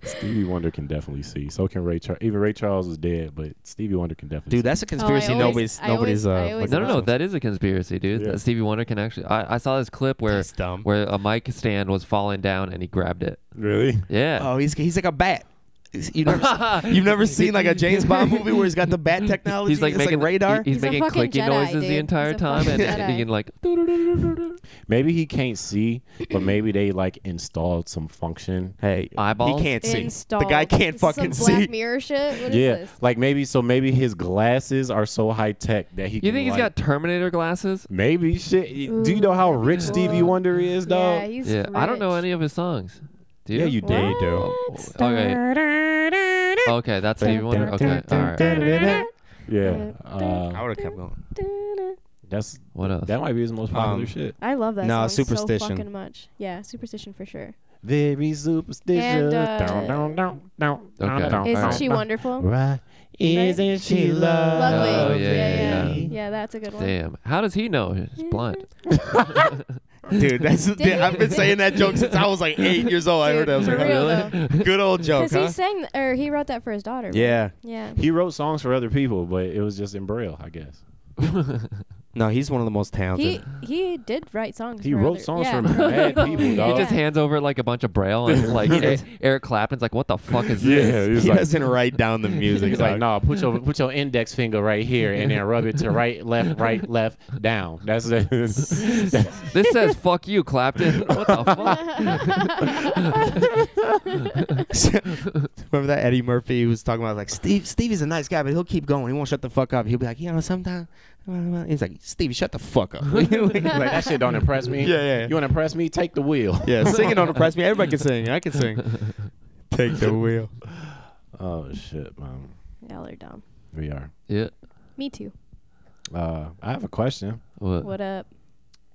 Speaker 7: Stevie Wonder can definitely see. So can Ray Charles. Even Ray Charles is dead, but Stevie Wonder can definitely.
Speaker 4: Dude, that's a conspiracy.
Speaker 5: Oh,
Speaker 4: nobody's,
Speaker 5: always- I
Speaker 4: nobody's.
Speaker 5: always- I
Speaker 4: uh,
Speaker 5: always
Speaker 6: no, no, no.
Speaker 5: Awesome.
Speaker 6: That is a conspiracy, dude.
Speaker 7: Yeah.
Speaker 6: That Stevie Wonder can actually. I, I saw this clip where
Speaker 4: That's dumb.
Speaker 6: where a mic stand was falling down and he grabbed it.
Speaker 7: see. really.
Speaker 6: Yeah.
Speaker 4: Oh, he's he's like a bat. He's- You never, you've never seen like a James Bond movie where he's got the bat technology.
Speaker 6: He's like
Speaker 4: it's
Speaker 6: making e-,
Speaker 4: like radar.
Speaker 6: he- he's,
Speaker 5: He's a
Speaker 6: making
Speaker 5: fucking
Speaker 6: clicky
Speaker 5: Jedi,
Speaker 6: noises
Speaker 5: dude.
Speaker 6: the entire
Speaker 5: He's a
Speaker 6: time, and
Speaker 5: fucking
Speaker 6: and
Speaker 5: Jedi.
Speaker 6: he can like.
Speaker 7: Maybe he can't see, but maybe they like installed some function.
Speaker 4: hey,
Speaker 6: Eyeballs?
Speaker 4: He can't see.
Speaker 5: Installed.
Speaker 4: The guy can't
Speaker 5: Is this
Speaker 4: fucking
Speaker 5: some Black
Speaker 4: see.
Speaker 5: Mirror shit. What is
Speaker 7: Yeah,
Speaker 5: this?
Speaker 7: like maybe so. Maybe his glasses are so high tech that he.
Speaker 6: You
Speaker 7: can,
Speaker 6: think he's got
Speaker 7: like,
Speaker 6: Terminator glasses?
Speaker 7: Maybe shit. Do you
Speaker 5: Ooh,
Speaker 7: know how
Speaker 5: that'd be
Speaker 7: rich
Speaker 5: cool.
Speaker 7: Stevie Wonder is, dog?
Speaker 5: Yeah, he's
Speaker 6: yeah.
Speaker 5: Rich.
Speaker 6: I don't know any of his songs. Do you?
Speaker 7: Yeah, you
Speaker 5: What?
Speaker 7: did, though.
Speaker 6: Okay. Okay, that's Stevie Wonder. Okay, all right.
Speaker 7: Yeah, uh,
Speaker 4: I would have kept going.
Speaker 7: that's
Speaker 6: What else?
Speaker 7: that might be his most popular
Speaker 4: Um,
Speaker 7: shit.
Speaker 5: I love that
Speaker 4: No,
Speaker 5: song
Speaker 4: Superstition.
Speaker 5: so fucking much. Yeah, superstition for sure.
Speaker 7: Very superstitious.
Speaker 5: And, uh,
Speaker 7: Down, down, down, down, down,
Speaker 6: Okay.
Speaker 7: down,
Speaker 6: All
Speaker 5: Isn't
Speaker 7: down,
Speaker 6: right.
Speaker 5: she
Speaker 7: down.
Speaker 5: wonderful?
Speaker 7: Right? Isn't she
Speaker 5: Lovely.
Speaker 7: lovely?
Speaker 6: Oh, yeah,
Speaker 5: yeah,
Speaker 6: yeah,
Speaker 5: yeah. Yeah, that's a good one.
Speaker 6: Damn. How does he know? He's blind.
Speaker 4: Dude, that's dude,
Speaker 5: Did
Speaker 4: I've
Speaker 5: he-
Speaker 4: been saying that joke since I was like eight years old. I heard that. I was
Speaker 5: Dude,
Speaker 4: like,
Speaker 5: for real
Speaker 4: oh,
Speaker 5: though.
Speaker 4: good old joke,
Speaker 5: Because
Speaker 4: huh?
Speaker 5: he sang, or he wrote that for his daughter. right?
Speaker 4: Yeah.
Speaker 5: Yeah.
Speaker 7: He wrote songs for other people, but it was just in braille, I guess.
Speaker 4: No, he's one of the most talented.
Speaker 5: He he did write songs.
Speaker 7: He
Speaker 5: for
Speaker 7: wrote
Speaker 5: other-
Speaker 7: songs
Speaker 5: yeah.
Speaker 7: for mad people,
Speaker 6: He
Speaker 7: dog.
Speaker 6: just hands over like a bunch of braille and like E- Eric Clapton's like, what the fuck is this?
Speaker 7: he's
Speaker 4: he doesn't write down the music.
Speaker 7: He's
Speaker 4: dog.
Speaker 7: like, no, put your put your index finger right here, and then rub it to right, left, right, left, down. That's it.
Speaker 6: This says fuck you, Clapton. What the fuck?
Speaker 4: Remember that Eddie Murphy who was talking about like Steve. Stevie's a nice guy, but he'll keep going. He won't shut the fuck up. He'll be like, you know, sometimes he's like, Stevie, shut the fuck up.
Speaker 7: like that shit don't impress me.
Speaker 4: Yeah, yeah, yeah.
Speaker 7: You want to impress me? Take the wheel.
Speaker 4: yeah, singing don't impress me. Everybody can sing. I can sing. Take the wheel.
Speaker 7: Oh shit, man.
Speaker 5: Y'all are dumb.
Speaker 7: We are.
Speaker 6: Yeah.
Speaker 5: Me too.
Speaker 7: Uh, I have a question.
Speaker 6: What?
Speaker 5: What up?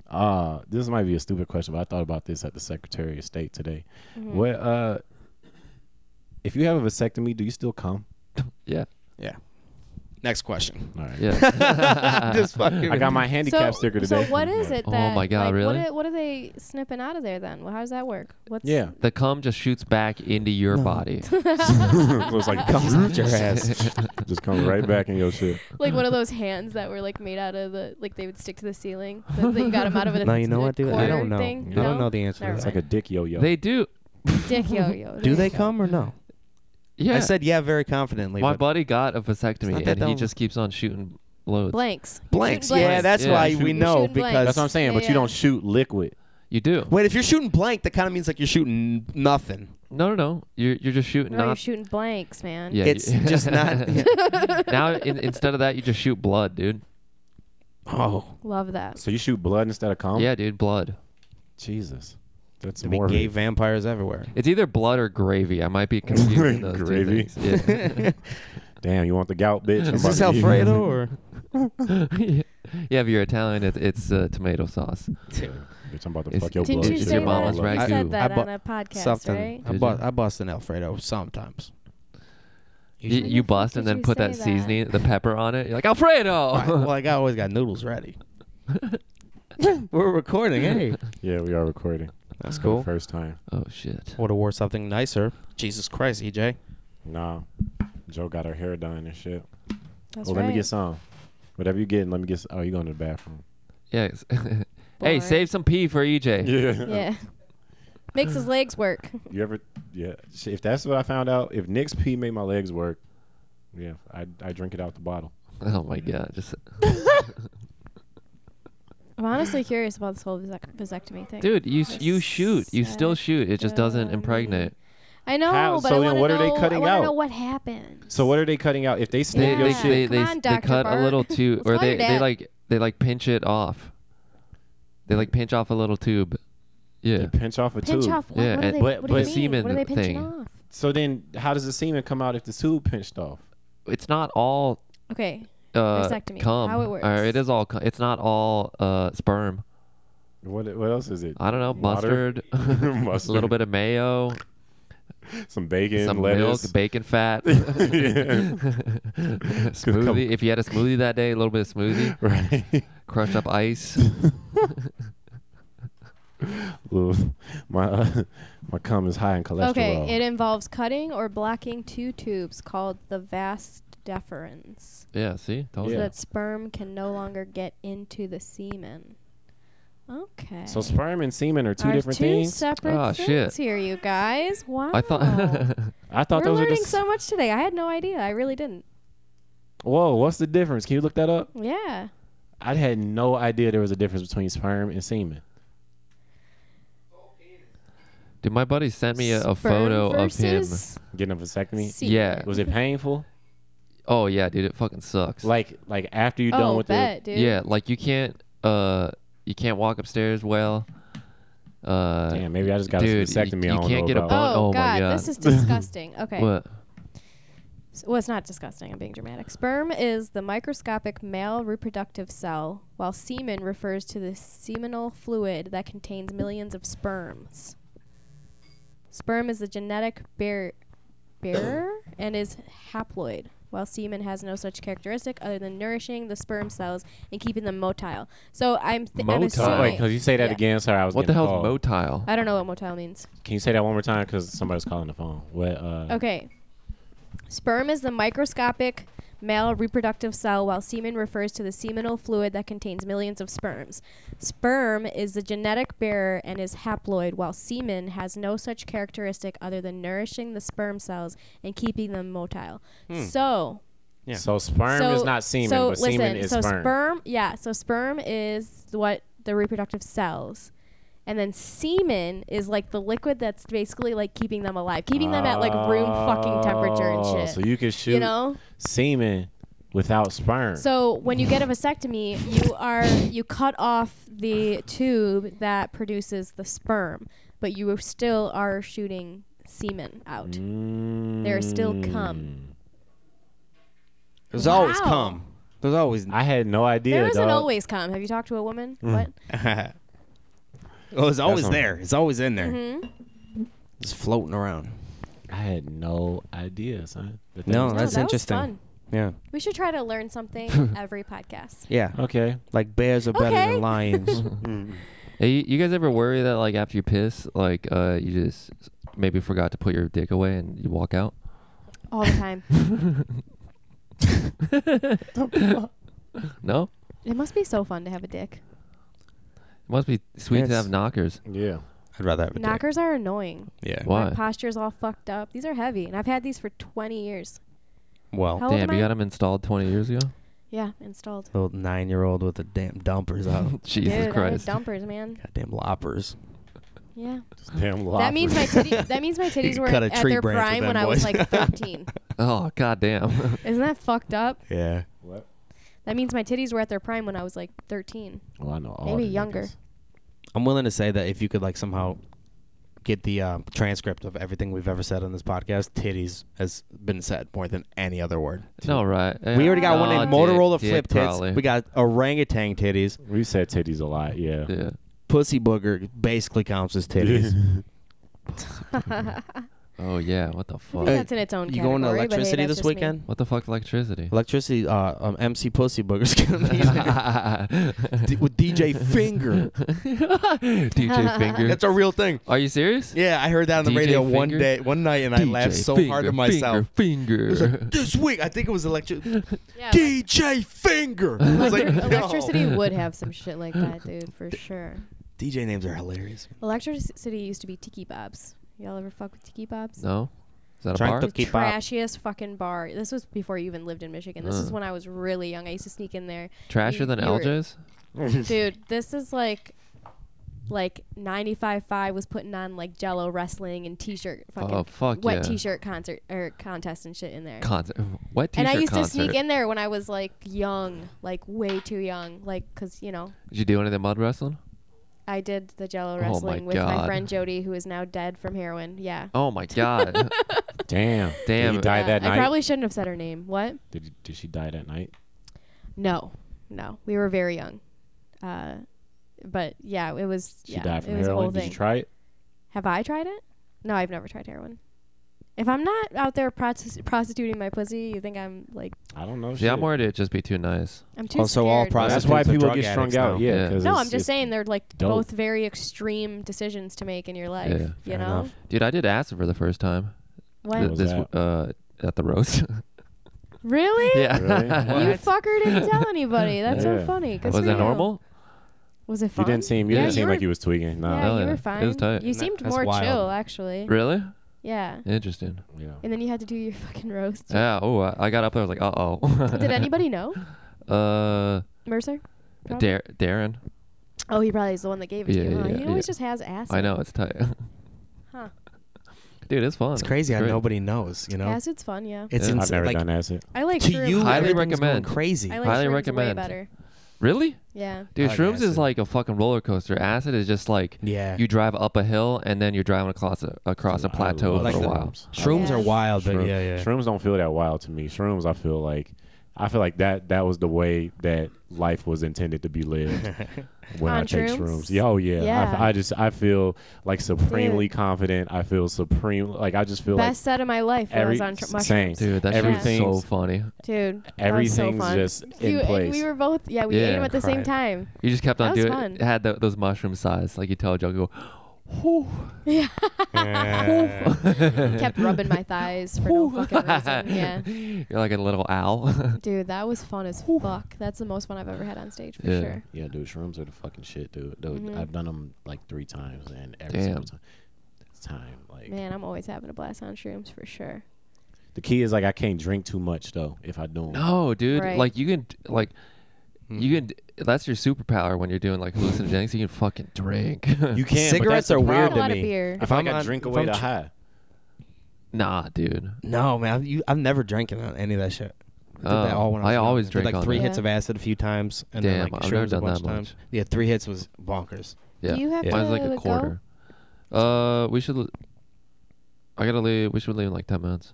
Speaker 7: Uh, this might be a stupid question, but I thought about this at the Secretary of State today.
Speaker 5: Mm-hmm.
Speaker 7: What uh, if you have a vasectomy, do you still come?
Speaker 6: Yeah.
Speaker 4: Yeah. Next question.
Speaker 7: All right.
Speaker 6: Yeah.
Speaker 4: Just fucking.
Speaker 7: I got my handicap
Speaker 5: so,
Speaker 7: sticker
Speaker 5: so
Speaker 7: today.
Speaker 5: what is it
Speaker 6: Oh
Speaker 5: that?
Speaker 6: my God,
Speaker 5: like,
Speaker 6: really?
Speaker 5: What are, what are they snipping out of there then? Well, how does that work? What's
Speaker 7: Yeah.
Speaker 6: the cum just shoots back into your
Speaker 4: No.
Speaker 6: body.
Speaker 7: so it's like
Speaker 4: comes out your ass.
Speaker 7: just come right back in your shit.
Speaker 5: like one of those hands that were like made out of the like they would stick to the ceiling. That, that you got them out of it.
Speaker 4: No, you know what, dude? I
Speaker 5: quarter
Speaker 4: don't know.
Speaker 5: Thing?
Speaker 4: I don't know the answer.
Speaker 5: Never
Speaker 4: to
Speaker 7: It's
Speaker 4: that.
Speaker 7: like a dick yo-yo.
Speaker 6: They do.
Speaker 5: Dick yo yo.
Speaker 4: Do they come or no?
Speaker 6: Yeah.
Speaker 4: I said yeah very confidently.
Speaker 6: my
Speaker 4: but
Speaker 6: buddy got a vasectomy
Speaker 4: not that
Speaker 6: and he
Speaker 4: dumb.
Speaker 6: just keeps on shooting loads.
Speaker 5: blanks?
Speaker 4: blanks.
Speaker 5: Shooting
Speaker 4: Yeah,
Speaker 5: blanks.
Speaker 4: that's
Speaker 6: Yeah,
Speaker 4: why
Speaker 6: shooting-
Speaker 4: we
Speaker 5: You're
Speaker 4: know
Speaker 5: shooting blanks.
Speaker 4: because
Speaker 5: That's
Speaker 7: That's what I'm saying,
Speaker 5: Yeah,
Speaker 7: but you don't
Speaker 5: yeah.
Speaker 7: shoot liquid.
Speaker 6: You do.
Speaker 4: Wait, if you're shooting blank, that kind of means like you're shooting nothing.
Speaker 6: No, no, no. You're you're just shooting.
Speaker 5: No,
Speaker 6: not,
Speaker 5: you're shooting blanks, man.
Speaker 6: Yeah,
Speaker 4: It's
Speaker 6: you-
Speaker 4: just not.
Speaker 6: now in, instead of that, you just shoot blood, dude.
Speaker 4: Oh,
Speaker 5: Love that.
Speaker 7: So you shoot blood instead of
Speaker 4: Um,
Speaker 7: cum?
Speaker 6: Yeah, dude, blood.
Speaker 7: Jesus. That's
Speaker 4: to be
Speaker 7: more
Speaker 4: gay vampires everywhere.
Speaker 6: It's either blood or gravy. I might be confusing those
Speaker 7: Gravy.
Speaker 6: two things. Yeah.
Speaker 7: Damn, you want the gout, bitch? I'm
Speaker 4: Is
Speaker 7: about
Speaker 4: this Alfredo
Speaker 7: to eat.
Speaker 4: or?
Speaker 6: yeah, if you're Italian, it's it's uh, tomato sauce.
Speaker 7: Bitch, I'm about to
Speaker 6: It's-
Speaker 7: fuck your
Speaker 6: Didn't
Speaker 7: blood.
Speaker 5: Didn't you
Speaker 6: It's
Speaker 5: say
Speaker 6: your mama's
Speaker 5: that? You
Speaker 6: ragu.
Speaker 5: said that
Speaker 4: I bought
Speaker 5: on a podcast,
Speaker 4: something.
Speaker 5: right?
Speaker 4: I
Speaker 6: Did
Speaker 4: bought
Speaker 6: you?
Speaker 4: I bust an Alfredo sometimes.
Speaker 6: You,
Speaker 5: the
Speaker 6: you
Speaker 5: fuck
Speaker 6: bust
Speaker 5: did
Speaker 6: and then
Speaker 5: you
Speaker 6: put
Speaker 5: say
Speaker 6: that,
Speaker 5: that?
Speaker 6: seasoning, the pepper on it. You're like Alfredo.
Speaker 4: Right, well, like I always got noodles ready. We're recording, hey.
Speaker 7: Yeah, we are recording.
Speaker 4: That's
Speaker 7: For the
Speaker 4: cool.
Speaker 7: First time.
Speaker 6: oh shit.
Speaker 4: Would have wore something nicer. Jesus Christ, E EJ.
Speaker 7: Nah. Joe got her hair done and shit.
Speaker 5: That's
Speaker 7: well,
Speaker 5: right.
Speaker 7: let me get some. Whatever you getting, let me get. Some. Oh, you going to the bathroom?
Speaker 6: Yeah. it's-
Speaker 5: Boy.
Speaker 6: hey, save some pee for E EJ.
Speaker 7: Yeah.
Speaker 5: Yeah. Makes his legs work.
Speaker 7: You ever? Yeah. Shit, If that's what I found out, if Nick's pee made my legs work, yeah, I I drink it out the bottle.
Speaker 6: Oh my
Speaker 5: Mm.
Speaker 6: god. Just
Speaker 5: I'm honestly curious about this whole vasect- vasectomy thing.
Speaker 6: dude, you s- you shoot. You still shoot. It just doesn't
Speaker 5: Vasectomy.
Speaker 6: impregnate.
Speaker 5: I know,
Speaker 7: How-
Speaker 5: but
Speaker 7: so
Speaker 5: I
Speaker 7: then
Speaker 5: want to
Speaker 7: what are they
Speaker 5: know,
Speaker 7: cutting
Speaker 5: I wanna
Speaker 7: out?
Speaker 5: know what happened.
Speaker 7: So what are they cutting out? If they
Speaker 6: They
Speaker 7: snip
Speaker 5: Yeah.
Speaker 7: your
Speaker 6: they,
Speaker 7: shit,
Speaker 6: they,
Speaker 5: Come
Speaker 6: they,
Speaker 5: on,
Speaker 6: they
Speaker 5: Dr.
Speaker 6: cut a
Speaker 5: Bart.
Speaker 6: little too, or
Speaker 5: Let's
Speaker 6: they
Speaker 5: find
Speaker 6: they
Speaker 5: out.
Speaker 6: like they like pinch it off. They like pinch off a little tube. Yeah.
Speaker 7: you pinch off a
Speaker 5: Pinch
Speaker 7: tube.
Speaker 5: off what?
Speaker 6: Yeah,
Speaker 5: what do
Speaker 6: and-
Speaker 5: they,
Speaker 6: but-
Speaker 5: what do you
Speaker 6: but
Speaker 5: mean?
Speaker 6: semen
Speaker 5: what are they pinching
Speaker 6: thing.
Speaker 5: off?
Speaker 7: So then, how does the semen come out if the tube pinched off?
Speaker 6: It's not all
Speaker 5: Okay.
Speaker 6: uh,
Speaker 5: Vasectomy,
Speaker 6: cum.
Speaker 5: how it
Speaker 6: Or it
Speaker 5: works.
Speaker 6: is all. Cum. It's not all uh, sperm.
Speaker 7: What What else is it?
Speaker 6: I don't know.
Speaker 7: Water?
Speaker 6: Mustard, a little bit of mayo,
Speaker 7: Some bacon,
Speaker 6: some
Speaker 7: lettuce.
Speaker 6: milk, bacon fat, smoothie. If you had a smoothie that day, a little bit of smoothie,
Speaker 7: right.
Speaker 6: crushed up ice.
Speaker 7: Ooh, my uh, my cum is high in cholesterol.
Speaker 5: Okay, it involves cutting or blocking two tubes called the vas deferens,
Speaker 6: yeah. See, told
Speaker 5: Oh, so
Speaker 6: you.
Speaker 5: that sperm can no longer get into the semen. Okay.
Speaker 7: so sperm and semen are two
Speaker 5: Are
Speaker 7: different
Speaker 5: two
Speaker 7: things.
Speaker 5: separate
Speaker 6: Ah,
Speaker 5: things
Speaker 6: shit.
Speaker 5: here, you guys. Wow.
Speaker 6: I thought.
Speaker 7: I thought
Speaker 5: We're
Speaker 7: those
Speaker 5: learning
Speaker 7: were just.
Speaker 5: so much today. I had no idea. I really didn't.
Speaker 7: Whoa, what's the difference? Can you look that up?
Speaker 5: Yeah.
Speaker 7: I had no idea there was a difference between sperm and semen.
Speaker 6: Dude, my buddy sent me a,
Speaker 5: Sperm
Speaker 6: a photo of him.
Speaker 5: versus
Speaker 7: Getting a vasectomy.
Speaker 5: semen.
Speaker 6: Yeah.
Speaker 7: Was it painful?
Speaker 6: Oh yeah, dude, it fucking sucks.
Speaker 7: Like like after you done
Speaker 5: Oh,
Speaker 7: with
Speaker 5: bet, dude.
Speaker 6: yeah, like you can't uh you can't walk upstairs well. Uh,
Speaker 7: the damn, maybe I just got
Speaker 6: dude,
Speaker 7: a
Speaker 6: you-
Speaker 7: vasectomy.
Speaker 6: you
Speaker 7: I don't
Speaker 6: can't
Speaker 7: know
Speaker 6: get a
Speaker 7: about.
Speaker 5: Oh,
Speaker 6: Oh, my
Speaker 5: God,
Speaker 6: God.
Speaker 5: this is disgusting. Okay.
Speaker 6: What?
Speaker 5: S- Well, it's not disgusting. I'm being dramatic. Sperm is the microscopic male reproductive cell, while semen refers to the seminal fluid that contains millions of sperms. Sperm is the genetic bear- bearer and is haploid, while semen has no such characteristic other than nourishing the sperm cells and keeping them motile. So I'm, th- I'm
Speaker 6: Motile?
Speaker 7: Oh, wait,
Speaker 5: assuming.
Speaker 7: could you say that
Speaker 5: Yeah.
Speaker 7: again? Sorry, I was.
Speaker 6: What the
Speaker 7: getting
Speaker 6: hell's
Speaker 7: called.
Speaker 6: motile?
Speaker 5: I don't know what motile means.
Speaker 7: Can you say that one more time? Because somebody's calling the phone. What? Uh,
Speaker 5: Okay. Sperm is the microscopic male reproductive cell, while semen refers to the seminal fluid that contains millions of sperms. Sperm is the genetic bearer and is haploid, while semen has no such characteristic other than nourishing the sperm cells and keeping them motile. So,
Speaker 4: Yeah.
Speaker 7: So sperm
Speaker 5: so
Speaker 7: is not semen,
Speaker 5: so
Speaker 7: but
Speaker 5: listen,
Speaker 7: semen is
Speaker 5: so
Speaker 7: sperm.
Speaker 5: yeah. So sperm is what the reproductive cells. And then semen is like the liquid that's basically like keeping them alive, keeping them at like room fucking temperature and
Speaker 7: Oh,
Speaker 5: shit
Speaker 7: So you can shoot
Speaker 5: you know
Speaker 7: semen without sperm.
Speaker 5: so when you get a vasectomy you are you cut off the tube that produces the sperm but you still are shooting semen out
Speaker 7: Mm.
Speaker 5: there is still cum
Speaker 4: There's always
Speaker 5: Wow.
Speaker 4: cum. There's always.
Speaker 7: I had no idea.
Speaker 5: there isn't
Speaker 7: dog. Mm.
Speaker 5: always cum have you talked to a woman what
Speaker 4: oh, it's always
Speaker 7: not-
Speaker 4: there. It's always in
Speaker 5: Mm-hmm.
Speaker 4: there.
Speaker 5: Hmm?
Speaker 4: It's floating around.
Speaker 7: I had no idea, son. that that
Speaker 4: No,
Speaker 7: was-
Speaker 5: No,
Speaker 4: that's
Speaker 5: that was
Speaker 4: interesting.
Speaker 5: fun.
Speaker 4: Yeah.
Speaker 5: We should try to learn something every podcast.
Speaker 4: Yeah.
Speaker 7: Okay.
Speaker 4: Like bears are better
Speaker 5: Okay.
Speaker 4: than lions. Mm.
Speaker 6: Hey, you- you guys ever worry that like after you piss, like uh, you just maybe forgot to put your dick away and you walk out?
Speaker 5: All the time.
Speaker 6: No,
Speaker 5: it must be so fun to have a dick.
Speaker 6: it must be sweet
Speaker 4: Yes.
Speaker 6: to have knockers.
Speaker 7: Yeah.
Speaker 4: I'd rather have a
Speaker 5: Knockers are annoying.
Speaker 4: dick. Yeah.
Speaker 5: My
Speaker 6: Why?
Speaker 5: posture's all fucked up. These are heavy, and I've had these for 20 years.
Speaker 4: Well,
Speaker 5: How old
Speaker 6: Damn,
Speaker 5: am
Speaker 6: you
Speaker 5: I?
Speaker 6: got them installed 20 years ago.
Speaker 5: Yeah, installed.
Speaker 4: little nine-year-old with the damn dumpers
Speaker 7: Oh.
Speaker 4: out.
Speaker 5: Dude,
Speaker 6: Jesus
Speaker 5: I had
Speaker 6: Christ.
Speaker 5: dumpers, man.
Speaker 4: Goddamn loppers.
Speaker 5: Yeah.
Speaker 7: Damn
Speaker 5: That means my titty, that means my titties
Speaker 4: You
Speaker 5: were
Speaker 4: cut a
Speaker 5: at
Speaker 4: tree
Speaker 5: their
Speaker 4: branch with
Speaker 5: prime when
Speaker 4: them
Speaker 5: I was
Speaker 4: boys.
Speaker 5: like 13.
Speaker 6: Oh goddamn.
Speaker 5: Isn't that fucked up?
Speaker 4: Yeah.
Speaker 5: That means my titties were at their prime when I was like 13.
Speaker 7: Well, Oh, I know all
Speaker 5: Maybe
Speaker 7: the
Speaker 5: younger.
Speaker 7: niggas.
Speaker 4: I'm willing to say that if you could like somehow get the um, transcript of everything we've ever said on this podcast, titties has been said more than any other word.
Speaker 6: no right.
Speaker 4: We already got one
Speaker 6: Nah,
Speaker 4: in
Speaker 6: dick-
Speaker 4: Motorola
Speaker 6: dick
Speaker 4: flip tits.
Speaker 6: probably.
Speaker 4: We got orangutan titties.
Speaker 7: We said titties a lot. Yeah.
Speaker 6: Yeah.
Speaker 4: Pussy booger basically counts as titties.
Speaker 6: Oh yeah. What the
Speaker 5: I
Speaker 6: fuck?
Speaker 5: think that's in its own
Speaker 4: you
Speaker 5: category.
Speaker 4: going to
Speaker 5: but hey,
Speaker 4: electricity
Speaker 5: that's
Speaker 4: this
Speaker 5: just me.
Speaker 4: weekend?
Speaker 6: What the fuck's electricity?
Speaker 4: Electricity, uh, um, MC Pussy Booger's gonna be there. D- with DJ Finger.
Speaker 6: DJ Finger.
Speaker 4: That's a real thing.
Speaker 6: Are you serious?
Speaker 4: Yeah, I heard that on the
Speaker 6: DJ
Speaker 4: radio one
Speaker 6: Finger?
Speaker 4: day, one night, and I laughed so hard
Speaker 6: Finger,
Speaker 4: to myself.
Speaker 6: Finger.
Speaker 4: It was
Speaker 6: finger.
Speaker 4: like, this week, I think it was electric.
Speaker 5: Yeah,
Speaker 4: DJ Finger. I was like,
Speaker 5: elec-
Speaker 4: no.
Speaker 5: electricity would have some shit like that, dude, for sure.
Speaker 4: DJ names are hilarious.
Speaker 5: Electricity used to be Tiki Bobs. Y'all ever fuck with Tiki Bobs?
Speaker 6: no. Is that a
Speaker 4: Trying
Speaker 6: bar?
Speaker 4: to-
Speaker 5: The
Speaker 4: Tiki Bob.
Speaker 5: trashiest fucking bar. This was before you even lived in Michigan. This is
Speaker 6: Uh.
Speaker 5: when I was really young. I used to sneak in there.
Speaker 6: Trashier than
Speaker 5: You were-
Speaker 6: LJ's?
Speaker 5: Dude, this is like like 95.5 was putting on like jello wrestling and t-shirt fucking
Speaker 6: Oh, fuck
Speaker 5: wet
Speaker 6: yeah.
Speaker 5: t-shirt concert or contest and shit in there.
Speaker 6: Concert. What t-shirt
Speaker 5: and I used
Speaker 6: concert?
Speaker 5: to sneak in there when I was like young, like way too young, like cuz you know,
Speaker 6: Did you do any of the mud wrestling?
Speaker 5: I did the jello
Speaker 6: my
Speaker 5: wrestling with
Speaker 6: God.
Speaker 5: my friend Jody who is now dead from heroin. Yeah.
Speaker 6: Oh my god.
Speaker 7: Damn. Did
Speaker 6: Damn.
Speaker 7: he die
Speaker 5: Uh,
Speaker 7: that
Speaker 5: I
Speaker 7: night?
Speaker 5: probably shouldn't have said her name. What?
Speaker 7: did, he- did she die that night?
Speaker 5: No, no, we were very young, uh, but yeah, it was.
Speaker 7: She
Speaker 5: yeah,
Speaker 7: died from
Speaker 5: it was a whole
Speaker 7: heroin. Did
Speaker 5: thing.
Speaker 7: you try it?
Speaker 5: Have I tried it? No, I've never tried heroin. If I'm not out there prosti- prostituting my pussy, you think I'm like
Speaker 7: I don't know.
Speaker 6: See,
Speaker 7: shit.
Speaker 6: I'm worried it'd just be too nice.
Speaker 5: I'm too
Speaker 4: Also, all
Speaker 5: scared.
Speaker 4: prostitutes
Speaker 7: That's why
Speaker 4: are
Speaker 7: people
Speaker 4: drug
Speaker 7: get strung
Speaker 4: addicts
Speaker 7: out.
Speaker 4: now.
Speaker 7: Yeah.
Speaker 6: Yeah.
Speaker 7: 'cause
Speaker 5: no,
Speaker 7: it's-
Speaker 5: I'm just
Speaker 7: it's-
Speaker 5: saying they're like
Speaker 7: dope.
Speaker 5: both very extreme decisions to make in your life.
Speaker 6: Yeah,
Speaker 5: you
Speaker 4: fair
Speaker 5: know
Speaker 4: enough.
Speaker 6: Dude, I did acid for the first time.
Speaker 5: When-
Speaker 6: Th-
Speaker 7: was
Speaker 6: This
Speaker 7: that?
Speaker 6: uh at the roast.
Speaker 5: Really?
Speaker 6: yeah.
Speaker 7: Really?
Speaker 5: You
Speaker 4: What?
Speaker 5: fucker didn't tell anybody. That's so
Speaker 7: Yeah.
Speaker 5: funny. Good
Speaker 6: Was
Speaker 5: for
Speaker 6: it
Speaker 5: you.
Speaker 6: normal?
Speaker 5: Was it
Speaker 7: You
Speaker 5: fun?
Speaker 7: didn't seem. You
Speaker 5: Yeah,
Speaker 7: didn't seem
Speaker 5: were-
Speaker 7: like you was tweaking. No.
Speaker 5: Yeah,
Speaker 6: Oh,
Speaker 5: you
Speaker 6: yeah.
Speaker 5: were
Speaker 6: It
Speaker 5: fine.
Speaker 6: was tight.
Speaker 5: You seemed
Speaker 4: That's
Speaker 5: more
Speaker 4: wild.
Speaker 5: chill, actually.
Speaker 6: Really?
Speaker 5: Yeah.
Speaker 6: Interesting.
Speaker 7: Yeah.
Speaker 5: And then you had to do your fucking roast.
Speaker 6: Yeah. Oh, I, I got up there. I was like, uh oh.
Speaker 5: Did anybody know?
Speaker 6: Uh,
Speaker 5: Mercer? Probably.
Speaker 6: Dar- Darren.
Speaker 5: Oh, he probably is the one that gave it
Speaker 6: Yeah,
Speaker 5: to you. Huh?
Speaker 6: yeah,
Speaker 5: he always
Speaker 6: yeah.
Speaker 5: just has acid.
Speaker 6: I know it's tight.
Speaker 5: Huh.
Speaker 6: Dude, it's fun.
Speaker 4: It's crazy how
Speaker 6: great.
Speaker 4: nobody knows, you know?
Speaker 5: Acid's fun, yeah.
Speaker 4: It's
Speaker 6: Yeah. I've
Speaker 7: I've
Speaker 4: insane.
Speaker 7: never
Speaker 4: Like,
Speaker 7: done acid.
Speaker 5: I like
Speaker 4: to
Speaker 5: shrooms.
Speaker 4: you,
Speaker 5: I
Speaker 6: Highly
Speaker 5: like,
Speaker 4: everything's going
Speaker 6: recommend.
Speaker 4: crazy.
Speaker 5: I
Speaker 4: I,
Speaker 5: like
Speaker 6: highly
Speaker 5: shrooms way
Speaker 6: recommend.
Speaker 5: better.
Speaker 6: Really?
Speaker 5: Yeah.
Speaker 6: Dude,
Speaker 4: I like
Speaker 6: shrooms
Speaker 4: acid.
Speaker 6: is like a fucking roller coaster. Acid is just like
Speaker 4: Yeah.
Speaker 6: you drive up a hill and then you're driving across a, across a
Speaker 7: I
Speaker 6: plateau
Speaker 7: love
Speaker 6: for
Speaker 4: Like
Speaker 6: a
Speaker 4: the-
Speaker 6: while.
Speaker 4: Shrooms
Speaker 5: Yeah.
Speaker 4: are wild, but
Speaker 7: Shroom-
Speaker 4: yeah, yeah.
Speaker 7: Shrooms don't feel that wild to me. Shrooms, I feel like, I feel like that that was the way that life was intended to be lived when I
Speaker 5: On
Speaker 7: take
Speaker 5: shrooms?
Speaker 7: shrooms. Yeah, oh yeah,
Speaker 5: Yeah.
Speaker 7: I, I just I feel like supremely confident. I feel supreme. Like I just feel
Speaker 5: Best set of my life
Speaker 7: like every
Speaker 5: was on tr-
Speaker 7: same.
Speaker 5: mushrooms.
Speaker 6: Dude, that shit was
Speaker 7: Everything's-
Speaker 6: so funny.
Speaker 5: Dude,
Speaker 7: Everything's
Speaker 5: that was so
Speaker 7: just
Speaker 5: fun.
Speaker 7: in
Speaker 5: You- and
Speaker 7: place.
Speaker 5: We were both, yeah, we ate
Speaker 6: Yeah.
Speaker 5: them at the same time.
Speaker 6: You just kept
Speaker 5: That
Speaker 6: on
Speaker 5: was
Speaker 6: doing
Speaker 5: fun.
Speaker 6: it. Had tho- those mushroom size. Like you tell a joke, you go,
Speaker 5: Yeah.
Speaker 4: Yeah.
Speaker 5: Kept rubbing my thighs for no fucking reason. Yeah.
Speaker 6: you're like a little owl.
Speaker 5: Dude, that was fun as fuck. That's the most fun I've ever had on stage for
Speaker 6: Yeah.
Speaker 5: sure.
Speaker 7: yeah, dude, shrooms are the fucking shit, dude. dude
Speaker 5: Mhm.
Speaker 7: I've done them like three times, and every
Speaker 6: Damn.
Speaker 7: single time, it's time. Like
Speaker 5: Man, I'm always having a blast on shrooms for sure.
Speaker 7: the key is like I can't drink too much though. If I do
Speaker 6: no, dude.
Speaker 5: Right.
Speaker 6: Like you can, d- like,
Speaker 4: Hmm.
Speaker 6: you can. d- That's your superpower when you're doing like hallucinogenics. you can fucking drink.
Speaker 7: you can't. but that's
Speaker 4: Cigarettes
Speaker 7: the
Speaker 4: are weird
Speaker 5: A
Speaker 7: problem.
Speaker 5: lot
Speaker 4: to
Speaker 5: of
Speaker 4: me.
Speaker 5: beer.
Speaker 7: I feel like
Speaker 4: I'm
Speaker 7: I
Speaker 4: on-
Speaker 7: drink
Speaker 4: if
Speaker 7: away
Speaker 4: I'm
Speaker 7: the
Speaker 4: tr-
Speaker 7: high.
Speaker 6: nah, dude.
Speaker 4: No, man, you, I'm never drinking on any of that shit. I did
Speaker 6: Oh,
Speaker 4: that all when I,
Speaker 6: I
Speaker 4: was young.
Speaker 6: always
Speaker 4: did
Speaker 6: drink
Speaker 4: like
Speaker 6: on
Speaker 4: three
Speaker 5: it.
Speaker 4: hits
Speaker 5: Yeah.
Speaker 4: of acid a few times, and
Speaker 6: Damn,
Speaker 4: then like
Speaker 6: I've
Speaker 4: shrooms
Speaker 6: never
Speaker 4: a
Speaker 6: done
Speaker 4: bunch
Speaker 6: that
Speaker 4: of times.
Speaker 6: much.
Speaker 4: Yeah, three hits was bonkers.
Speaker 6: Yeah.
Speaker 5: you have
Speaker 6: Mine's like
Speaker 5: to
Speaker 6: a
Speaker 5: go?
Speaker 6: quarter. Uh, we should. l- I gotta leave. We should leave in like ten minutes.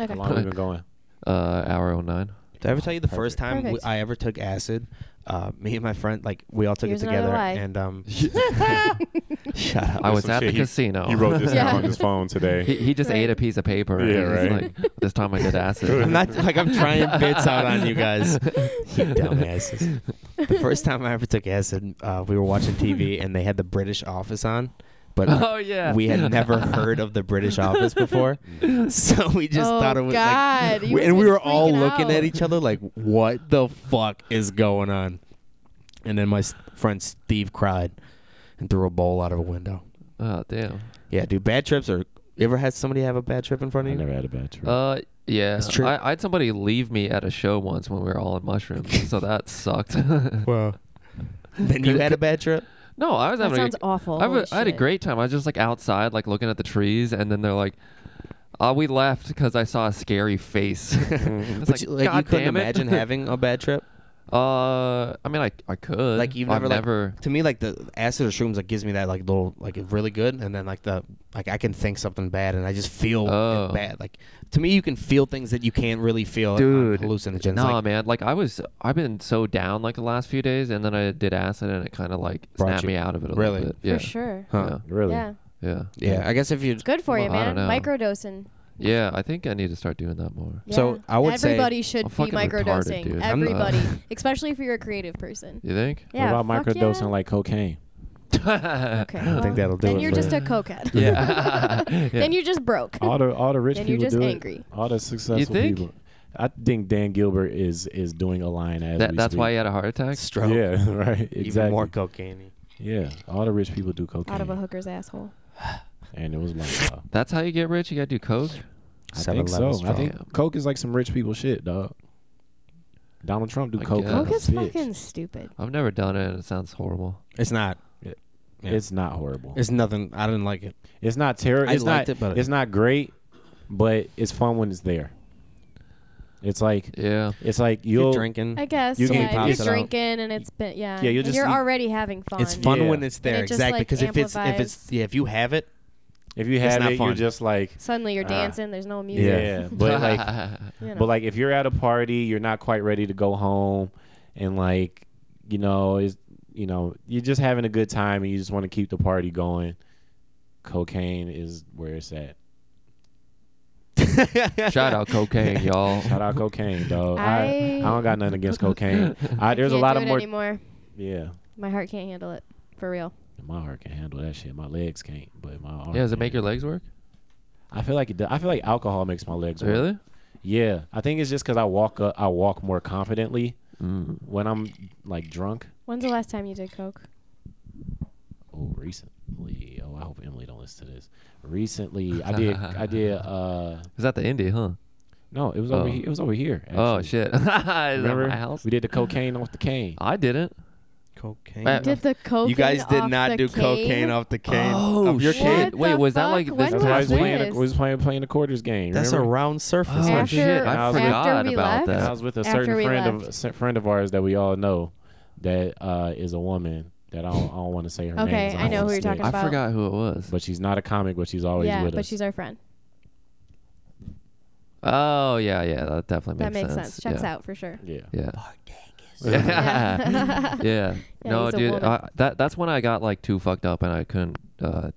Speaker 5: Okay.
Speaker 7: How long have we been going?
Speaker 6: Uh, hour oh nine.
Speaker 4: Did I ever tell you the first time we,
Speaker 5: Perfect.
Speaker 4: I ever took acid? Uh, me and my friend, like we all took
Speaker 5: Here's
Speaker 4: it
Speaker 5: another
Speaker 4: together,
Speaker 5: lie.
Speaker 4: and um, shut up.
Speaker 6: I was
Speaker 7: some
Speaker 6: at
Speaker 7: shit
Speaker 6: the
Speaker 7: he-
Speaker 6: casino.
Speaker 7: He wrote this
Speaker 5: Yeah.
Speaker 7: down on his phone today.
Speaker 6: He, he just
Speaker 5: Right.
Speaker 6: ate a piece of paper.
Speaker 7: Yeah,
Speaker 6: and he's
Speaker 7: right.
Speaker 6: Like, this time I did acid.
Speaker 4: I'm not like I'm trying bits out on you guys. You dumbasses. The first time I ever took acid, uh, we were watching TV and they had the British Office on, but
Speaker 6: Oh, yeah.
Speaker 4: we had never heard of the British Office before, so we just
Speaker 5: Oh,
Speaker 4: thought it was
Speaker 5: God,
Speaker 4: like,
Speaker 5: you
Speaker 4: we- and
Speaker 5: must've
Speaker 4: we
Speaker 5: been
Speaker 4: were all
Speaker 5: freaking
Speaker 4: looking
Speaker 5: out.
Speaker 4: at each other like, "What the fuck is going on?" And then my s- friend Steve cried and threw a bowl out of a window.
Speaker 6: Oh damn.
Speaker 4: Yeah, dude, bad trips are. You ever had somebody have a bad trip in front
Speaker 7: I
Speaker 4: of you?
Speaker 7: never had a bad trip.
Speaker 6: Uh, yeah.
Speaker 4: It's true.
Speaker 6: I, I had somebody leave me at a show once when we were all on mushrooms, so that sucked.
Speaker 4: Well, then you had a bad trip.
Speaker 6: no, I was
Speaker 5: That
Speaker 6: having.
Speaker 5: sounds
Speaker 6: a,
Speaker 5: awful.
Speaker 6: I, have
Speaker 5: Holy
Speaker 6: a, I had a
Speaker 5: shit.
Speaker 6: great time. I was just like outside, like looking at the trees, and then they're like, "Uh, we left because I saw a scary face." It's
Speaker 4: But you, like you
Speaker 6: "God
Speaker 4: couldn't
Speaker 6: damn it."
Speaker 4: imagine having a bad trip.
Speaker 6: Uh, I mean, I I could.
Speaker 4: Like you've
Speaker 6: I've
Speaker 4: never, like,
Speaker 6: never.
Speaker 4: To me, like the acid or shrooms, like gives me that like little like really good, and then like the like I can think something bad, and I just feel
Speaker 6: Oh.
Speaker 4: bad. Like to me, you can feel things that you can't really feel.
Speaker 6: Dude,
Speaker 4: on hallucinogens.
Speaker 6: Nah,
Speaker 4: like,
Speaker 6: man. Like I was, I've been so down like the last few days, and then I did acid, and it kind of like
Speaker 4: Brought
Speaker 6: snapped
Speaker 4: you-
Speaker 6: me out of it a
Speaker 4: Really?
Speaker 6: little bit.
Speaker 5: For
Speaker 6: Yeah.
Speaker 5: sure.
Speaker 4: Huh.
Speaker 7: really?
Speaker 5: Yeah.
Speaker 6: Yeah. Yeah.
Speaker 4: Yeah. I guess if you.
Speaker 5: Good for you,
Speaker 6: Well, I
Speaker 5: man.
Speaker 6: don't know.
Speaker 5: Microdosing.
Speaker 6: Yeah, I think I need to start doing that more.
Speaker 5: Yeah.
Speaker 4: So, I would say-
Speaker 5: everybody should
Speaker 6: I'm
Speaker 5: be
Speaker 6: fucking retarded,
Speaker 5: microdosing.
Speaker 6: dude.
Speaker 4: I'm not-
Speaker 5: everybody, especially if you're a creative person.
Speaker 6: You think?
Speaker 5: Yeah.
Speaker 7: what about
Speaker 5: fuck
Speaker 7: microdosing
Speaker 5: yeah.
Speaker 7: like cocaine?
Speaker 5: Okay. well,
Speaker 4: think that'll do
Speaker 5: Then
Speaker 4: it
Speaker 5: you're
Speaker 4: for
Speaker 5: just
Speaker 4: you.
Speaker 5: a cokehead.
Speaker 6: Yeah.
Speaker 5: Then you're just broke.
Speaker 7: All the all the rich
Speaker 5: Then you're
Speaker 7: people
Speaker 5: just
Speaker 7: do
Speaker 5: angry.
Speaker 7: it. All the successful
Speaker 6: think?
Speaker 7: people. I think Dan Gilbert is is doing a line as
Speaker 6: That,
Speaker 7: we
Speaker 6: that's
Speaker 7: speak.
Speaker 6: why he had a heart attack.
Speaker 4: Stroke.
Speaker 7: Yeah, right. Exactly.
Speaker 4: Even more cocaine.
Speaker 7: Yeah, all the rich people do cocaine,
Speaker 5: Out of a hooker's asshole.
Speaker 7: and it was like, uh,
Speaker 6: That's how you get rich. You gotta do coke.
Speaker 7: I think so.
Speaker 4: 7-Eleven
Speaker 7: I
Speaker 4: strong.
Speaker 7: think coke is like some rich people shit, dog. Donald Trump do
Speaker 6: I
Speaker 7: coke.
Speaker 6: guess.
Speaker 7: like
Speaker 5: Coke
Speaker 7: a
Speaker 5: is
Speaker 7: bitch.
Speaker 5: fucking stupid.
Speaker 6: I've never done it. and It sounds horrible.
Speaker 4: It's not. Yeah.
Speaker 7: It's not horrible. It's,
Speaker 4: It's nothing. I didn't like it.
Speaker 7: not terrible.
Speaker 4: I
Speaker 7: It's
Speaker 4: liked
Speaker 7: not.
Speaker 4: it, but-
Speaker 7: it's not great, but it's fun when it's there. It's like
Speaker 6: Yeah.
Speaker 7: it's like
Speaker 4: You're
Speaker 7: you'll
Speaker 4: drinking.
Speaker 5: I guess
Speaker 7: You
Speaker 5: you
Speaker 7: can
Speaker 5: like,
Speaker 7: pass
Speaker 5: you're
Speaker 7: it out.
Speaker 5: drinking and it's been yeah.
Speaker 7: Yeah, you'll
Speaker 5: and
Speaker 7: just-
Speaker 5: you're
Speaker 7: you-
Speaker 5: already having fun.
Speaker 4: It's fun
Speaker 7: Yeah.
Speaker 4: when it's there,
Speaker 5: And it just,
Speaker 4: exactly.
Speaker 5: like,
Speaker 4: Because if it's if it's
Speaker 5: amplifies-
Speaker 4: yeah, if you have it,
Speaker 7: if you
Speaker 4: It's
Speaker 7: have
Speaker 4: not
Speaker 7: it,
Speaker 4: fun.
Speaker 7: you're just like
Speaker 5: Suddenly you're
Speaker 7: Ah.
Speaker 5: dancing. There's no music.
Speaker 7: yeah.
Speaker 4: Yeah.
Speaker 7: But like
Speaker 5: you know.
Speaker 7: But like if you're at a party, you're not quite ready to go home and like, you know, is you know, you're just having a good time and you just want to keep the party going. Cocaine is where it's at.
Speaker 6: Shout out cocaine, y'all.
Speaker 7: Shout out cocaine, dog. I, I
Speaker 5: I-
Speaker 7: don't got nothing against cocaine. I, there's a
Speaker 5: Can't
Speaker 7: lot
Speaker 5: do
Speaker 7: of
Speaker 5: it
Speaker 7: more
Speaker 5: anymore.
Speaker 7: Yeah.
Speaker 5: My heart can't handle it. For real.
Speaker 7: My heart can handle that shit. My legs can't, but my heart
Speaker 6: Yeah. Does it make
Speaker 7: can.
Speaker 6: your legs work?
Speaker 7: I feel like it does. I feel like alcohol makes my legs work.
Speaker 6: Really?
Speaker 7: Yeah, I think it's just because I walk up, I walk more confidently
Speaker 6: Mm.
Speaker 7: when I'm like drunk.
Speaker 5: When's the last time you did coke?
Speaker 7: oh recently oh i hope emily don't listen to this recently i did i did uh
Speaker 6: Is that the indie, huh?
Speaker 7: no it was
Speaker 6: Oh.
Speaker 7: over here it was over here
Speaker 6: Oh
Speaker 7: actually.
Speaker 6: shit. Is that
Speaker 7: remember
Speaker 6: my house? Oh,
Speaker 7: we did the cocaine off the cane
Speaker 6: I didn't.
Speaker 4: cocaine.
Speaker 6: Wait,
Speaker 5: Did the cocaine?
Speaker 4: Uh, You guys did
Speaker 5: off
Speaker 4: not
Speaker 5: the
Speaker 4: do
Speaker 5: cane?
Speaker 4: cocaine off
Speaker 6: Oh,
Speaker 4: the cane of your
Speaker 5: shit.
Speaker 4: cane.
Speaker 5: What
Speaker 6: Wait,
Speaker 5: the
Speaker 6: was that like
Speaker 5: fuck? When
Speaker 6: this?
Speaker 7: that's why i was
Speaker 5: What
Speaker 7: playing
Speaker 5: is
Speaker 7: the, was playing playing the quarters game
Speaker 4: That's a
Speaker 7: remember?
Speaker 4: round surface.
Speaker 6: Oh
Speaker 5: After-
Speaker 6: shit! I
Speaker 7: after
Speaker 6: forgot
Speaker 5: we
Speaker 6: about
Speaker 5: left?
Speaker 7: and i
Speaker 6: that.
Speaker 7: was with a
Speaker 5: After
Speaker 7: certain
Speaker 5: we
Speaker 7: friend of
Speaker 5: left.
Speaker 7: cer- friend of ours that we all know that uh is a woman that i don't, I don't want to say her name
Speaker 5: Okay,
Speaker 7: 'cause
Speaker 5: I
Speaker 7: don't
Speaker 5: know
Speaker 7: wanna
Speaker 5: who you're
Speaker 7: say it.
Speaker 5: talking
Speaker 6: I
Speaker 5: about-
Speaker 6: forgot who it was.
Speaker 7: but she's not a comic but she's always
Speaker 5: Yeah,
Speaker 7: with
Speaker 5: but
Speaker 7: us
Speaker 5: she's our friend.
Speaker 6: Oh yeah, yeah. That definitely
Speaker 5: That
Speaker 6: makes,
Speaker 5: makes sense. Checks
Speaker 6: yeah.
Speaker 5: out for sure.
Speaker 7: yeah
Speaker 6: Yeah.
Speaker 5: Yeah.
Speaker 6: yeah. No,
Speaker 5: he's a
Speaker 6: dude,
Speaker 5: woman.
Speaker 6: I, that that's when I got like too fucked up and I couldn't. Uh,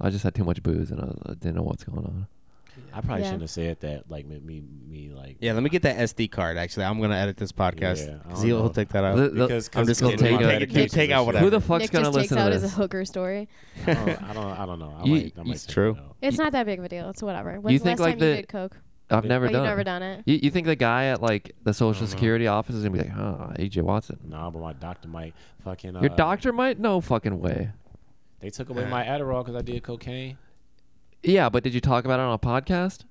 Speaker 6: I just had too much booze and I, I didn't know what's going on.
Speaker 7: i probably
Speaker 5: Yeah.
Speaker 7: shouldn't have said that like me me, me like
Speaker 4: Yeah, let me get that SD card. Actually, I'm gonna edit this podcast
Speaker 7: Yeah, I
Speaker 4: 'cause
Speaker 7: don't
Speaker 4: he'll,
Speaker 7: know.
Speaker 4: he'll take that out.
Speaker 6: The- the-
Speaker 7: because
Speaker 4: I'm just
Speaker 7: cause
Speaker 4: kidding.
Speaker 7: my
Speaker 6: Take out-
Speaker 4: You take, you
Speaker 7: medications
Speaker 4: take
Speaker 7: and
Speaker 4: out
Speaker 7: shit.
Speaker 4: Oh, whatever.
Speaker 6: Who the fuck's
Speaker 5: Nick
Speaker 6: gonna
Speaker 5: just takes
Speaker 6: listen
Speaker 5: out
Speaker 6: to
Speaker 5: as
Speaker 6: this?
Speaker 5: a hooker story.
Speaker 7: I don't, I don't, I don't know. I
Speaker 6: You-
Speaker 7: might, I might
Speaker 4: it's
Speaker 7: say
Speaker 4: true.
Speaker 7: no.
Speaker 5: It's not that big of a deal. It's whatever. When's
Speaker 6: You
Speaker 5: the
Speaker 6: think,
Speaker 5: last
Speaker 6: like,
Speaker 5: time
Speaker 6: the-
Speaker 5: you did coke?
Speaker 6: I've
Speaker 7: Yeah.
Speaker 6: never
Speaker 5: Oh,
Speaker 6: done.
Speaker 5: you've never
Speaker 6: it.
Speaker 5: done it.
Speaker 6: You, you think the guy at like the Social Security office is gonna be like, huh, AJ Watson?
Speaker 7: Nah, but my doctor might fucking. Uh,
Speaker 6: Your doctor might? No fucking way.
Speaker 7: They took away my Adderall because I did cocaine.
Speaker 6: Yeah, but did you talk about it on a podcast?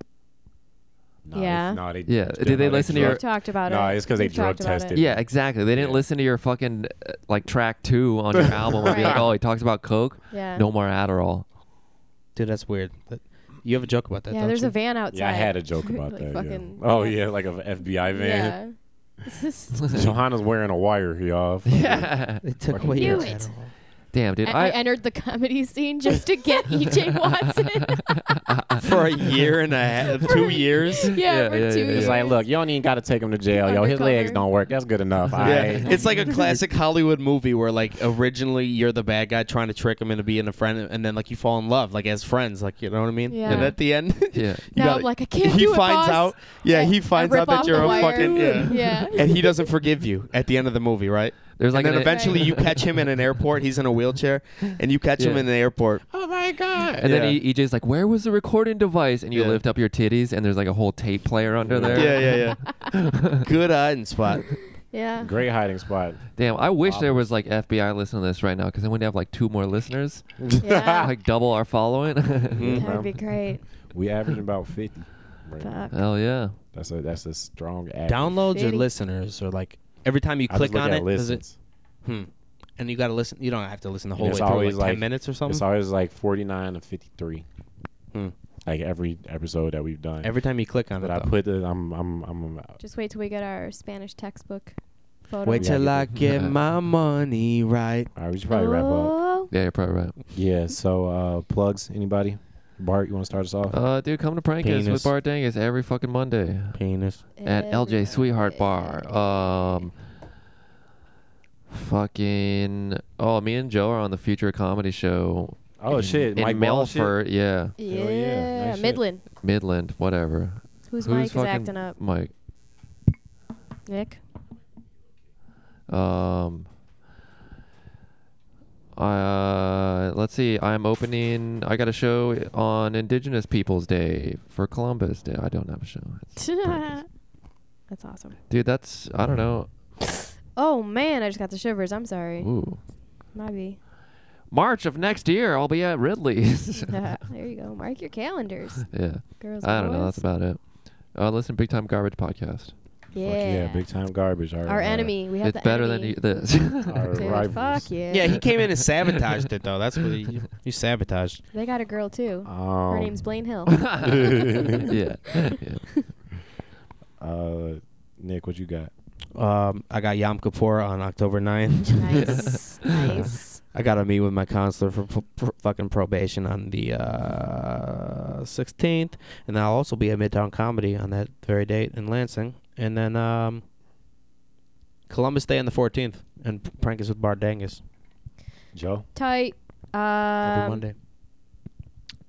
Speaker 7: No,
Speaker 5: Yeah.
Speaker 7: No, they.
Speaker 6: Yeah, did they listen to
Speaker 7: drug-
Speaker 6: your-
Speaker 5: We've talked about it.
Speaker 7: No, it's 'cause they
Speaker 5: We've talked
Speaker 7: drug
Speaker 5: about
Speaker 7: tested.
Speaker 5: it.
Speaker 6: Yeah, exactly. They didn't
Speaker 7: Yeah.
Speaker 6: listen to your fucking uh, like track two on your album and be like,
Speaker 5: Right.
Speaker 6: oh, he talks about coke.
Speaker 5: Yeah.
Speaker 6: No more Adderall.
Speaker 4: Dude, that's weird. But you have a joke about that.
Speaker 5: Yeah,
Speaker 4: don't
Speaker 5: there's
Speaker 4: you?
Speaker 5: a van outside.
Speaker 7: Yeah, I had a joke about
Speaker 5: Like
Speaker 7: that.
Speaker 5: fucking-
Speaker 7: yeah. Oh yeah, like an FBI van.
Speaker 5: Yeah. This is-
Speaker 7: Johanna's wearing a wire, y'all.
Speaker 6: Yeah.
Speaker 4: They took
Speaker 7: Fucking
Speaker 4: away your
Speaker 5: Do it.
Speaker 4: Adderall.
Speaker 6: Damn, dude.
Speaker 5: I,
Speaker 6: I,
Speaker 5: I entered the comedy scene just to get EJ Watson.
Speaker 4: for a year and a half, two years.
Speaker 5: yeah,
Speaker 6: Yeah,
Speaker 5: for
Speaker 6: yeah,
Speaker 5: two
Speaker 6: yeah, yeah.
Speaker 5: years.
Speaker 7: It's like, look, you don't even got to take him to jail, yo. His
Speaker 5: Undercover.
Speaker 7: legs don't work. That's good enough. All
Speaker 4: Yeah,
Speaker 7: right.
Speaker 4: it's like a classic Hollywood movie where like originally you're the bad guy trying to trick him into being a friend, and then like you fall in love, like as friends, like you know what I mean.
Speaker 5: Yeah.
Speaker 4: And at the end,
Speaker 6: Yeah.
Speaker 4: you
Speaker 5: Now
Speaker 4: gotta-
Speaker 5: I'm like, I can't
Speaker 4: He
Speaker 5: do it,
Speaker 4: finds
Speaker 5: boss.
Speaker 4: out. Yeah,
Speaker 5: I-
Speaker 4: he
Speaker 5: I
Speaker 4: finds
Speaker 5: rip
Speaker 4: out that
Speaker 5: off
Speaker 4: you're
Speaker 5: the
Speaker 4: a
Speaker 5: wire.
Speaker 4: fucking yeah.
Speaker 5: Yeah.
Speaker 4: And he doesn't forgive you at the end of the movie, right?
Speaker 6: there's like
Speaker 4: and then
Speaker 6: an-
Speaker 4: eventually you catch him in an airport. He's in a wheelchair, and you catch him
Speaker 6: Yeah.
Speaker 4: in an airport.
Speaker 7: oh my god.
Speaker 6: And
Speaker 4: Yeah.
Speaker 6: then he, EJ's like, "Where was the recording device?" And you
Speaker 4: Yeah.
Speaker 6: lift up your titties, and there's like a whole tape player under there.
Speaker 4: Yeah, yeah, yeah. Good hiding spot.
Speaker 5: Yeah.
Speaker 7: Great hiding spot.
Speaker 6: Damn, I wish there was like FBI listening to this right now, because then we'd have like two more listeners,
Speaker 5: Yeah.
Speaker 6: like double our following.
Speaker 4: Mm-hmm.
Speaker 5: that would be great.
Speaker 7: We average about fifty. Right.
Speaker 5: Fuck.
Speaker 6: Hell yeah.
Speaker 7: That's a that's a strong average.
Speaker 4: Downloads or
Speaker 5: Shitty.
Speaker 4: listeners or like every time you
Speaker 7: I
Speaker 4: click
Speaker 7: just look
Speaker 4: on
Speaker 7: at
Speaker 4: it, does it,
Speaker 7: listens.
Speaker 4: hmm. and you gotta listen. You don't have to listen the whole
Speaker 7: it's
Speaker 4: way through, like,
Speaker 7: always,
Speaker 4: ten
Speaker 7: like-
Speaker 4: minutes or something.
Speaker 7: It's always like forty nine to fifty three.
Speaker 4: Hmm.
Speaker 7: Like every episode that we've done.
Speaker 4: Every time you click on
Speaker 7: but
Speaker 4: it,
Speaker 7: I
Speaker 4: though.
Speaker 7: put it. I'm I'm I'm. I'm
Speaker 5: Just wait till we get our Spanish textbook photo.
Speaker 4: Wait
Speaker 7: Yeah,
Speaker 4: till
Speaker 7: you
Speaker 4: I
Speaker 7: do.
Speaker 4: get my money right.
Speaker 7: all right, we should probably wrap up.
Speaker 5: Oh.
Speaker 6: Yeah, you're probably right.
Speaker 7: Yeah. So uh, plugs. Anybody? Bart, you want to start us off?
Speaker 6: Uh, dude, come to prank us
Speaker 4: Penis.
Speaker 6: with Bart Dangus every fucking Monday
Speaker 4: Penis.
Speaker 6: at LJ Sweetheart Bar. Um, fucking. Oh, me and Joe are on the Future Comedy Show.
Speaker 7: oh
Speaker 6: in-
Speaker 7: shit,
Speaker 6: in
Speaker 7: Mike Ball shit?
Speaker 6: Melfort. Yeah,
Speaker 5: Yeah.
Speaker 7: Hell yeah, nice shit.
Speaker 5: Midland.
Speaker 6: Midland, whatever.
Speaker 5: Who's,
Speaker 6: Who's
Speaker 5: Mike is
Speaker 6: fucking-
Speaker 5: acting up?
Speaker 6: Mike.
Speaker 5: Nick.
Speaker 6: Um. Uh, let's see. I'm opening. I got a show on Indigenous Peoples Day for Columbus Day. I don't have a show. It's Columbus.
Speaker 5: That's awesome.
Speaker 6: Dude, that's I don't know.
Speaker 5: Oh man, I just got the shivers. I'm sorry.
Speaker 6: Ooh.
Speaker 5: Might be.
Speaker 6: March of next year, I'll be at Ridley's.
Speaker 5: there you go. Mark your calendars,
Speaker 6: yeah.
Speaker 5: girls.
Speaker 6: I don't know.
Speaker 5: boys.
Speaker 6: That's about it. Uh, listen, to Big Time Garbage podcast.
Speaker 5: yeah.
Speaker 7: Fuck yeah, big time garbage. Our,
Speaker 5: Our
Speaker 7: uh,
Speaker 5: enemy. We have
Speaker 6: it's
Speaker 5: the
Speaker 6: better
Speaker 5: enemy.
Speaker 6: than you, this.
Speaker 7: Our
Speaker 5: Dude,
Speaker 7: rivals.
Speaker 5: fuck yeah.
Speaker 4: Yeah, he came in and sabotaged it though. That's what he, you sabotaged.
Speaker 5: They got a girl too.
Speaker 7: Um,
Speaker 5: Her name's Blaine Hill.
Speaker 6: yeah. yeah.
Speaker 7: Uh, Nick, what you got?
Speaker 4: Um, I got Yom Kippur on October 9th.
Speaker 5: nice. nice.
Speaker 4: I got to meet with my counselor for, for, for fucking probation on the uh, 16th, and I'll also be at Midtown Comedy on that very date in Lansing, and then um, Columbus Day on the 14th, and P- Prank is with Bart Dangus
Speaker 7: Joe.
Speaker 5: Tight.
Speaker 4: every
Speaker 5: Um,
Speaker 4: Monday.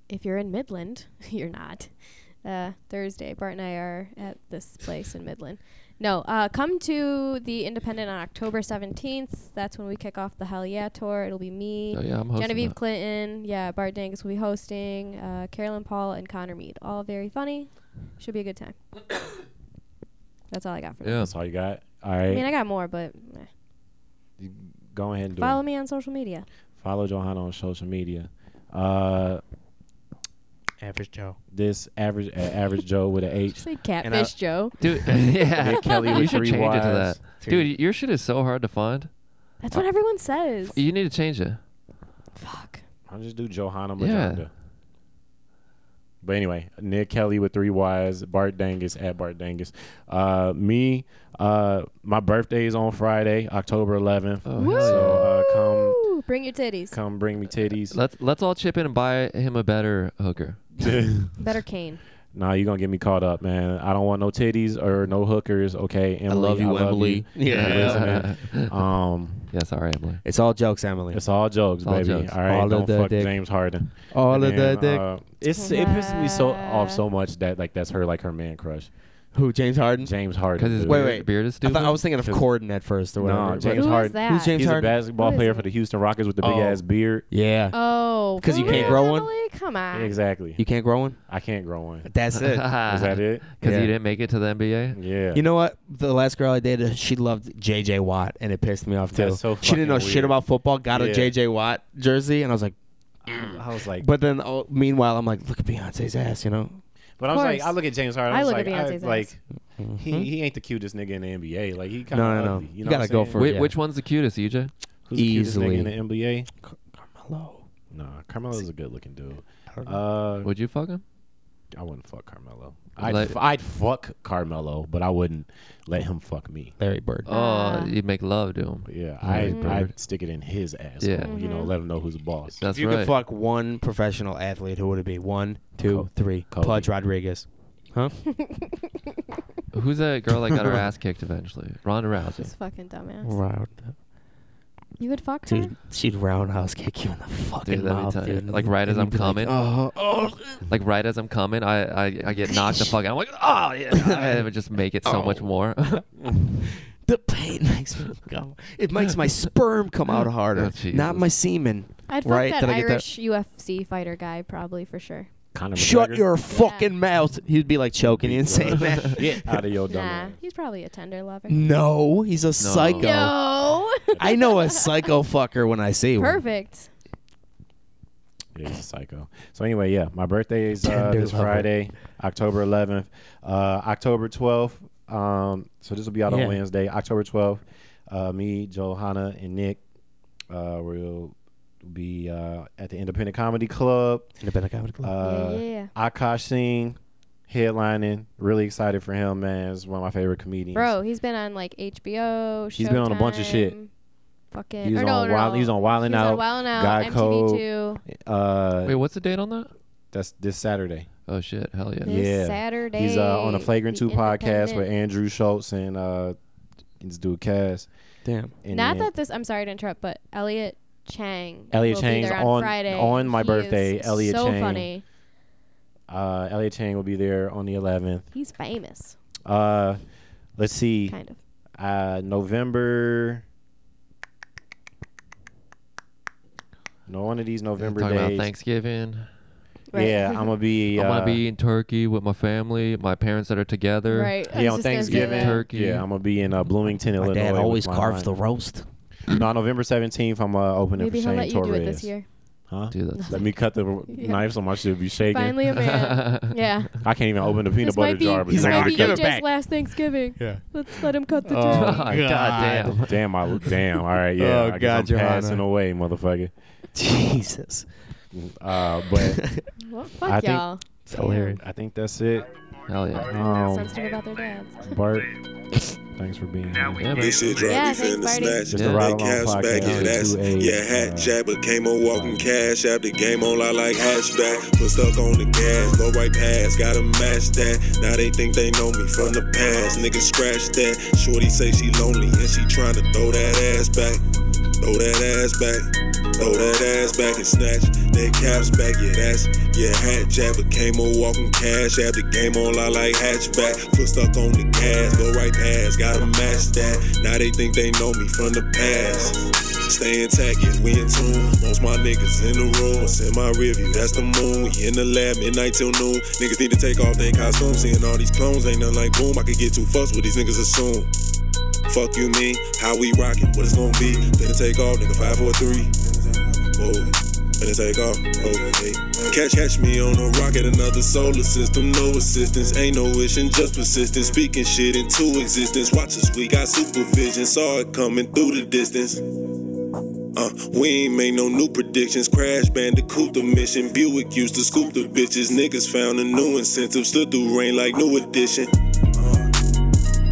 Speaker 5: if you're in Midland, you're not. Uh, Thursday, Bart and I are at this place in Midland. No, uh, come to the Independent on October 17th. That's when we kick off the Hell Yeah tour. It'll be me,
Speaker 6: Oh, yeah, I'm hosting
Speaker 5: Genevieve
Speaker 6: that.
Speaker 5: Clinton, yeah, Bart Dangus will be hosting, uh, Carolyn Paul, and Connor Mead. All very funny. Should be a good time. That's all I got for now.
Speaker 6: Yeah.
Speaker 7: That's all you got. All
Speaker 5: I
Speaker 7: right.
Speaker 5: mean, I got more, but eh.
Speaker 7: Go ahead and do
Speaker 5: follow
Speaker 7: it.
Speaker 5: me on social media.
Speaker 7: Follow Johanna on social media. Uh,
Speaker 4: Average Joe.
Speaker 7: this average uh, average Joe with an H.
Speaker 5: Say Catfish Joe.
Speaker 6: Dude, yeah.
Speaker 7: Nick Kelly
Speaker 6: you
Speaker 7: with
Speaker 6: should
Speaker 7: three
Speaker 6: change it to
Speaker 7: Ys.
Speaker 6: that. Dude, your shit is so hard to find.
Speaker 5: That's what everyone says.
Speaker 6: You need to change it.
Speaker 5: Fuck.
Speaker 7: I'll just do Johanna
Speaker 6: Yeah.
Speaker 7: Majanda. But anyway, Nick Kelly with three Ys, Bart Dangus at Bart Dangus. Uh, me, uh, my birthday is on Friday, October 11th.
Speaker 6: Oh,
Speaker 5: Woo!
Speaker 6: hell yeah.
Speaker 7: So uh, come
Speaker 5: Bring your titties.
Speaker 7: come bring me titties.
Speaker 6: Let's let's all chip in and buy him a better hooker.
Speaker 5: Better cane.
Speaker 7: nah, you're going to get me caught up, man. I don't want no titties or no hookers, okay? Emily,
Speaker 4: love you, Emily.
Speaker 7: you.
Speaker 4: Yeah.
Speaker 7: You're listening. um,
Speaker 6: Yeah, sorry, Emily.
Speaker 4: It's all jokes, Emily.
Speaker 7: It's all jokes,
Speaker 6: All
Speaker 7: baby.
Speaker 6: jokes.
Speaker 7: All right,
Speaker 4: All of
Speaker 7: don't
Speaker 4: the
Speaker 7: fuck
Speaker 4: dick.
Speaker 7: James Harden.
Speaker 4: All of the
Speaker 7: And,
Speaker 4: dick.
Speaker 7: uh, it's it pisses me so off so much that like that's her like her man crush,
Speaker 4: Who, James Harden?
Speaker 7: James Harden.
Speaker 6: Because his
Speaker 7: dude.
Speaker 4: Mm-hmm. Wait,
Speaker 6: beard,
Speaker 4: wait.
Speaker 6: beard is
Speaker 4: I,
Speaker 6: stupid.
Speaker 4: thought, I was thinking of Corden at first or
Speaker 7: No,
Speaker 4: whatever. but-
Speaker 7: James
Speaker 5: Who
Speaker 7: Harden.
Speaker 5: is that?
Speaker 4: Who's James
Speaker 7: He's a
Speaker 4: Harden?
Speaker 7: basketball
Speaker 5: Who is
Speaker 7: player
Speaker 5: he?
Speaker 7: for the Houston Rockets with the big
Speaker 4: Oh.
Speaker 7: ass beard.
Speaker 4: Yeah.
Speaker 5: Oh,
Speaker 4: 'Cause you
Speaker 5: for
Speaker 4: can't
Speaker 5: real,
Speaker 4: grow one?
Speaker 5: Emily? Come
Speaker 4: Ah.
Speaker 5: on.
Speaker 7: Exactly.
Speaker 4: You can't grow one?
Speaker 7: I can't grow one.
Speaker 4: That's it.
Speaker 7: Is that it?
Speaker 6: Because
Speaker 4: Yeah.
Speaker 6: he didn't make it to the NBA.
Speaker 7: Yeah.
Speaker 4: Ah. You know what? The last girl I dated, she loved JJ Watt, and it pissed me off too.
Speaker 7: That's so
Speaker 4: she didn't know
Speaker 7: fucking
Speaker 4: shit
Speaker 7: weird.
Speaker 4: about football. Got
Speaker 7: Yeah.
Speaker 4: a JJ Watt jersey, and I was like,
Speaker 7: Mm. I was like,
Speaker 4: but then oh, meanwhile, I'm like, look at Beyonce's ass, you know?
Speaker 7: But I was like,
Speaker 5: course.
Speaker 7: I look at James Harden. I,
Speaker 5: I
Speaker 7: was
Speaker 5: look at
Speaker 7: like, I-
Speaker 5: Beyonce's
Speaker 7: like
Speaker 5: ass.
Speaker 7: he, he ain't the cutest nigga in the NBA. Like he kind
Speaker 4: Mm-hmm. No, no,
Speaker 7: of
Speaker 4: no.
Speaker 7: ugly.
Speaker 4: You
Speaker 7: You, know
Speaker 4: gotta
Speaker 7: what I'm
Speaker 4: go
Speaker 7: saying?
Speaker 4: for-
Speaker 6: Wait,
Speaker 4: Yeah.
Speaker 6: which one's the cutest, E EJ?
Speaker 7: Who's the cutest
Speaker 4: Easily.
Speaker 7: nigga in the NBA.
Speaker 4: Car- Carmelo.
Speaker 7: Nah, Carmelo's a good looking dude.
Speaker 4: I don't know.
Speaker 7: Uh,
Speaker 6: Would you fuck him?
Speaker 7: I wouldn't fuck Carmelo. I'd,
Speaker 6: Like-
Speaker 7: f- I'd fuck Carmelo, but I wouldn't let him fuck me.
Speaker 4: Larry Bird.
Speaker 6: Oh,
Speaker 5: Ah.
Speaker 6: you make love to him.
Speaker 7: Yeah, I
Speaker 6: Larry Bird.
Speaker 7: I'd stick it in his ass.
Speaker 6: Yeah.
Speaker 7: you
Speaker 5: Mm-hmm.
Speaker 7: know, let him know who's the boss.
Speaker 6: That's
Speaker 4: if you
Speaker 6: right.
Speaker 4: could fuck one professional athlete, who would it be? One, two,
Speaker 7: Kobe.
Speaker 4: three.
Speaker 7: Kobe.
Speaker 4: Pudge Rodriguez. Huh?
Speaker 6: Who's that girl that got her ass kicked eventually? Ronda
Speaker 5: This
Speaker 6: Rousey.
Speaker 5: fucking dumbass.
Speaker 4: Round.
Speaker 5: You would fuck her?
Speaker 4: Dude, she'd roundhouse kick you in the fucking
Speaker 6: Dude, let me
Speaker 4: mouth,
Speaker 6: tell you.
Speaker 4: dude.
Speaker 6: Like, right as
Speaker 4: And
Speaker 6: I'm
Speaker 4: you'd be
Speaker 6: coming.
Speaker 4: oh, oh.
Speaker 6: Like right as I'm coming, I I, I get knocked the fuck out. I'm like, oh yeah, I would just make it so much more.
Speaker 4: Oh. The pain makes me come. It makes my sperm come out harder,
Speaker 6: Oh,
Speaker 4: not my
Speaker 6: Jesus.
Speaker 4: semen.
Speaker 5: I'd fuck
Speaker 4: right?
Speaker 5: that
Speaker 4: Did I get that?
Speaker 5: Irish UFC fighter guy, probably for sure.
Speaker 7: Conor
Speaker 4: Shut
Speaker 7: McGregor,
Speaker 4: your fucking mouth. He'd be like choking you and saying that.
Speaker 7: get out of your dumb.
Speaker 5: Nah,
Speaker 7: ass.
Speaker 5: he's probably a tender lover.
Speaker 4: No, he's a psycho.
Speaker 5: No.
Speaker 4: I know a psycho fucker when I see one.
Speaker 5: Perfect.
Speaker 7: Yeah, he's a psycho. So anyway, yeah, my birthday is uh,
Speaker 4: Tender
Speaker 7: this
Speaker 4: lover.
Speaker 7: Friday, October 11th, uh, October 12th. Um, so this will be out
Speaker 4: Yeah.
Speaker 7: on Wednesday, October 12th. Uh, me, Johanna, and Nick uh, will be uh, at the Independent Comedy Club.
Speaker 4: Independent comedy club.
Speaker 7: Uh,
Speaker 5: yeah, yeah,
Speaker 7: Akash Singh headlining. Really excited for him, man. He's one of my favorite comedians.
Speaker 5: bro. He's been on like HBO.
Speaker 7: He's been on a bunch of shit.
Speaker 5: Showtime, Fucking.
Speaker 7: He's
Speaker 5: or no,
Speaker 7: on
Speaker 5: no,
Speaker 7: Wild-
Speaker 5: no.
Speaker 7: he's on Wildin'
Speaker 5: He's
Speaker 7: Out,
Speaker 5: Wildin'
Speaker 7: Guy
Speaker 5: MTV
Speaker 7: Code.
Speaker 5: Two.
Speaker 7: Uh,
Speaker 6: Wait, what's the date on that?
Speaker 7: that's this Saturday.
Speaker 6: Oh shit, hell yeah.
Speaker 5: This
Speaker 7: Yeah.
Speaker 5: Saturday.
Speaker 7: He's uh, on a Flagrant
Speaker 5: The
Speaker 7: Two podcast with
Speaker 5: Independent.
Speaker 7: Andrew Schultz and uh, this dude Cass.
Speaker 4: Damn.
Speaker 7: And
Speaker 5: Not
Speaker 7: then-
Speaker 5: that this. I'm sorry to interrupt, but Elliot Chang.
Speaker 7: Elliot
Speaker 5: will
Speaker 7: Chang's
Speaker 5: be there on,
Speaker 7: on-
Speaker 5: Friday.
Speaker 7: on my
Speaker 5: He is
Speaker 7: birthday, Elliot
Speaker 5: so
Speaker 7: Chang.
Speaker 5: funny.
Speaker 7: Uh, Elliot Chang will be there on the 11th.
Speaker 5: He's famous,
Speaker 7: Uh, let's see.
Speaker 5: kind of.
Speaker 7: Uh, November. No one of these November
Speaker 6: Talking about
Speaker 7: days.
Speaker 6: Thanksgiving.
Speaker 5: Right.
Speaker 7: Yeah, I'm gonna be. Uh,
Speaker 6: I'm gonna be in Turkey with my family, my parents that are together.
Speaker 5: Right. I
Speaker 7: Yeah,
Speaker 5: was just gonna
Speaker 7: on
Speaker 5: say
Speaker 7: Thanksgiving.
Speaker 5: that.
Speaker 6: Turkey.
Speaker 7: Yeah, I'm gonna be in uh, Bloomington,
Speaker 4: My
Speaker 7: Illinois.
Speaker 4: dad
Speaker 7: with
Speaker 4: always
Speaker 7: my
Speaker 4: carves
Speaker 7: aunt.
Speaker 4: the roast.
Speaker 7: No, November 17th, I'm uh, opening
Speaker 5: Maybe he'll
Speaker 7: for Shane
Speaker 5: let you
Speaker 7: Torres.
Speaker 5: do it this year.
Speaker 7: Huh?
Speaker 6: Dude, that's
Speaker 7: Let me cut the
Speaker 5: Yeah.
Speaker 7: knives on my shit. Be shaking.
Speaker 5: Finally, a man. yeah.
Speaker 7: I can't even open the peanut
Speaker 5: this
Speaker 7: butter
Speaker 5: might be,
Speaker 7: jar. but
Speaker 5: this
Speaker 7: now
Speaker 5: might
Speaker 7: I
Speaker 5: be
Speaker 7: can.
Speaker 5: EJ's last Thanksgiving.
Speaker 4: Yeah.
Speaker 5: Let's let him cut the
Speaker 4: Oh.
Speaker 5: turkey.
Speaker 6: God,
Speaker 4: God.
Speaker 6: damn.
Speaker 7: Damn, I damn. All right, yeah.
Speaker 4: Oh,
Speaker 7: I guess
Speaker 4: God,
Speaker 7: I'm
Speaker 4: Johanna.
Speaker 7: passing away, motherfucker.
Speaker 4: Jesus.
Speaker 7: Uh, but
Speaker 5: Well,
Speaker 7: I
Speaker 5: fuck
Speaker 7: think-
Speaker 5: y'all.
Speaker 4: It's hilarious.
Speaker 7: I think that's it.
Speaker 6: Hell yeah.
Speaker 7: Um,
Speaker 5: Sensitive about their dads.
Speaker 7: Bart, thanks for being here.
Speaker 6: Yeah, man.
Speaker 2: This shit drop,
Speaker 5: Yeah,
Speaker 2: we
Speaker 5: thanks,
Speaker 2: finna
Speaker 5: Barty.
Speaker 2: snatch.
Speaker 7: Just
Speaker 6: a
Speaker 2: Big
Speaker 7: ride-along
Speaker 2: cash back,
Speaker 7: podcast
Speaker 2: yeah, that's
Speaker 7: with two A's,
Speaker 2: yeah. Hat
Speaker 7: uh,
Speaker 2: jack became a walking cash app. The game on I like hatchback. Put stuck on the gas, go right past, gotta match that. Now they think they know me from the past. Nigga scratch that. Shorty say she lonely and she tryna throw that ass back, throw that ass back. Throw that ass back and snatch that caps back, yeah, that's yeah, hat jack became a walking cash app. The game on I like hatchback. Foot stuck on the gas, go right past, gotta match that. Now they think they know me from the past. Stay intact, yeah, we in tune. Most my niggas in the room. What's in my review? That's the moon. We in the lab, midnight till noon. Niggas need to take off their costumes. Seeing all these clones ain't nothing like boom. I could get too fussed with these niggas assume. Fuck you, mean? How we rockin'? What it's gonna be? Finna take off, nigga. Five, four, three. Whoa. Finna take off. Oh, hey. Catch, catch me on a rocket, another solar system. No assistance, ain't no wishing, just persistence. Speaking shit into existence. Watch us, we got supervision. Saw it coming through the distance. Uh, we ain't made no new predictions. Crash Bandicoot the mission. Buick used to scoop the bitches. Niggas found a new incentive. Stood through rain like new addition.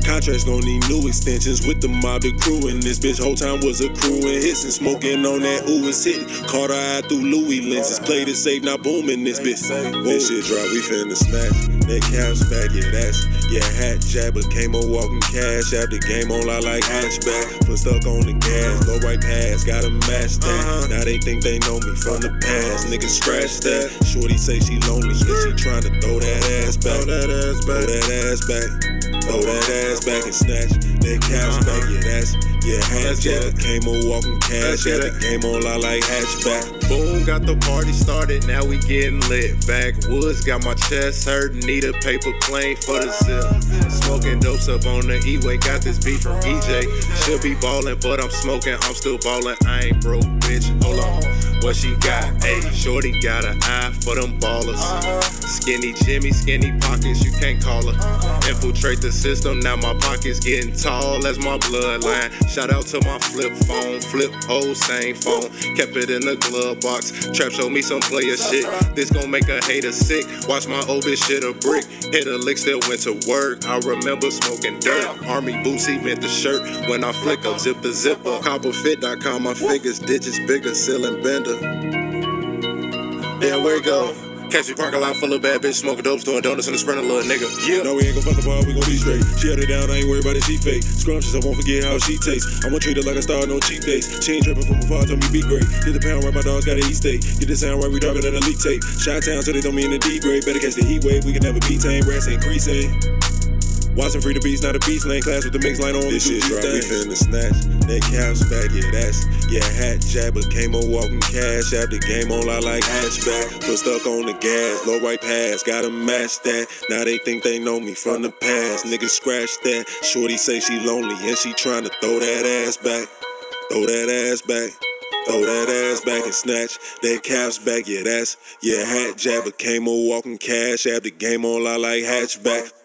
Speaker 2: Contracts gon' need new extensions with the mob that crew in this bitch. Whole time was a crew and hits and smoking on that ooh is hitting. Caught her eye through Louis lenses. Played it safe, not booming this bitch. This shit drop, we finna snatch. That caps back, yeah, that's yeah, hat jack. Became a walking cash app. The game on I like hatchback. Put stuck on the gas, go right past, gotta match that. Now they think they know me from the past. Nigga, scratch that. Shorty say she lonely, and she tryna throw that ass back. Throw that ass back. Throw that ass back. Throw that ass back and snatch that cash back. Yeah, that's yeah, hatchback. Came on walking cash. Yeah, the game on I like hatchback.
Speaker 8: Boom, got the party started, now we getting lit. Backwoods, got my chest hurting, need a paper plane for the zip. Smoking dopes up on the E-way, got this beat from EJ. Should be ballin', but I'm smoking, I'm still ballin', I ain't broke, bitch. Hold on, what she got? Hey, shorty got an eye for them ballers. Skinny Jimmy, skinny pockets, you can't call her. Infiltrate the system, now my pockets getting tall as my bloodline. Shout out to my flip phone, flip old same phone. Kept it in the glove
Speaker 9: box. Trap show me some player shit. This gon' make a hater sick. Watch my old bitch shit a brick. Hit a lick, still went to work. I remember smoking dirt. Army boots, he meant the shirt. When I flick up, zip the zipper. Copperfit.com, my fingers, digits bigger, ceiling bender. Then where it go? Catch me parking lot full of bad bitch, smoking dopes, doing donuts in the sprint, a little nigga. Yeah.
Speaker 2: No, we ain't gon' fuck the bar, we gon' be straight. She held it down, I ain't worried about it, she fake. Scrumptious, I won't forget how she tastes. I'ma treat her like a star, no cheap days. She ain't trippin' from afar, told me be great. Did the pound right, my dogs gotta eat steak. Get the sound right, we droppin' an elite tape. Shot town, so they throw me in the D grade. Better catch the heat wave, we can never be tame. Rats increasing. Watching free to beats, not a beast lane class with the mix line on.
Speaker 9: This
Speaker 2: do
Speaker 9: shit's
Speaker 2: these
Speaker 9: right, we
Speaker 2: things.
Speaker 9: finna snatch.
Speaker 2: That caps back, yeah, that's yeah, hat jab, but came on walking cash. App the game on, I like hatchback. Put stuck on the gas, low right pass, gotta match that. Now they think they know me from the past. Niggas scratch that. Shorty say she lonely and she tryna throw that ass back. Throw that ass back. Throw that ass back and snatch that caps back, yeah, that's yeah, hat jab, but came on walking cash. App the game on, I like hatchback.